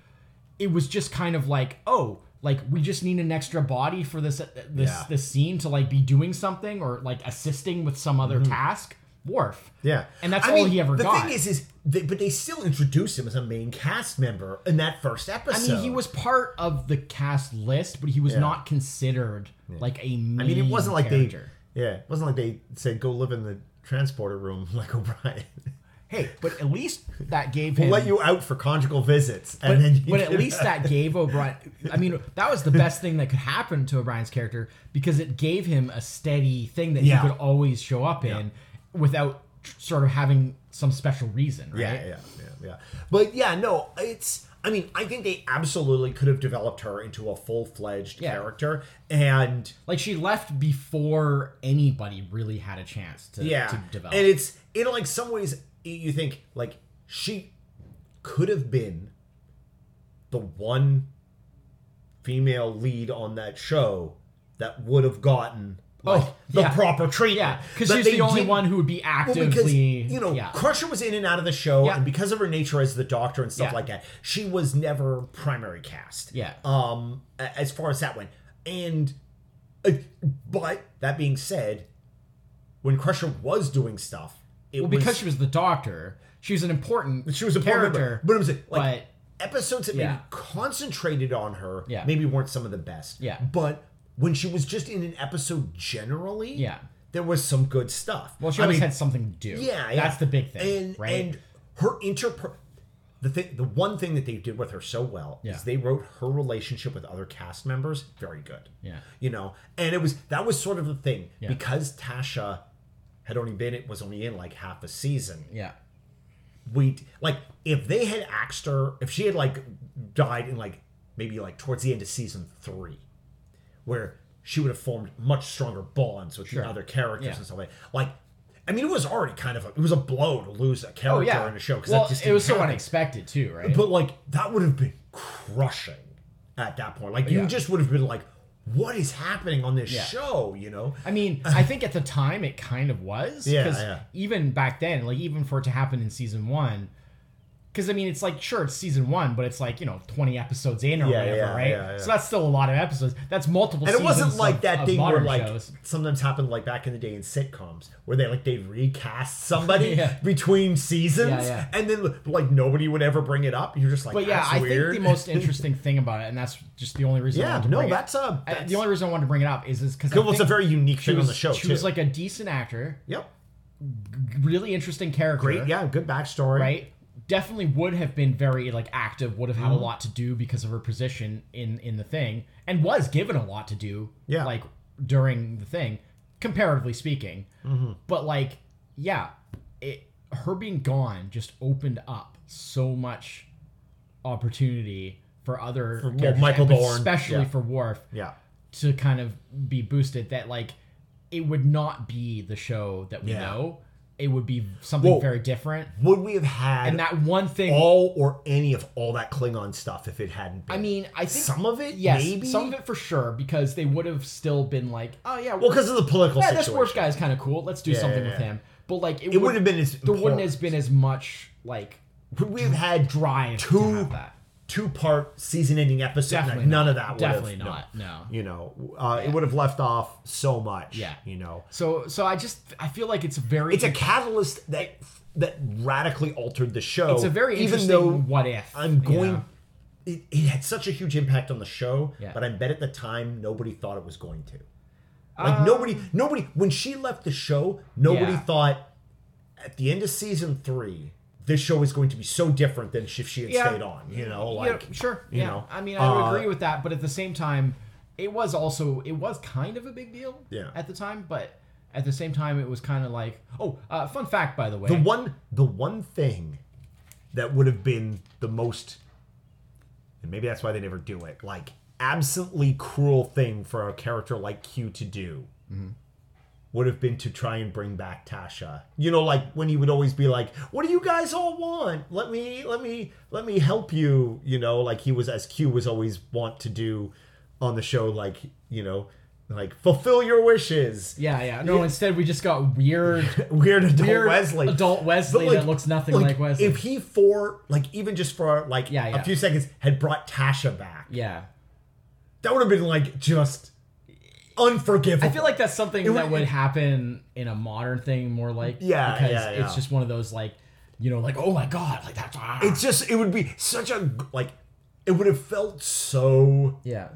Speaker 2: It was just kind of like oh. Like we just need an extra body for this uh, this
Speaker 1: Yeah.
Speaker 2: this scene to like be doing something or like assisting with some other task. Worf.
Speaker 1: Mm-hmm. Yeah,
Speaker 2: And that's
Speaker 1: I
Speaker 2: all
Speaker 1: mean,
Speaker 2: he ever
Speaker 1: the
Speaker 2: got.
Speaker 1: thing is, is they, but they still introduced him as a main cast member in that first
Speaker 2: I
Speaker 1: episode.
Speaker 2: mean, he was part of the cast list, but he was not considered like a main
Speaker 1: I mean, it wasn't like
Speaker 2: character.
Speaker 1: they. Yeah, it wasn't like they said go live in the transporter room like O'Brien.
Speaker 2: Hey, but at least that gave him.
Speaker 1: We'll let you out for conjugal visits, and
Speaker 2: but
Speaker 1: then you
Speaker 2: but at
Speaker 1: can-
Speaker 2: least that gave O'Brien. I mean, that was the best thing that could happen to O'Brien's character because it gave him a steady thing that
Speaker 1: Yeah.
Speaker 2: he could always show up in without tr- sort of having some special reason, right?
Speaker 1: yeah, yeah, yeah, yeah. But yeah, no, it's. I mean, I think they absolutely could have developed her into a full fledged
Speaker 2: Yeah.
Speaker 1: character, and
Speaker 2: Like she left before anybody really had a chance to,
Speaker 1: yeah,
Speaker 2: to develop.
Speaker 1: and it's in like some ways you think like she could have been the one female lead on that show that would have gotten like
Speaker 2: Oh,
Speaker 1: the
Speaker 2: yeah.
Speaker 1: proper treatment
Speaker 2: yeah, because
Speaker 1: that
Speaker 2: she's
Speaker 1: they
Speaker 2: the only
Speaker 1: didn't-
Speaker 2: one who would be
Speaker 1: Well,
Speaker 2: actively,
Speaker 1: because you know,
Speaker 2: yeah.
Speaker 1: Crusher was in and out of the show,
Speaker 2: Yeah.
Speaker 1: and because of her nature as the Doctor and stuff
Speaker 2: Yeah.
Speaker 1: like that, she was never primary cast.
Speaker 2: Yeah.
Speaker 1: Um, a- as far as that went, and uh, but that being said, when Crusher was doing stuff, it
Speaker 2: Well,
Speaker 1: was
Speaker 2: because she was the doctor, she was an important.
Speaker 1: she was a part of it,
Speaker 2: character.
Speaker 1: But I'm saying, like episodes that
Speaker 2: Yeah.
Speaker 1: maybe concentrated on her,
Speaker 2: Yeah.
Speaker 1: maybe weren't some of the best.
Speaker 2: Yeah.
Speaker 1: But when she was just in an episode generally,
Speaker 2: Yeah.
Speaker 1: there was some good stuff.
Speaker 2: well, she
Speaker 1: I
Speaker 2: always
Speaker 1: mean,
Speaker 2: had something to do.
Speaker 1: yeah, yeah.
Speaker 2: that's the big thing,
Speaker 1: And,
Speaker 2: right?
Speaker 1: And her interper the thing, the one thing that they did with her so well
Speaker 2: Yeah.
Speaker 1: is they wrote her relationship with other cast members very good.
Speaker 2: Yeah.
Speaker 1: you know, and it was that was sort of the thing because Tasha had only been it was only in like half a season.
Speaker 2: yeah,
Speaker 1: We like if they had axed her if she had like died in like maybe like towards the end of season three. where she would have formed much stronger bonds with
Speaker 2: Sure.
Speaker 1: the other characters
Speaker 2: Yeah.
Speaker 1: and stuff like like. I mean, it was already kind of a, it was a blow to lose a
Speaker 2: Oh
Speaker 1: character
Speaker 2: yeah,
Speaker 1: in a show because
Speaker 2: well,
Speaker 1: that just
Speaker 2: it was
Speaker 1: didn't
Speaker 2: so
Speaker 1: happen.
Speaker 2: unexpected too, right?
Speaker 1: But like that would have been crushing at that point. Like you
Speaker 2: Yeah.
Speaker 1: just would have been like, "What is happening on this
Speaker 2: Yeah.
Speaker 1: show?" You know.
Speaker 2: I mean, I think at the time it kind of was.
Speaker 1: Yeah,
Speaker 2: 'cause
Speaker 1: yeah.
Speaker 2: Even back then, like even for it to happen in season one, because I mean, it's like sure it's season one, but it's like you know twenty episodes in or
Speaker 1: Yeah,
Speaker 2: whatever,
Speaker 1: yeah,
Speaker 2: right?
Speaker 1: yeah, yeah.
Speaker 2: So that's still a lot of episodes. That's multiple.
Speaker 1: and it wasn't
Speaker 2: seasons
Speaker 1: like
Speaker 2: of-
Speaker 1: that
Speaker 2: of
Speaker 1: thing where
Speaker 2: modern
Speaker 1: like
Speaker 2: shows.
Speaker 1: sometimes happened like back in the day in sitcoms where they like they recast somebody
Speaker 2: Yeah.
Speaker 1: between seasons
Speaker 2: Yeah, yeah.
Speaker 1: and then like nobody would ever bring it up. You're just like,
Speaker 2: But yeah,
Speaker 1: that's
Speaker 2: I
Speaker 1: weird.
Speaker 2: think the most interesting thing about it, and that's just the only reason. I
Speaker 1: yeah,
Speaker 2: wanted to
Speaker 1: no,
Speaker 2: bring it-
Speaker 1: that's a
Speaker 2: I-
Speaker 1: that's,
Speaker 2: the only reason I wanted to bring it up is is because
Speaker 1: well, it's a very unique
Speaker 2: she
Speaker 1: thing
Speaker 2: was,
Speaker 1: on the show
Speaker 2: She
Speaker 1: too.
Speaker 2: was like a decent actor,
Speaker 1: yep,
Speaker 2: really interesting character,
Speaker 1: great, yeah, good backstory,
Speaker 2: right? Definitely would have been very like active, would have had
Speaker 1: Mm-hmm.
Speaker 2: a lot to do because of her position in in the thing, and was given a lot to do,
Speaker 1: Yeah.
Speaker 2: like during the thing, comparatively speaking.
Speaker 1: Mm-hmm.
Speaker 2: But like, yeah, it her being gone just opened up so much opportunity for other
Speaker 1: For, well,
Speaker 2: characters,
Speaker 1: Michael
Speaker 2: and
Speaker 1: Dorn,
Speaker 2: especially
Speaker 1: yeah.
Speaker 2: for Worf
Speaker 1: Yeah,
Speaker 2: to kind of be boosted that like it would not be the show that we
Speaker 1: Yeah.
Speaker 2: know. It would be something
Speaker 1: Well,
Speaker 2: very different.
Speaker 1: would we have had
Speaker 2: And that one thing
Speaker 1: all or any of all that Klingon stuff if it hadn't been?
Speaker 2: I mean, I think
Speaker 1: some of it,
Speaker 2: yes,
Speaker 1: maybe.
Speaker 2: some of it for sure, because they would have still been like, Oh yeah,
Speaker 1: well, because of the political
Speaker 2: yeah, this
Speaker 1: situation,
Speaker 2: Worf guy's kinda cool. Let's do
Speaker 1: Yeah,
Speaker 2: something
Speaker 1: yeah,
Speaker 2: with
Speaker 1: yeah.
Speaker 2: him. But like it,
Speaker 1: it would have been as
Speaker 2: there wouldn't has been as much like
Speaker 1: Would we have had
Speaker 2: drive to
Speaker 1: Two-
Speaker 2: have that.
Speaker 1: two part season ending episode.
Speaker 2: Definitely
Speaker 1: like, none
Speaker 2: not.
Speaker 1: of that. would
Speaker 2: Definitely
Speaker 1: have,
Speaker 2: not, no.
Speaker 1: You know, uh, it would have left off so much.
Speaker 2: Yeah.
Speaker 1: You know,
Speaker 2: So so I just I feel like it's very
Speaker 1: it's a catalyst that that radically altered the show.
Speaker 2: it's a very
Speaker 1: even
Speaker 2: interesting
Speaker 1: though
Speaker 2: what if.
Speaker 1: I'm
Speaker 2: you
Speaker 1: going.
Speaker 2: know?
Speaker 1: It, it had such a huge impact on the show,
Speaker 2: Yeah.
Speaker 1: but I bet at the time nobody thought it was going to. Like nobody, nobody. When she left the show, nobody
Speaker 2: Uh, Yeah.
Speaker 1: thought at the end of season three, this show is going to be so different than if she had
Speaker 2: Yeah.
Speaker 1: stayed on. You know,
Speaker 2: Yeah,
Speaker 1: like
Speaker 2: sure.
Speaker 1: you
Speaker 2: yeah.
Speaker 1: know,
Speaker 2: I mean, I would
Speaker 1: uh,
Speaker 2: agree with that, but at the same time, it was also it was kind of a big deal.
Speaker 1: Yeah.
Speaker 2: At the time, but at the same time, it was kind of like, oh, uh, fun fact, by the way,
Speaker 1: the one the one thing that would have been the most and maybe that's why they never do it like absently cruel thing for a character like q to do would have been to try and bring back tasha you know like when he would always be like what do you guys all want let me let me let me help you you know like he was as q was always want to do on the show like you know like fulfill your wishes
Speaker 2: yeah, yeah. No, instead we just got weird,
Speaker 1: weird adult
Speaker 2: weird
Speaker 1: wesley
Speaker 2: adult
Speaker 1: but,
Speaker 2: Wesley
Speaker 1: like,
Speaker 2: that looks nothing like, Wesley.
Speaker 1: If he for like even just for like
Speaker 2: Yeah, yeah.
Speaker 1: a few seconds had brought Tasha back,
Speaker 2: yeah.
Speaker 1: that would have been like just unforgivable.
Speaker 2: I feel like that's something
Speaker 1: It would-
Speaker 2: that would happen in a modern thing, more like
Speaker 1: Yeah,
Speaker 2: because
Speaker 1: yeah, yeah.
Speaker 2: it's just one of those like, you know, like oh my god, like that's ah.
Speaker 1: it's just it would be such a like it would have felt so
Speaker 2: yeah,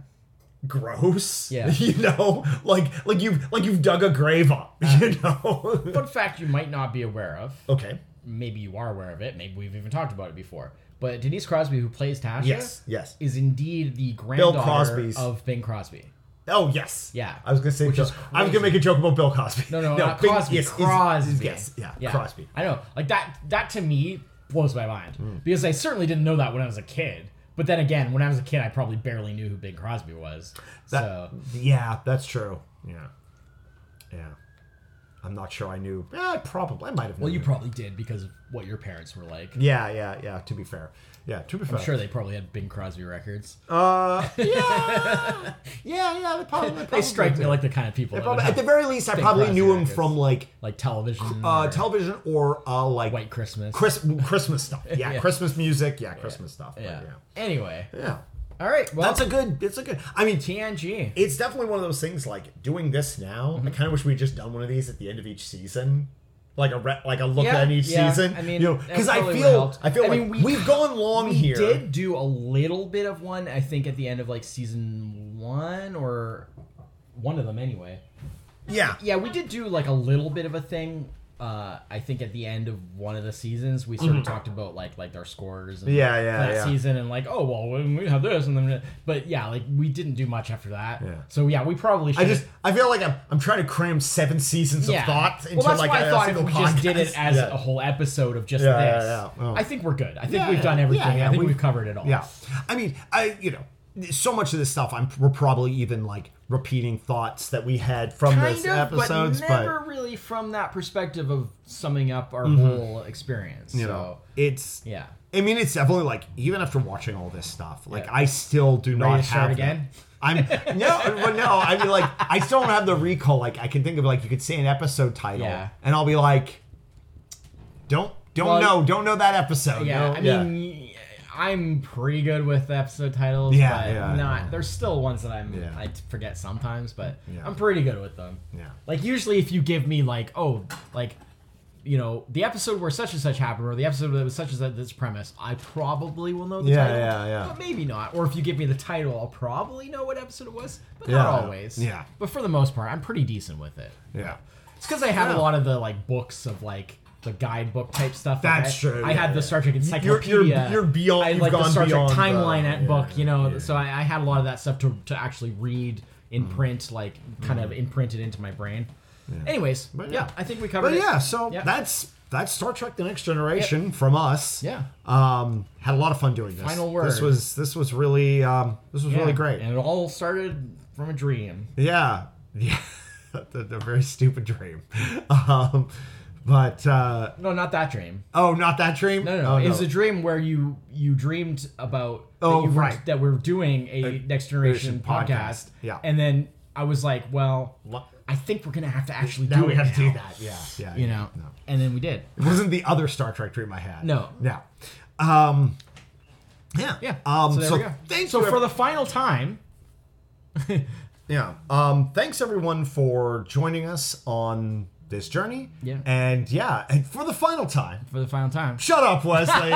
Speaker 1: gross.
Speaker 2: Yeah.
Speaker 1: you know, like like you've like you've dug a grave up. you
Speaker 2: Uh.
Speaker 1: know.
Speaker 2: fun fact you might not be aware of.
Speaker 1: okay.
Speaker 2: maybe you are aware of it. Maybe we've even talked about it before. But Denise Crosby, who plays Tasha,
Speaker 1: Yes. Yes.
Speaker 2: is indeed the granddaughter
Speaker 1: Crosby's-
Speaker 2: of Bing Crosby.
Speaker 1: Oh yes.
Speaker 2: Yeah.
Speaker 1: I was gonna say.
Speaker 2: Which
Speaker 1: Bill-
Speaker 2: is
Speaker 1: I was gonna
Speaker 2: crazy.
Speaker 1: make a joke about Bill Cosby.
Speaker 2: No, no, not
Speaker 1: Bing-
Speaker 2: Crosby.
Speaker 1: yes, is- is-
Speaker 2: Crosby.
Speaker 1: Yes. Yeah. Crosby. Hmm.
Speaker 2: I know. Like that. That to me blows my mind because I certainly didn't know that when I was a kid. But then again, when I was a kid, I probably barely knew who Bing Crosby was.
Speaker 1: That-
Speaker 2: so
Speaker 1: Yeah, that's true. Yeah. Yeah. I'm not sure I knew. Yeah, probably. I might have known.
Speaker 2: well, you probably did because of what your parents were like.
Speaker 1: Yeah, yeah, yeah, to be fair. Yeah, to be fair.
Speaker 2: I'm sure they probably had Bing Crosby records.
Speaker 1: Uh, yeah. yeah, yeah, they probably.
Speaker 2: they strike me like the kind of people
Speaker 1: They
Speaker 2: that would
Speaker 1: probably, at
Speaker 2: have,
Speaker 1: the very least, I probably
Speaker 2: Crosby
Speaker 1: knew him
Speaker 2: records.
Speaker 1: from like
Speaker 2: like television,
Speaker 1: uh,
Speaker 2: or
Speaker 1: television or uh, like
Speaker 2: White Christmas.
Speaker 1: Chris, Christmas stuff. Yeah,
Speaker 2: Yeah.
Speaker 1: Christmas music. Yeah, Christmas stuff. but
Speaker 2: yeah.
Speaker 1: yeah.
Speaker 2: Anyway.
Speaker 1: Yeah.
Speaker 2: All right. Well,
Speaker 1: That's a good. It's a good. I mean,
Speaker 2: TNG.
Speaker 1: it's definitely one of those things like doing this now
Speaker 2: Mm-hmm.
Speaker 1: i kind of wish we had just done one of these at the end of each season like a re- like a look
Speaker 2: Yeah,
Speaker 1: at each
Speaker 2: yeah,
Speaker 1: season
Speaker 2: I mean,
Speaker 1: you know
Speaker 2: that
Speaker 1: because i
Speaker 2: probably
Speaker 1: feel
Speaker 2: would've helped.
Speaker 1: i feel
Speaker 2: I
Speaker 1: like
Speaker 2: mean, we-
Speaker 1: we, have gone long
Speaker 2: We
Speaker 1: here
Speaker 2: did do a little bit of one, I think, at the end of like season one or one of them anyway.
Speaker 1: yeah
Speaker 2: Yeah, we did do like a little bit of a thing. Uh, I think at the end of one of the seasons, we sort of talked about like like our scores. And
Speaker 1: Mm-hmm. Yeah, yeah,
Speaker 2: That
Speaker 1: yeah.
Speaker 2: season and like, oh well, we- we have this and then, but yeah, like we didn't do much after that.
Speaker 1: Yeah.
Speaker 2: So yeah, we probably. Should
Speaker 1: i just i feel like i'm, I'm trying to cram seven seasons of thought into
Speaker 2: well, that's
Speaker 1: like
Speaker 2: why
Speaker 1: a,
Speaker 2: I thought if
Speaker 1: single
Speaker 2: we just did it
Speaker 1: podcast.
Speaker 2: as
Speaker 1: Yeah.
Speaker 2: a whole episode of just
Speaker 1: Yeah, yeah,
Speaker 2: this.
Speaker 1: yeah. Oh.
Speaker 2: I think we're good. I think
Speaker 1: Yeah,
Speaker 2: we've done
Speaker 1: yeah,
Speaker 2: everything.
Speaker 1: yeah,
Speaker 2: I think
Speaker 1: we've-
Speaker 2: we've, covered it all.
Speaker 1: Yeah. I mean, I you know, so much of this stuff I'm we're probably even like repeating thoughts that we had from
Speaker 2: kind
Speaker 1: this
Speaker 2: of,
Speaker 1: episodes,
Speaker 2: but
Speaker 1: but,
Speaker 2: never really from that perspective of summing up our whole experience.
Speaker 1: Mm-hmm. you
Speaker 2: so,
Speaker 1: know, it's
Speaker 2: yeah.
Speaker 1: I mean, it's definitely like even after watching all this stuff, like
Speaker 2: Yeah.
Speaker 1: I still do not
Speaker 2: to start
Speaker 1: have that.
Speaker 2: again?
Speaker 1: I'm no, but no. I mean, like I still don't have the recall. Like I can think of like you could say an episode title,
Speaker 2: Yeah.
Speaker 1: and I'll be like, don't don't
Speaker 2: Well,
Speaker 1: know, don't know that episode.
Speaker 2: Yeah,
Speaker 1: No,
Speaker 2: I mean, I'm pretty good with episode titles.
Speaker 1: Yeah,
Speaker 2: but
Speaker 1: yeah, I
Speaker 2: Not
Speaker 1: know.
Speaker 2: there's still ones that I'm
Speaker 1: Yeah.
Speaker 2: I forget sometimes, but
Speaker 1: Yeah.
Speaker 2: I'm pretty good with them.
Speaker 1: yeah.
Speaker 2: Like usually, if you give me like oh like you know the episode where such and such happened or the episode that was such and such this premise, I probably will know the
Speaker 1: Yeah,
Speaker 2: title.
Speaker 1: yeah, yeah.
Speaker 2: But maybe not. Or if you give me the title, I'll probably know what episode it was, but
Speaker 1: Yeah,
Speaker 2: not always.
Speaker 1: yeah.
Speaker 2: But for the most part, I'm pretty decent with it.
Speaker 1: yeah,
Speaker 2: It's because I have
Speaker 1: Yeah.
Speaker 2: a lot of the like books of like the guidebook type stuff. Like,
Speaker 1: That's
Speaker 2: I,
Speaker 1: true,
Speaker 2: I
Speaker 1: yeah,
Speaker 2: had
Speaker 1: yeah.
Speaker 2: the Star Trek encyclopedia.
Speaker 1: you're beyond-
Speaker 2: I had,
Speaker 1: you've
Speaker 2: like the
Speaker 1: gone
Speaker 2: Star
Speaker 1: beyond the-
Speaker 2: Trek timeline at
Speaker 1: yeah,
Speaker 2: book. You know,
Speaker 1: yeah.
Speaker 2: so I, I had a lot of that stuff to to actually read in print, like kind of imprinted into my brain. Anyways,
Speaker 1: But
Speaker 2: yeah.
Speaker 1: Mm. yeah.
Speaker 2: I think we covered
Speaker 1: But
Speaker 2: it.
Speaker 1: yeah, so
Speaker 2: Yep.
Speaker 1: that's that's Star Trek: The Next Generation from us.
Speaker 2: Yeah.
Speaker 1: um, had a lot of fun doing this.
Speaker 2: Final word.
Speaker 1: This was this was really um, this was
Speaker 2: Yeah.
Speaker 1: really great.
Speaker 2: and it all started from a dream.
Speaker 1: Yeah, yeah, the, the very stupid dream. Um, but uh,
Speaker 2: No, not that dream.
Speaker 1: oh, not that dream.
Speaker 2: No, no,
Speaker 1: Oh,
Speaker 2: no. it was a dream where you you dreamed about
Speaker 1: Oh,
Speaker 2: that you were-
Speaker 1: right.
Speaker 2: that we're doing a, next generation
Speaker 1: generation podcast.
Speaker 2: podcast.
Speaker 1: Yeah.
Speaker 2: and then I was like, well,
Speaker 1: What?
Speaker 2: I think we're gonna have to actually
Speaker 1: Now
Speaker 2: do
Speaker 1: we
Speaker 2: it.
Speaker 1: have to do
Speaker 2: now.
Speaker 1: that. Yeah, yeah.
Speaker 2: you
Speaker 1: yeah.
Speaker 2: know.
Speaker 1: No.
Speaker 2: And then we did.
Speaker 1: it wasn't the other Star Trek dream I had.
Speaker 2: No.
Speaker 1: no. Um, yeah,
Speaker 2: Yeah.
Speaker 1: Um, so,
Speaker 2: there we go.
Speaker 1: thank
Speaker 2: so
Speaker 1: you
Speaker 2: for the final time.
Speaker 1: Yeah. Um, thanks everyone for joining us on this journey.
Speaker 2: Yeah.
Speaker 1: And yeah, and for the final time,
Speaker 2: For the final time.
Speaker 1: shut up, Wesley.